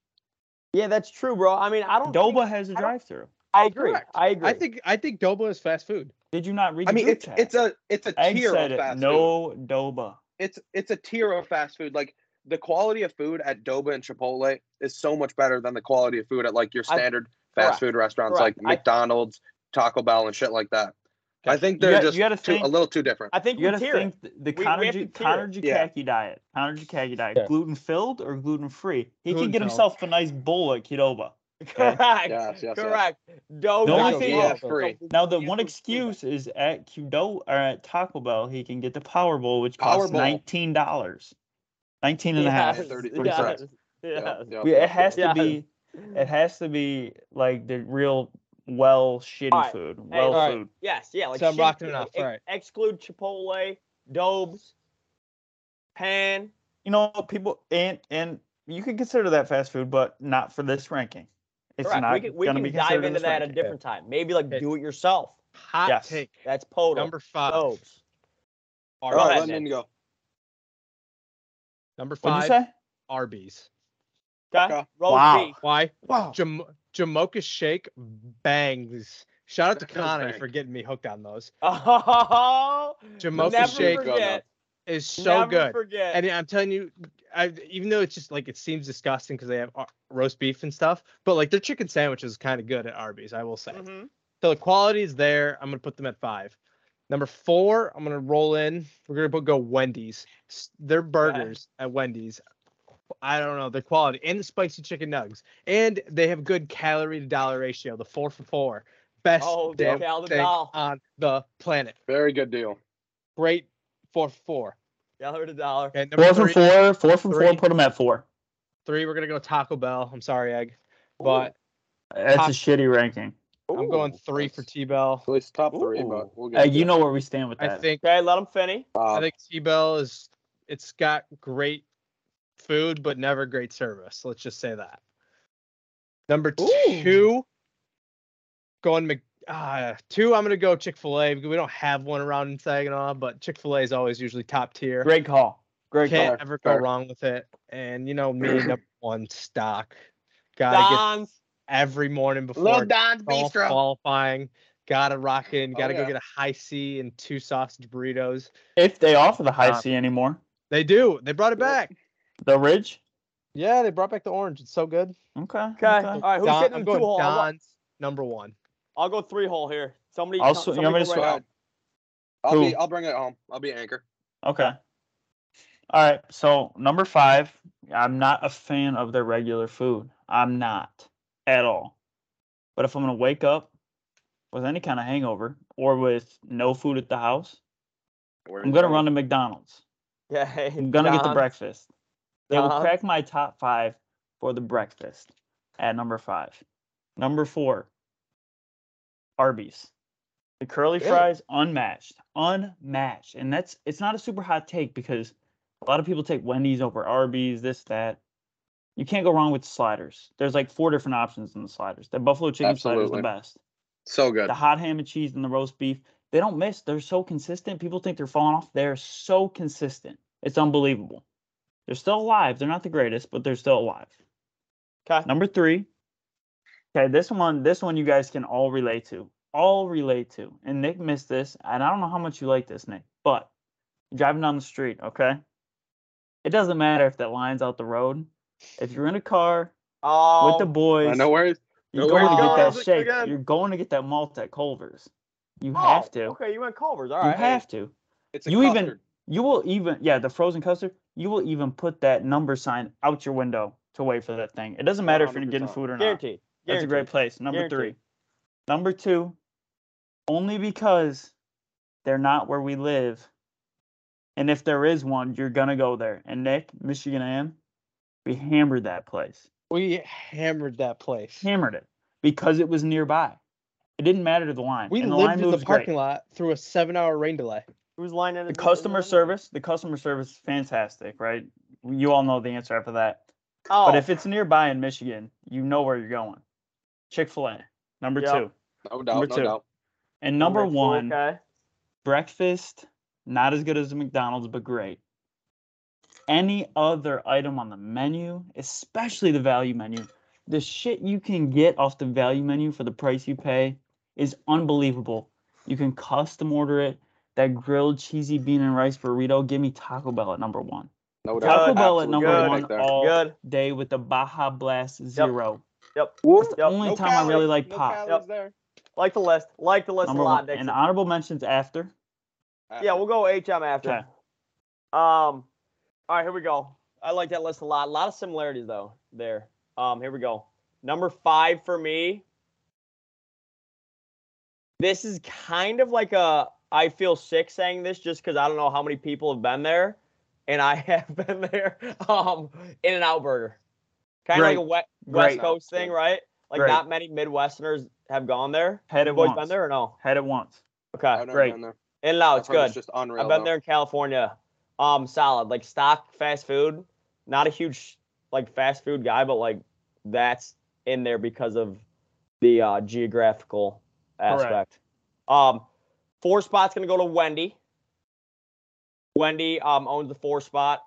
[SPEAKER 1] Yeah, that's true, bro. I mean, I don't. think-
[SPEAKER 2] Doba has a
[SPEAKER 1] Oh, I don't-
[SPEAKER 2] drive-through.
[SPEAKER 1] I agree.
[SPEAKER 4] Correct.
[SPEAKER 1] I agree.
[SPEAKER 4] I think I think Doba is fast food.
[SPEAKER 2] Did you not read?
[SPEAKER 3] I
[SPEAKER 2] the
[SPEAKER 3] mean,
[SPEAKER 2] group
[SPEAKER 3] it's
[SPEAKER 2] chat?
[SPEAKER 3] it's a it's a
[SPEAKER 2] Egg
[SPEAKER 3] tier
[SPEAKER 2] said
[SPEAKER 3] of
[SPEAKER 2] it.
[SPEAKER 3] fast food.
[SPEAKER 2] No Doba.
[SPEAKER 3] It's it's a tier of fast food. Like the quality of food at Doba and Chipotle is so much better than the quality of food at like your
[SPEAKER 1] I-
[SPEAKER 3] standard
[SPEAKER 1] correct,
[SPEAKER 3] fast food restaurants
[SPEAKER 1] correct.
[SPEAKER 3] like
[SPEAKER 1] I-
[SPEAKER 3] McDonald's, Taco Bell, and shit like that. I think
[SPEAKER 2] You
[SPEAKER 3] they're
[SPEAKER 2] got-
[SPEAKER 3] just
[SPEAKER 2] you gotta
[SPEAKER 3] too,
[SPEAKER 2] think-
[SPEAKER 3] a little too different.
[SPEAKER 1] I think
[SPEAKER 2] You
[SPEAKER 1] we
[SPEAKER 2] gotta
[SPEAKER 1] tier
[SPEAKER 2] think
[SPEAKER 1] it.
[SPEAKER 2] th- the
[SPEAKER 1] We- we have
[SPEAKER 2] Connor
[SPEAKER 1] to
[SPEAKER 2] Ju-
[SPEAKER 1] tier it.
[SPEAKER 2] Connor
[SPEAKER 3] Yeah.
[SPEAKER 2] Jacaki diet, Connor Jacaki diet,
[SPEAKER 4] Yeah.
[SPEAKER 2] gluten filled or gluten free. He could get
[SPEAKER 4] Gluten-filled.
[SPEAKER 2] himself a nice bowl at Kidoba. Okay.
[SPEAKER 1] Correct.
[SPEAKER 3] Yes, yes, yes.
[SPEAKER 1] correct. Doba.
[SPEAKER 2] The only
[SPEAKER 1] is
[SPEAKER 2] thing-
[SPEAKER 1] low.
[SPEAKER 3] Yeah, free.
[SPEAKER 2] Now the
[SPEAKER 1] Yeah,
[SPEAKER 2] one
[SPEAKER 1] we can do that.
[SPEAKER 2] excuse is at Qdo or at Taco Bell he can get the Power Bowl, which costs
[SPEAKER 3] Powerball.
[SPEAKER 2] nineteen dollars, nineteen and a half.
[SPEAKER 1] Yes,
[SPEAKER 3] 30
[SPEAKER 2] 30
[SPEAKER 1] yes,
[SPEAKER 2] cents.
[SPEAKER 1] yes.
[SPEAKER 3] Yeah,
[SPEAKER 2] We-
[SPEAKER 3] yeah,
[SPEAKER 2] It has
[SPEAKER 1] yeah.
[SPEAKER 2] to be. It has to be like the real well shitty
[SPEAKER 1] Alright,
[SPEAKER 2] food.
[SPEAKER 1] hey,
[SPEAKER 2] Well
[SPEAKER 4] alright.
[SPEAKER 2] food.
[SPEAKER 1] Yes, yeah. Like
[SPEAKER 4] So I'm
[SPEAKER 1] shitty
[SPEAKER 4] rocking it
[SPEAKER 1] food.
[SPEAKER 4] off,
[SPEAKER 1] Ex-
[SPEAKER 4] alright.
[SPEAKER 1] Exclude Chipotle, Dobes, Pan.
[SPEAKER 2] You know, people and and you could consider that fast food, but not for this ranking. It's
[SPEAKER 1] Correct.
[SPEAKER 2] not
[SPEAKER 1] we can, we
[SPEAKER 2] gonna
[SPEAKER 1] can
[SPEAKER 2] be
[SPEAKER 1] dive
[SPEAKER 2] considered in
[SPEAKER 1] into
[SPEAKER 2] this
[SPEAKER 1] that a
[SPEAKER 2] ranking.
[SPEAKER 1] different time. Maybe like
[SPEAKER 4] Okay.
[SPEAKER 1] do it yourself.
[SPEAKER 4] Hot
[SPEAKER 2] Yes. Oh.
[SPEAKER 4] take.
[SPEAKER 1] That's Podal.
[SPEAKER 4] Number five.
[SPEAKER 1] Dobes.
[SPEAKER 3] All right,
[SPEAKER 1] ahead,
[SPEAKER 3] let
[SPEAKER 1] Nick.
[SPEAKER 4] Arby's.
[SPEAKER 3] me go.
[SPEAKER 4] Number
[SPEAKER 2] What'd you
[SPEAKER 4] five.
[SPEAKER 2] say?
[SPEAKER 4] Arby's.
[SPEAKER 1] Okay.
[SPEAKER 3] Okay.
[SPEAKER 1] Roast
[SPEAKER 2] Wow.
[SPEAKER 1] beef.
[SPEAKER 4] Why?
[SPEAKER 2] Wow.
[SPEAKER 4] Jam- Jamocha Shake bangs. Shout out to
[SPEAKER 3] That does
[SPEAKER 4] Connor
[SPEAKER 3] bang.
[SPEAKER 4] for getting me hooked on those.
[SPEAKER 1] Oh,
[SPEAKER 4] Jamocha
[SPEAKER 1] never
[SPEAKER 4] Shake
[SPEAKER 1] forget.
[SPEAKER 4] is so
[SPEAKER 1] never
[SPEAKER 4] good.
[SPEAKER 1] Forget.
[SPEAKER 4] And I'm telling you, I even though it's just like it seems disgusting because they have ar- roast beef and stuff, but like their chicken sandwich is kind of good at Arby's, I will say.
[SPEAKER 3] Mm-hmm.
[SPEAKER 1] Mhm.
[SPEAKER 4] So the quality is there. I'm gonna put them at five. Number four, I'm gonna roll in. We're gonna put, go Wendy's. S- Their burgers at Wendy's, I don't know their quality and the spicy chicken nugs, and they have good calorie to dollar ratio. The four for four, best
[SPEAKER 1] Oh, the
[SPEAKER 4] damn
[SPEAKER 1] cal- the
[SPEAKER 4] thing
[SPEAKER 1] doll.
[SPEAKER 4] on the planet.
[SPEAKER 3] Very good deal.
[SPEAKER 4] Great four for four.
[SPEAKER 1] Dollar to dollar.
[SPEAKER 4] Okay, number
[SPEAKER 2] Four
[SPEAKER 4] three,
[SPEAKER 2] from four, four from
[SPEAKER 4] Three.
[SPEAKER 2] four, put them at four.
[SPEAKER 4] three, we're gonna go Taco Bell. I'm sorry, egg, but
[SPEAKER 2] That's
[SPEAKER 4] Top-
[SPEAKER 2] a shitty ranking.
[SPEAKER 4] I'm going
[SPEAKER 3] Ooh,
[SPEAKER 4] three for
[SPEAKER 3] that's
[SPEAKER 4] T Bell.
[SPEAKER 3] At least top three,
[SPEAKER 2] Ooh.
[SPEAKER 3] but we'll get.
[SPEAKER 2] Hey,
[SPEAKER 3] there.
[SPEAKER 2] Uh, you know where we stand with
[SPEAKER 4] I
[SPEAKER 2] that.
[SPEAKER 4] think
[SPEAKER 1] Okay, let him finish.
[SPEAKER 3] Uh,
[SPEAKER 4] I think T Bell is it's got great food but never great service. Let's just say that. Number two, going Mc, uh, two. I'm gonna go Chick Fil A because we don't have one around in Saginaw, but Chick Fil A is always usually top tier.
[SPEAKER 2] Great call. Great
[SPEAKER 4] Can't
[SPEAKER 2] call.
[SPEAKER 4] ever go
[SPEAKER 3] Fair.
[SPEAKER 4] wrong with it. And you know me, number one stock. Gotta get
[SPEAKER 1] Don's.
[SPEAKER 4] every morning before
[SPEAKER 3] Little Don's
[SPEAKER 4] golf
[SPEAKER 3] Bistro.
[SPEAKER 4] qualifying. Gotta rock in.
[SPEAKER 3] Oh,
[SPEAKER 4] Gotta
[SPEAKER 3] yeah.
[SPEAKER 4] go get a high C and two sausage burritos.
[SPEAKER 2] If they offer the high
[SPEAKER 4] Uh,
[SPEAKER 2] C anymore,
[SPEAKER 4] They do. They brought it back.
[SPEAKER 2] the Ridge.
[SPEAKER 4] Yeah, they brought back the orange. It's so good.
[SPEAKER 2] Okay.
[SPEAKER 1] Okay. All right. Who's
[SPEAKER 4] Don-
[SPEAKER 1] sitting
[SPEAKER 4] I'm
[SPEAKER 1] in the
[SPEAKER 4] going
[SPEAKER 1] two hole? I'll, go-
[SPEAKER 4] Don's number one.
[SPEAKER 1] I'll go three hole here. Somebody.
[SPEAKER 2] I'll
[SPEAKER 1] co-
[SPEAKER 2] sw- you
[SPEAKER 1] somebody
[SPEAKER 2] want
[SPEAKER 1] go
[SPEAKER 2] me to
[SPEAKER 1] right
[SPEAKER 2] swap?
[SPEAKER 1] out.
[SPEAKER 3] I'll be.
[SPEAKER 2] Who?
[SPEAKER 3] I'll bring it home. I'll be anchor.
[SPEAKER 2] Okay. All right. So number five, I'm not a fan of their regular food. I'm not at all. But if I'm gonna wake up with any kind of hangover or with no food at the house,
[SPEAKER 3] Where
[SPEAKER 2] I'm
[SPEAKER 3] is
[SPEAKER 2] gonna
[SPEAKER 3] it?
[SPEAKER 2] run to McDonald's.
[SPEAKER 1] Yeah.
[SPEAKER 2] I'm gonna get the
[SPEAKER 1] Don's.
[SPEAKER 2] breakfast. They will
[SPEAKER 1] Don's.
[SPEAKER 2] crack my top five for the breakfast at number five. Number four, Arby's. The curly
[SPEAKER 4] Really?
[SPEAKER 2] fries, unmatched, unmatched, and that's it's not a super hot take because a lot of people take Wendy's over Arby's, this that. You can't go wrong with sliders. There's like four different options in the sliders. The buffalo chicken slider
[SPEAKER 3] Absolutely.
[SPEAKER 2] is the best.
[SPEAKER 3] So good. Uh,
[SPEAKER 2] The hot ham and cheese and the roast beef, they don't miss. They're so consistent. People think they're falling off. They're so consistent. It's unbelievable. They're still alive. They're not the greatest, but they're still alive.
[SPEAKER 1] 'Kay.
[SPEAKER 2] Number three. Okay, this one, this one you guys can all relate to. All relate to. And Nick missed this. And I don't know how much you like this, Nick, but you're driving down the street, okay? It doesn't matter if that line's out the road. If you're in a car
[SPEAKER 1] Oh.
[SPEAKER 2] with the boys,
[SPEAKER 3] I know where it's.
[SPEAKER 2] you're
[SPEAKER 3] Go
[SPEAKER 2] going to
[SPEAKER 1] where to
[SPEAKER 2] get that
[SPEAKER 1] go.
[SPEAKER 2] shake.
[SPEAKER 4] Again.
[SPEAKER 2] You're going to get that malt at Culver's. You
[SPEAKER 1] oh,
[SPEAKER 2] have to.
[SPEAKER 1] Okay, you went Culver's. All
[SPEAKER 2] You
[SPEAKER 1] right.
[SPEAKER 2] have to.
[SPEAKER 3] It's a
[SPEAKER 2] You even-
[SPEAKER 3] custard.
[SPEAKER 2] You will even yeah, the frozen custard. You will even put that number sign out your window to wait for that thing. It doesn't matter if you're getting
[SPEAKER 3] 100%.
[SPEAKER 2] food or not.
[SPEAKER 1] Guaranteed.
[SPEAKER 2] That's a great
[SPEAKER 1] Guaranteed.
[SPEAKER 2] place. Number
[SPEAKER 1] Guaranteed.
[SPEAKER 2] three. Number two, only because they're not where we live. And if there is one, you're gonna go there. And Nick, Michigan A&M, we hammered that place.
[SPEAKER 4] We hammered that place.
[SPEAKER 2] Hammered it because it was nearby. It didn't matter to the line.
[SPEAKER 4] We
[SPEAKER 2] and the line
[SPEAKER 4] lived in the
[SPEAKER 2] moves
[SPEAKER 4] parking
[SPEAKER 2] great.
[SPEAKER 4] lot through a seven-hour rain delay.
[SPEAKER 1] Who's lining
[SPEAKER 2] The customer service, the customer service is fantastic, right? You all know the answer after that.
[SPEAKER 1] Oh.
[SPEAKER 2] But if it's nearby in Michigan, you know where you're going. Chick fil A, number
[SPEAKER 1] Yep.
[SPEAKER 2] two.
[SPEAKER 3] No doubt.
[SPEAKER 2] number
[SPEAKER 3] no
[SPEAKER 2] two.
[SPEAKER 3] doubt.
[SPEAKER 2] And number
[SPEAKER 1] Okay, cool,
[SPEAKER 2] one,
[SPEAKER 1] Okay.
[SPEAKER 2] breakfast, not as good as a McDonald's, but great. Any other item on the menu, especially the value menu, the shit you can get off the value menu for the price you pay is unbelievable. You can custom order it. That grilled cheesy bean and rice burrito, give me Taco Bell at number one.
[SPEAKER 3] No doubt.
[SPEAKER 2] Taco Bell at
[SPEAKER 3] Absolute
[SPEAKER 2] number
[SPEAKER 3] good
[SPEAKER 2] one
[SPEAKER 3] pick there.
[SPEAKER 2] all
[SPEAKER 1] Good.
[SPEAKER 2] day with the Baja Blast Zero.
[SPEAKER 1] Yep.
[SPEAKER 2] That's the
[SPEAKER 1] Yep.
[SPEAKER 2] only
[SPEAKER 3] No
[SPEAKER 2] time I
[SPEAKER 3] calories,
[SPEAKER 2] really like
[SPEAKER 3] no
[SPEAKER 2] pop.
[SPEAKER 3] calories there.
[SPEAKER 1] Like the list. Like the list
[SPEAKER 2] Number
[SPEAKER 1] a lot,
[SPEAKER 2] one.
[SPEAKER 1] Dixon.
[SPEAKER 2] And honorable mentions after.
[SPEAKER 1] yeah, we'll go HM after.
[SPEAKER 2] Okay.
[SPEAKER 1] Um, all right, here we go. I like that list a lot. A lot of similarities though there. Um, here we go. Number five for me. This is kind of like a I feel sick saying this just because I don't know how many people have been there, and I have been there. Um, In and Out Burger, kind of like
[SPEAKER 2] Great.
[SPEAKER 1] a wet, West
[SPEAKER 2] Great.
[SPEAKER 1] Coast thing, right? Like
[SPEAKER 2] Great.
[SPEAKER 1] not many Midwesterners have gone there.
[SPEAKER 2] Had
[SPEAKER 1] You
[SPEAKER 2] it
[SPEAKER 1] boys
[SPEAKER 2] once.
[SPEAKER 1] been there or no?
[SPEAKER 2] Had it once.
[SPEAKER 1] Okay,
[SPEAKER 3] I've never
[SPEAKER 2] Ah, great. Oh,
[SPEAKER 3] been there.
[SPEAKER 1] In and Out,
[SPEAKER 3] I've
[SPEAKER 1] it's
[SPEAKER 3] heard
[SPEAKER 1] good.
[SPEAKER 3] It's just unreal.
[SPEAKER 1] I've been
[SPEAKER 3] though.
[SPEAKER 1] there in California. Um, solid like stock fast food. Not a huge like fast food guy, but like that's in there because of the uh, geographical
[SPEAKER 2] Correct.
[SPEAKER 1] aspect. Um, four spot's gonna go to Wendy. Wendy um owns the four spot.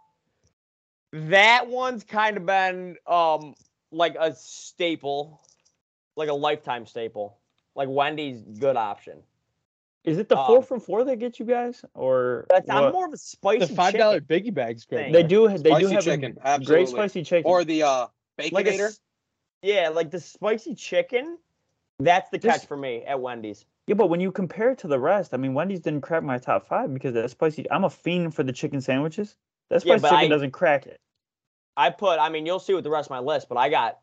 [SPEAKER 1] That one's kind of been um like a staple, like a lifetime staple. Like Wendy's good option.
[SPEAKER 2] Is it the
[SPEAKER 1] Um,
[SPEAKER 2] four for four they get you guys, or
[SPEAKER 1] That's I'm
[SPEAKER 2] what?
[SPEAKER 1] more of a
[SPEAKER 4] The
[SPEAKER 1] spicy
[SPEAKER 4] five
[SPEAKER 1] chicken.
[SPEAKER 4] dollar biggie bags great.
[SPEAKER 1] Thing.
[SPEAKER 2] They do. They do
[SPEAKER 3] Spicy
[SPEAKER 2] have a
[SPEAKER 3] chicken, absolutely.
[SPEAKER 2] great spicy chicken.
[SPEAKER 3] Or the uh,
[SPEAKER 1] like a,
[SPEAKER 3] baconator.
[SPEAKER 1] s- yeah, like the spicy chicken. That's the catch
[SPEAKER 2] This-
[SPEAKER 1] for me at Wendy's.
[SPEAKER 2] yeah, but when you compare it to the rest, I mean, Wendy's didn't crack my top five because that spicy. I'm a fiend for the chicken sandwiches. That
[SPEAKER 1] Yeah,
[SPEAKER 2] spicy
[SPEAKER 1] but
[SPEAKER 2] chicken
[SPEAKER 1] I-
[SPEAKER 2] doesn't crack it.
[SPEAKER 1] I put, I mean, you'll see with the rest of my list, but I got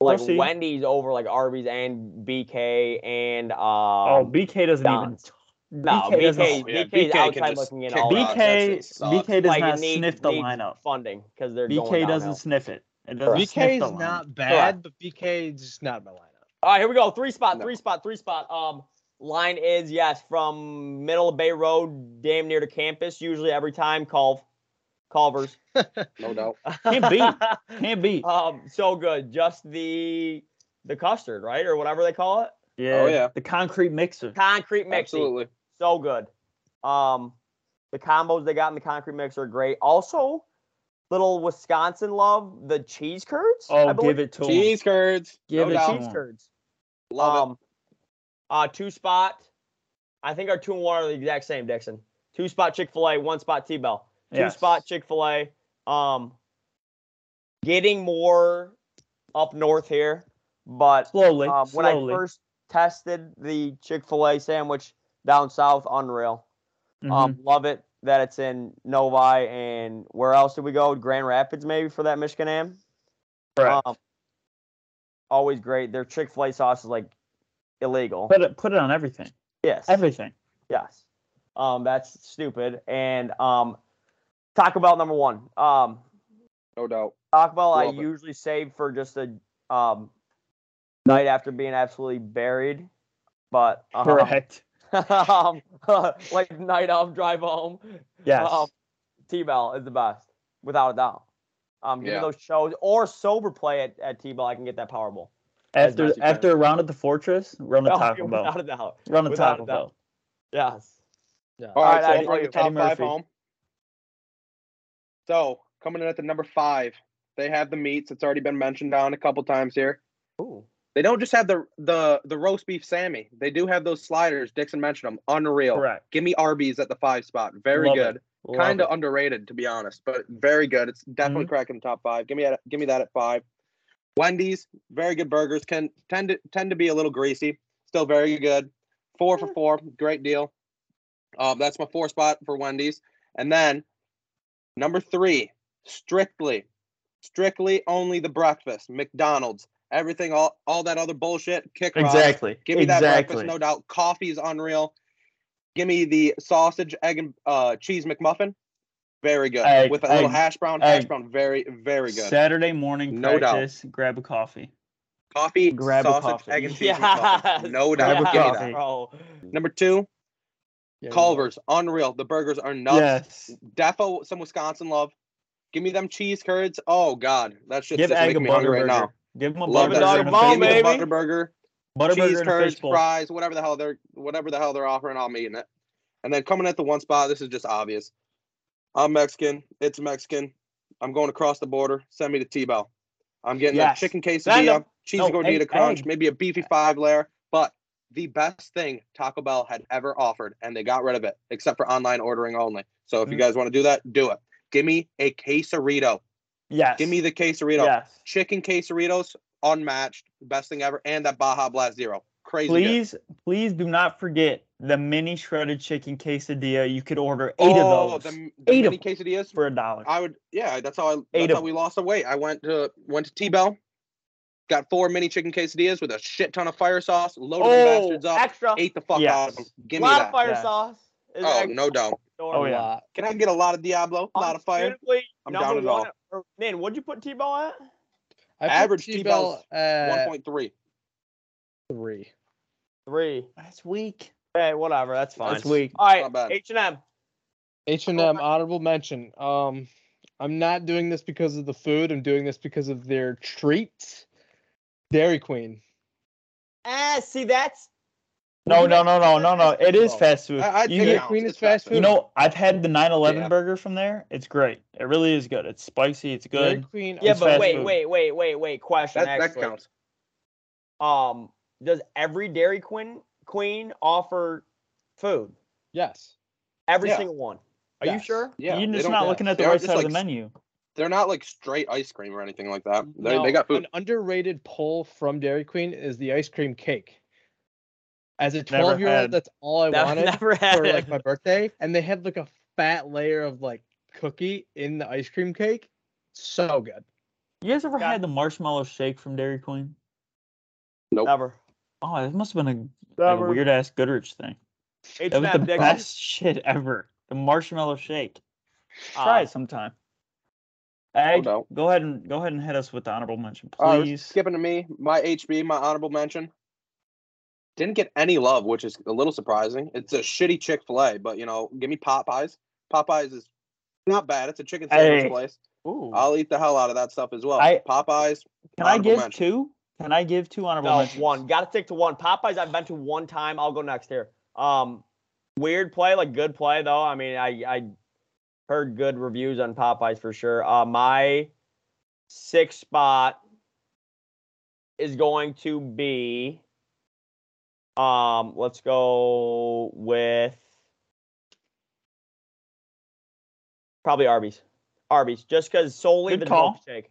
[SPEAKER 1] like
[SPEAKER 2] We'll see.
[SPEAKER 1] Wendy's over like Arby's and BK and um,
[SPEAKER 2] oh, BK doesn't
[SPEAKER 1] Don's.
[SPEAKER 2] even.
[SPEAKER 1] no,
[SPEAKER 2] BK doesn't-
[SPEAKER 1] BK 's- BK's
[SPEAKER 3] can
[SPEAKER 1] outside
[SPEAKER 3] just
[SPEAKER 1] looking in
[SPEAKER 3] kick
[SPEAKER 1] all
[SPEAKER 3] rocks.
[SPEAKER 1] out.
[SPEAKER 3] That
[SPEAKER 2] BK
[SPEAKER 3] shit sucks.
[SPEAKER 2] BK does
[SPEAKER 1] Like, it
[SPEAKER 2] not
[SPEAKER 1] need-
[SPEAKER 2] sniff the
[SPEAKER 1] needs
[SPEAKER 2] lineup.
[SPEAKER 1] funding because they're going
[SPEAKER 2] BK
[SPEAKER 1] down
[SPEAKER 2] doesn't
[SPEAKER 1] now.
[SPEAKER 2] sniff it. It doesn't sniff
[SPEAKER 4] BK
[SPEAKER 2] the
[SPEAKER 4] is
[SPEAKER 2] line.
[SPEAKER 4] not bad, but BK is just not my lineup.
[SPEAKER 1] All right, here we go. Three spot,
[SPEAKER 3] No.
[SPEAKER 1] three spot, three spot. Um, line is yes from middle of Bay Road, damn near to campus. Usually every time, Culv, Culver's.
[SPEAKER 3] No doubt.
[SPEAKER 1] Oh,
[SPEAKER 2] Can't beat. Can't beat.
[SPEAKER 1] Um, so good. Just the the custard, right, or whatever they call it.
[SPEAKER 2] Yeah.
[SPEAKER 3] Oh, yeah.
[SPEAKER 2] The concrete mixer.
[SPEAKER 1] Concrete mixie.
[SPEAKER 3] Absolutely.
[SPEAKER 1] so good. Um, the combos they got in the concrete mix are great. Also, little Wisconsin love the cheese curds.
[SPEAKER 2] oh,
[SPEAKER 1] I
[SPEAKER 2] give
[SPEAKER 1] believe.
[SPEAKER 2] it to him.
[SPEAKER 3] Cheese curds.
[SPEAKER 2] Give it to
[SPEAKER 3] no doubt.
[SPEAKER 2] him.
[SPEAKER 1] cheese curds.
[SPEAKER 3] Love
[SPEAKER 1] um, uh, two spot. I think our two and one are the exact same. Dixon. Two spot Chick Fil A. One spot T Bell. Two
[SPEAKER 2] Yes.
[SPEAKER 1] spot Chick Fil A. Um, getting more up north here, but
[SPEAKER 2] Slowly.
[SPEAKER 1] um, when I
[SPEAKER 2] slowly.
[SPEAKER 1] first tested the Chick Fil A sandwich down south, unreal.
[SPEAKER 2] Mhm.
[SPEAKER 1] Um, love it that it's in Novi and where else did we go? Grand Rapids maybe for that Michigan Am.
[SPEAKER 2] Correct.
[SPEAKER 1] Um, always great. Their Chick Fil A sauce is like illegal.
[SPEAKER 2] put it put it on everything.
[SPEAKER 1] yes.
[SPEAKER 2] Everything.
[SPEAKER 1] yes. Um, that's stupid. And um, Taco Bell number one. Um,
[SPEAKER 3] it. No doubt.
[SPEAKER 1] Taco Bell I
[SPEAKER 3] Love it.
[SPEAKER 1] usually save for just a um night after being absolutely buried, but um,
[SPEAKER 2] Correct.
[SPEAKER 1] um, like night off drive home.
[SPEAKER 2] Yes.
[SPEAKER 1] Um, T Bell is the best, without a doubt. Um, give
[SPEAKER 3] Yeah.
[SPEAKER 1] me those shows or sober play at, at T Bell. I can get that Powerball.
[SPEAKER 2] after
[SPEAKER 3] Magic
[SPEAKER 2] after a round at the fortress, run a
[SPEAKER 1] Oh,
[SPEAKER 2] Taco
[SPEAKER 1] without
[SPEAKER 2] Bell.
[SPEAKER 1] a doubt.
[SPEAKER 2] Run a
[SPEAKER 1] without
[SPEAKER 2] Taco
[SPEAKER 1] a doubt.
[SPEAKER 2] Bell.
[SPEAKER 1] Yes.
[SPEAKER 3] All right, so
[SPEAKER 1] Alright,
[SPEAKER 3] I'll
[SPEAKER 1] Eddie-
[SPEAKER 3] bring the
[SPEAKER 2] Eddie
[SPEAKER 3] top five
[SPEAKER 2] Murphy.
[SPEAKER 3] home. So coming in at the number five, they have the meats. It's already been mentioned down a couple times here.
[SPEAKER 1] Ooh.
[SPEAKER 3] They don't just have the the the roast beef Sammy. They do have those sliders. Dixon mentioned them. Unreal.
[SPEAKER 2] Correct.
[SPEAKER 3] Give me Arby's at the five spot. Very
[SPEAKER 2] Love
[SPEAKER 3] good.
[SPEAKER 2] Love
[SPEAKER 3] Kind
[SPEAKER 2] it. Mm-hmm.
[SPEAKER 3] of underrated, to be honest, but very good. It's definitely cracking the top five. Give me that. Give me that at five. Wendy's, very good burgers. Can tend to tend to be a little greasy. Still very good. Four
[SPEAKER 2] Mm.
[SPEAKER 3] for four, great deal. Um, that's my four spot for Wendy's. And then number three, strictly, strictly only the breakfast, McDonald's, everything, all all that other bullshit, kick rocks.
[SPEAKER 2] Exactly.
[SPEAKER 3] Give me that
[SPEAKER 2] exactly.
[SPEAKER 3] breakfast, no doubt. Coffee's unreal. Give me the sausage, egg, and uh, cheese McMuffin. Very good.
[SPEAKER 2] Egg,
[SPEAKER 3] With a little
[SPEAKER 2] egg,
[SPEAKER 3] hash brown, hash
[SPEAKER 2] egg.
[SPEAKER 3] brown. Very, very good.
[SPEAKER 2] Saturday morning
[SPEAKER 3] No doubt.
[SPEAKER 2] practice. Grab a coffee.
[SPEAKER 3] coffee,
[SPEAKER 2] Grab a
[SPEAKER 3] sausage,
[SPEAKER 2] coffee.
[SPEAKER 3] egg, and cheese
[SPEAKER 1] Yes.
[SPEAKER 3] McMuffin. No
[SPEAKER 2] Grab
[SPEAKER 3] doubt.
[SPEAKER 2] a
[SPEAKER 3] Give me
[SPEAKER 2] coffee.
[SPEAKER 3] that.
[SPEAKER 1] Bro.
[SPEAKER 3] Number two,
[SPEAKER 4] Yeah,
[SPEAKER 3] Culver's. Unreal. The burgers are nuts.
[SPEAKER 2] Yes.
[SPEAKER 3] Defo, some Wisconsin love. Give me them cheese curds. Oh God, that shit's
[SPEAKER 2] Give
[SPEAKER 3] just
[SPEAKER 2] Egg a
[SPEAKER 3] making me hungry
[SPEAKER 2] butter
[SPEAKER 3] right now.
[SPEAKER 2] burger. Give him a
[SPEAKER 3] Love
[SPEAKER 2] butter
[SPEAKER 3] that.
[SPEAKER 1] dog
[SPEAKER 2] burger.
[SPEAKER 1] a
[SPEAKER 2] and a
[SPEAKER 1] bone,
[SPEAKER 3] Give me
[SPEAKER 2] fishbowl.
[SPEAKER 3] the
[SPEAKER 1] baby.
[SPEAKER 3] butter burger.
[SPEAKER 2] Butter
[SPEAKER 3] cheese
[SPEAKER 2] burger and a
[SPEAKER 3] curds,
[SPEAKER 2] fishbowl.
[SPEAKER 3] fries, whatever the hell they're whatever the hell they're offering, I'm eating it. And then coming at the one spot, this is just obvious. I'm Mexican. It's Mexican. I'm going across the border. Send me to T-Bell. I'm getting
[SPEAKER 2] Yes.
[SPEAKER 3] a chicken
[SPEAKER 1] Send 'em.
[SPEAKER 3] quesadilla, cheese
[SPEAKER 2] No,
[SPEAKER 3] gordita
[SPEAKER 2] egg-
[SPEAKER 3] crunch,
[SPEAKER 2] egg.
[SPEAKER 3] maybe a beefy five layer. But the best thing Taco Bell had ever offered, and they got rid of it, except for online ordering only. So if you
[SPEAKER 2] Mm.
[SPEAKER 3] guys want to do that, do it. Give me a quesarito.
[SPEAKER 2] Yes.
[SPEAKER 3] Give me the quesarito.
[SPEAKER 2] Yes.
[SPEAKER 3] Chicken quesaritos, unmatched, best thing ever, and that Baja Blast Zero. Crazy. good.
[SPEAKER 2] Please, please do not forget the mini shredded chicken quesadilla. You could order eight
[SPEAKER 3] Oh,
[SPEAKER 2] of those
[SPEAKER 3] The, the
[SPEAKER 2] Eight
[SPEAKER 3] mini
[SPEAKER 2] of
[SPEAKER 3] quesadillas.
[SPEAKER 2] for a dollar.
[SPEAKER 3] I would, yeah. That's how I.
[SPEAKER 2] Eight
[SPEAKER 3] That's
[SPEAKER 2] of
[SPEAKER 3] how we lost the weight. I went to went to T Bell, got four mini chicken quesadillas with a shit ton of fire sauce, loaded the
[SPEAKER 1] Oh,
[SPEAKER 3] bastards up,
[SPEAKER 1] extra.
[SPEAKER 3] ate the fuck out of them.
[SPEAKER 2] Yes.
[SPEAKER 1] A
[SPEAKER 3] Give me
[SPEAKER 1] lot of
[SPEAKER 3] that.
[SPEAKER 1] fire
[SPEAKER 2] Yes.
[SPEAKER 1] sauce. is
[SPEAKER 3] Oh,
[SPEAKER 1] extra.
[SPEAKER 3] no doubt.
[SPEAKER 2] Oh, yeah.
[SPEAKER 3] Can I get a lot of Diablo? A lot of fire.
[SPEAKER 1] Undisputedly,
[SPEAKER 3] I'm
[SPEAKER 1] number
[SPEAKER 3] down at
[SPEAKER 1] one-
[SPEAKER 3] all.
[SPEAKER 1] or- Nan, what'd you put T Bell at?
[SPEAKER 4] I put
[SPEAKER 3] Average
[SPEAKER 4] T-Bell
[SPEAKER 3] One
[SPEAKER 4] at
[SPEAKER 3] point three.
[SPEAKER 4] three.
[SPEAKER 1] Three.
[SPEAKER 2] That's weak.
[SPEAKER 1] Hey, whatever. That's fine.
[SPEAKER 2] That's weak.
[SPEAKER 1] All
[SPEAKER 3] Not
[SPEAKER 1] right.
[SPEAKER 3] bad.
[SPEAKER 1] H and M.
[SPEAKER 4] H and M honorable mention. Um, I'm not doing this because of the food. I'm doing this because of their treats. Dairy Queen.
[SPEAKER 1] Ah, see that's
[SPEAKER 2] No, no, no, no, no, no. It is
[SPEAKER 4] Though.
[SPEAKER 2] fast food.
[SPEAKER 3] I, I'd
[SPEAKER 2] You get-
[SPEAKER 3] say
[SPEAKER 4] Dairy
[SPEAKER 3] no,
[SPEAKER 4] Queen
[SPEAKER 3] it's
[SPEAKER 4] is fast
[SPEAKER 2] You
[SPEAKER 4] food.
[SPEAKER 2] know, I've had the 9/11
[SPEAKER 3] Yeah.
[SPEAKER 2] burger from there. It's great. It really is good. It's spicy. It's
[SPEAKER 4] Dairy
[SPEAKER 2] good.
[SPEAKER 4] Queen.
[SPEAKER 1] yeah,
[SPEAKER 2] It's
[SPEAKER 1] but
[SPEAKER 2] fast
[SPEAKER 1] wait,
[SPEAKER 2] food.
[SPEAKER 1] wait, wait, wait, wait. Question
[SPEAKER 3] That, that
[SPEAKER 1] actually.
[SPEAKER 3] counts.
[SPEAKER 1] Um, does every Dairy Queen queen offer food?
[SPEAKER 4] Yes.
[SPEAKER 1] Every
[SPEAKER 3] Yeah.
[SPEAKER 1] single one. Are you
[SPEAKER 4] Yes.
[SPEAKER 1] sure?
[SPEAKER 3] Yeah,
[SPEAKER 2] You're
[SPEAKER 3] they
[SPEAKER 2] just
[SPEAKER 3] don't-
[SPEAKER 2] not
[SPEAKER 4] yeah.
[SPEAKER 2] looking at the
[SPEAKER 3] They aren't
[SPEAKER 2] right
[SPEAKER 3] just
[SPEAKER 2] side of the
[SPEAKER 3] like
[SPEAKER 2] menu.
[SPEAKER 3] They're not like straight ice cream or anything like that. Uh, They,
[SPEAKER 4] No,
[SPEAKER 3] they got food.
[SPEAKER 4] An underrated pull from Dairy Queen is the ice cream cake. As a
[SPEAKER 2] Never
[SPEAKER 4] 12 year
[SPEAKER 2] had.
[SPEAKER 4] old, that's all I
[SPEAKER 1] Never-
[SPEAKER 4] wanted
[SPEAKER 1] never had
[SPEAKER 4] for like
[SPEAKER 1] it.
[SPEAKER 4] my birthday, and they had like a fat layer of like cookie in the ice cream cake. So good.
[SPEAKER 2] You guys ever
[SPEAKER 1] Got-
[SPEAKER 2] had the marshmallow shake from Dairy Queen?
[SPEAKER 1] Never.
[SPEAKER 2] Oh, it must have been a, like a
[SPEAKER 1] Never.
[SPEAKER 2] weird ass Goodrich thing.
[SPEAKER 1] H
[SPEAKER 2] That
[SPEAKER 1] and
[SPEAKER 2] was the
[SPEAKER 1] M.
[SPEAKER 2] best shit ever. The marshmallow shake.
[SPEAKER 3] Ah.
[SPEAKER 2] Try it sometime. Egg,
[SPEAKER 3] doubt.
[SPEAKER 2] go ahead and go ahead and hit us with the honorable mention,
[SPEAKER 3] All right, we're
[SPEAKER 2] please.
[SPEAKER 3] skipping to me, my HB, my honorable mention. Didn't get any love, which is a little surprising. It's a shitty Chick Fil A, but you know, give me Popeyes. Popeyes is not bad. It's a chicken sandwich
[SPEAKER 2] Hey.
[SPEAKER 3] place.
[SPEAKER 1] Ooh.
[SPEAKER 3] I'll eat the hell out of that stuff as well.
[SPEAKER 2] I-
[SPEAKER 3] Popeyes.
[SPEAKER 2] Can I
[SPEAKER 3] honorable
[SPEAKER 2] give
[SPEAKER 3] mention.
[SPEAKER 2] two? Can I give two honorable
[SPEAKER 1] No,
[SPEAKER 2] mentions?
[SPEAKER 1] one. Got to stick to one. Popeyes, I've been to one time. I'll go next here. Um, weird play, like good play though. I mean, I I heard good reviews on Popeyes for sure. Uh, my sixth spot is going to be. Um, let's go with probably Arby's. Arby's, just because solely
[SPEAKER 2] Good
[SPEAKER 1] the
[SPEAKER 2] call.
[SPEAKER 1] smoke shake.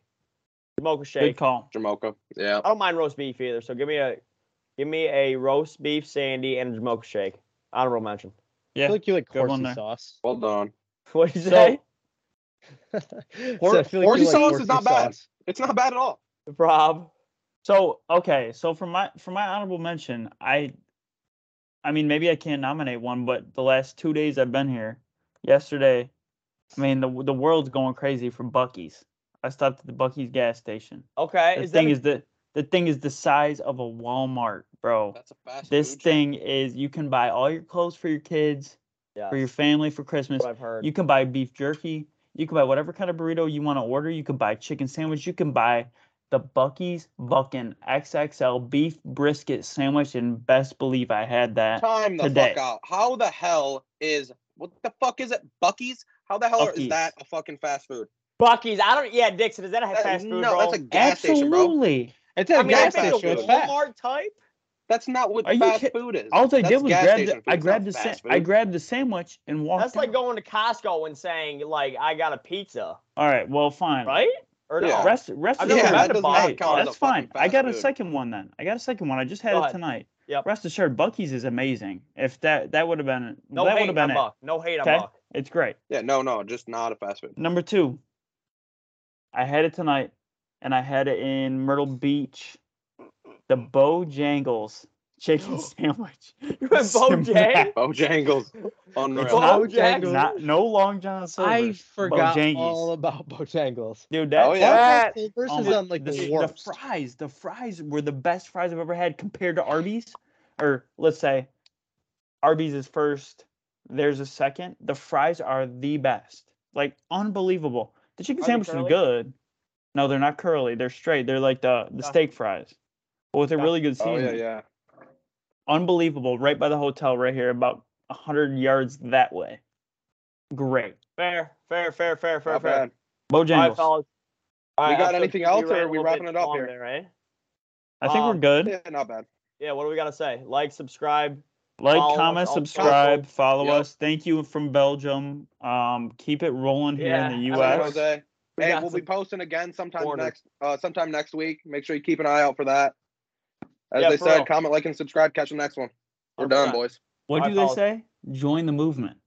[SPEAKER 1] Smoke shake.
[SPEAKER 2] Good call.
[SPEAKER 3] Jamocha. Yeah.
[SPEAKER 1] I don't mind roast beef either. So give me a give me a roast beef sandy and a smoke shake. Honorable mention.
[SPEAKER 4] I
[SPEAKER 2] Yeah.
[SPEAKER 4] feel like you like
[SPEAKER 2] good one
[SPEAKER 4] horsey
[SPEAKER 2] there.
[SPEAKER 4] sauce.
[SPEAKER 3] Well done.
[SPEAKER 1] What do you
[SPEAKER 2] So-
[SPEAKER 1] say?
[SPEAKER 4] So I feel you
[SPEAKER 3] horsey sauce is
[SPEAKER 4] horsey
[SPEAKER 3] not bad. It's not bad at all.
[SPEAKER 1] Rob.
[SPEAKER 2] So okay, so for my for my honorable mention, I, I mean maybe I can't nominate one, but the last two days I've been here, yesterday, I mean the the world's going crazy for Bucky's. I stopped at the Bucky's gas station.
[SPEAKER 1] Okay.
[SPEAKER 2] The
[SPEAKER 1] is that
[SPEAKER 2] thing
[SPEAKER 1] a-
[SPEAKER 2] is the the thing is the size of a Walmart, bro.
[SPEAKER 3] That's a fast
[SPEAKER 2] This
[SPEAKER 3] food chain.
[SPEAKER 2] thing is you can buy all your clothes for your kids,
[SPEAKER 1] yes,
[SPEAKER 2] for your family for
[SPEAKER 1] that's
[SPEAKER 2] Christmas.
[SPEAKER 1] what I've heard.
[SPEAKER 2] You can buy beef jerky. You can buy whatever kind of burrito you want to order. You can buy chicken sandwich. You can buy the Bucky's Buckin XXL beef brisket sandwich. And best believe I had that.
[SPEAKER 3] Time the
[SPEAKER 2] today.
[SPEAKER 3] fuck out. How the hell is what the fuck is it? Bucky's? How the hell
[SPEAKER 2] Buc-ee's.
[SPEAKER 3] is that a fucking fast food?
[SPEAKER 1] Bucky's. I don't. Yeah, Dixon. Is that a
[SPEAKER 3] That-
[SPEAKER 1] fast food?
[SPEAKER 3] no,
[SPEAKER 1] bro?
[SPEAKER 3] that's a gas station, bro.
[SPEAKER 2] Absolutely.
[SPEAKER 4] It's at
[SPEAKER 1] I
[SPEAKER 4] a
[SPEAKER 1] mean,
[SPEAKER 4] gas
[SPEAKER 1] I think
[SPEAKER 4] station.
[SPEAKER 1] it's
[SPEAKER 4] It's
[SPEAKER 1] a
[SPEAKER 4] fast.
[SPEAKER 1] Walmart type.
[SPEAKER 3] That's not what
[SPEAKER 2] Are you
[SPEAKER 3] fast
[SPEAKER 2] kid-
[SPEAKER 3] food is.
[SPEAKER 2] All I
[SPEAKER 3] That's
[SPEAKER 2] did was
[SPEAKER 3] gas
[SPEAKER 2] grab
[SPEAKER 3] station
[SPEAKER 2] the,
[SPEAKER 3] food.
[SPEAKER 2] I
[SPEAKER 3] It's
[SPEAKER 2] grabbed the
[SPEAKER 3] not
[SPEAKER 2] sa-
[SPEAKER 3] fast
[SPEAKER 2] I
[SPEAKER 3] food.
[SPEAKER 2] grabbed the sandwich and walked.
[SPEAKER 1] That's like
[SPEAKER 2] out.
[SPEAKER 1] going to Costco and saying like I got a pizza,
[SPEAKER 2] All right. Well, fine.
[SPEAKER 1] right? Or no?
[SPEAKER 3] Yeah.
[SPEAKER 2] Rest rest
[SPEAKER 1] I've
[SPEAKER 2] assured.
[SPEAKER 1] never been
[SPEAKER 2] Hey,
[SPEAKER 1] to
[SPEAKER 3] that does not
[SPEAKER 1] Buc-ee's.
[SPEAKER 3] count as
[SPEAKER 2] that's
[SPEAKER 3] a fucking
[SPEAKER 2] fine. I
[SPEAKER 3] fast
[SPEAKER 2] got a
[SPEAKER 3] food.
[SPEAKER 2] second one then. I got a second one. I just had
[SPEAKER 1] Go
[SPEAKER 2] it
[SPEAKER 1] ahead.
[SPEAKER 2] tonight.
[SPEAKER 1] Yep.
[SPEAKER 2] Rest assured, Bucky's is amazing. If that that would have been
[SPEAKER 1] No
[SPEAKER 2] that
[SPEAKER 1] hate
[SPEAKER 2] would have
[SPEAKER 1] on
[SPEAKER 2] been it.
[SPEAKER 1] Buck. No hate on
[SPEAKER 2] Okay.
[SPEAKER 1] Buck.
[SPEAKER 2] It's great.
[SPEAKER 3] Yeah, no, no, just not a fast food.
[SPEAKER 2] Number two, I had it tonight, and I had it in Myrtle Beach, the Bojangles chicken sandwich.
[SPEAKER 1] You went Bojang.
[SPEAKER 3] Bojangles,
[SPEAKER 2] It's
[SPEAKER 3] unreal.
[SPEAKER 2] not,
[SPEAKER 1] Bojangles.
[SPEAKER 2] not no Long John
[SPEAKER 4] I
[SPEAKER 2] Silver's.
[SPEAKER 4] forgot
[SPEAKER 2] Bojangles.
[SPEAKER 4] all about Bojangles.
[SPEAKER 2] Dude, that
[SPEAKER 3] Oh, yeah.
[SPEAKER 4] Bojangles Silvers
[SPEAKER 2] Oh
[SPEAKER 4] is
[SPEAKER 2] my-
[SPEAKER 4] on like
[SPEAKER 2] the,
[SPEAKER 4] the,
[SPEAKER 2] the
[SPEAKER 4] worst.
[SPEAKER 2] fries, the fries were the best fries I've ever had compared to Arby's. Or let's say Arby's is first, there's a second. The fries are the best. Like unbelievable. The chicken
[SPEAKER 1] Are they
[SPEAKER 2] sandwich was
[SPEAKER 1] curly?
[SPEAKER 2] good. No, they're not curly. They're straight. They're like the, the
[SPEAKER 1] Yeah.
[SPEAKER 2] steak fries. But with a
[SPEAKER 1] Yeah.
[SPEAKER 2] really good
[SPEAKER 3] Oh
[SPEAKER 2] seasoning.
[SPEAKER 3] yeah, yeah.
[SPEAKER 2] Unbelievable. Right by the hotel right here, about hundred yards that way. Great.
[SPEAKER 1] Fair, fair, fair, fair, fair, fair.
[SPEAKER 3] Not bad.
[SPEAKER 1] All right,
[SPEAKER 2] Bojangles.
[SPEAKER 1] fellas. All
[SPEAKER 3] We got
[SPEAKER 1] I feel
[SPEAKER 3] anything
[SPEAKER 1] we
[SPEAKER 3] else,
[SPEAKER 1] ran
[SPEAKER 3] or
[SPEAKER 1] a
[SPEAKER 3] are we
[SPEAKER 1] little
[SPEAKER 3] wrapping
[SPEAKER 1] bit
[SPEAKER 3] it up
[SPEAKER 1] long
[SPEAKER 3] here?
[SPEAKER 1] there, right?
[SPEAKER 2] I think we're
[SPEAKER 1] um,
[SPEAKER 2] good.
[SPEAKER 3] Yeah, not bad.
[SPEAKER 1] Yeah, what do we gotta say? Like, subscribe.
[SPEAKER 2] like
[SPEAKER 1] Follow us
[SPEAKER 2] comment
[SPEAKER 1] on
[SPEAKER 2] subscribe follow
[SPEAKER 3] Yep.
[SPEAKER 2] us thank you from belgium um keep it rolling here in the
[SPEAKER 1] Yeah,
[SPEAKER 3] San
[SPEAKER 1] I
[SPEAKER 2] us
[SPEAKER 1] don't know.
[SPEAKER 3] Jose.
[SPEAKER 1] We
[SPEAKER 3] Hey,
[SPEAKER 1] got
[SPEAKER 3] we'll be
[SPEAKER 1] some-
[SPEAKER 3] posting again sometime
[SPEAKER 1] Corner.
[SPEAKER 3] next uh sometime next week. Make sure you keep an eye out for that. As
[SPEAKER 1] Yeah,
[SPEAKER 3] they
[SPEAKER 1] for
[SPEAKER 3] said,
[SPEAKER 1] real.
[SPEAKER 3] comment, like, and subscribe. Catch the next one. We're
[SPEAKER 1] 100%.
[SPEAKER 3] done, boys.
[SPEAKER 2] what
[SPEAKER 1] All
[SPEAKER 2] do
[SPEAKER 1] right, fellas.
[SPEAKER 2] they say join the movement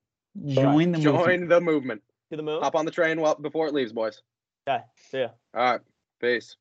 [SPEAKER 2] join the movement
[SPEAKER 3] Join the movement.
[SPEAKER 1] To the moon.
[SPEAKER 3] Hop on the train well before it leaves, boys.
[SPEAKER 1] Okay, see ya.
[SPEAKER 3] All right. Peace.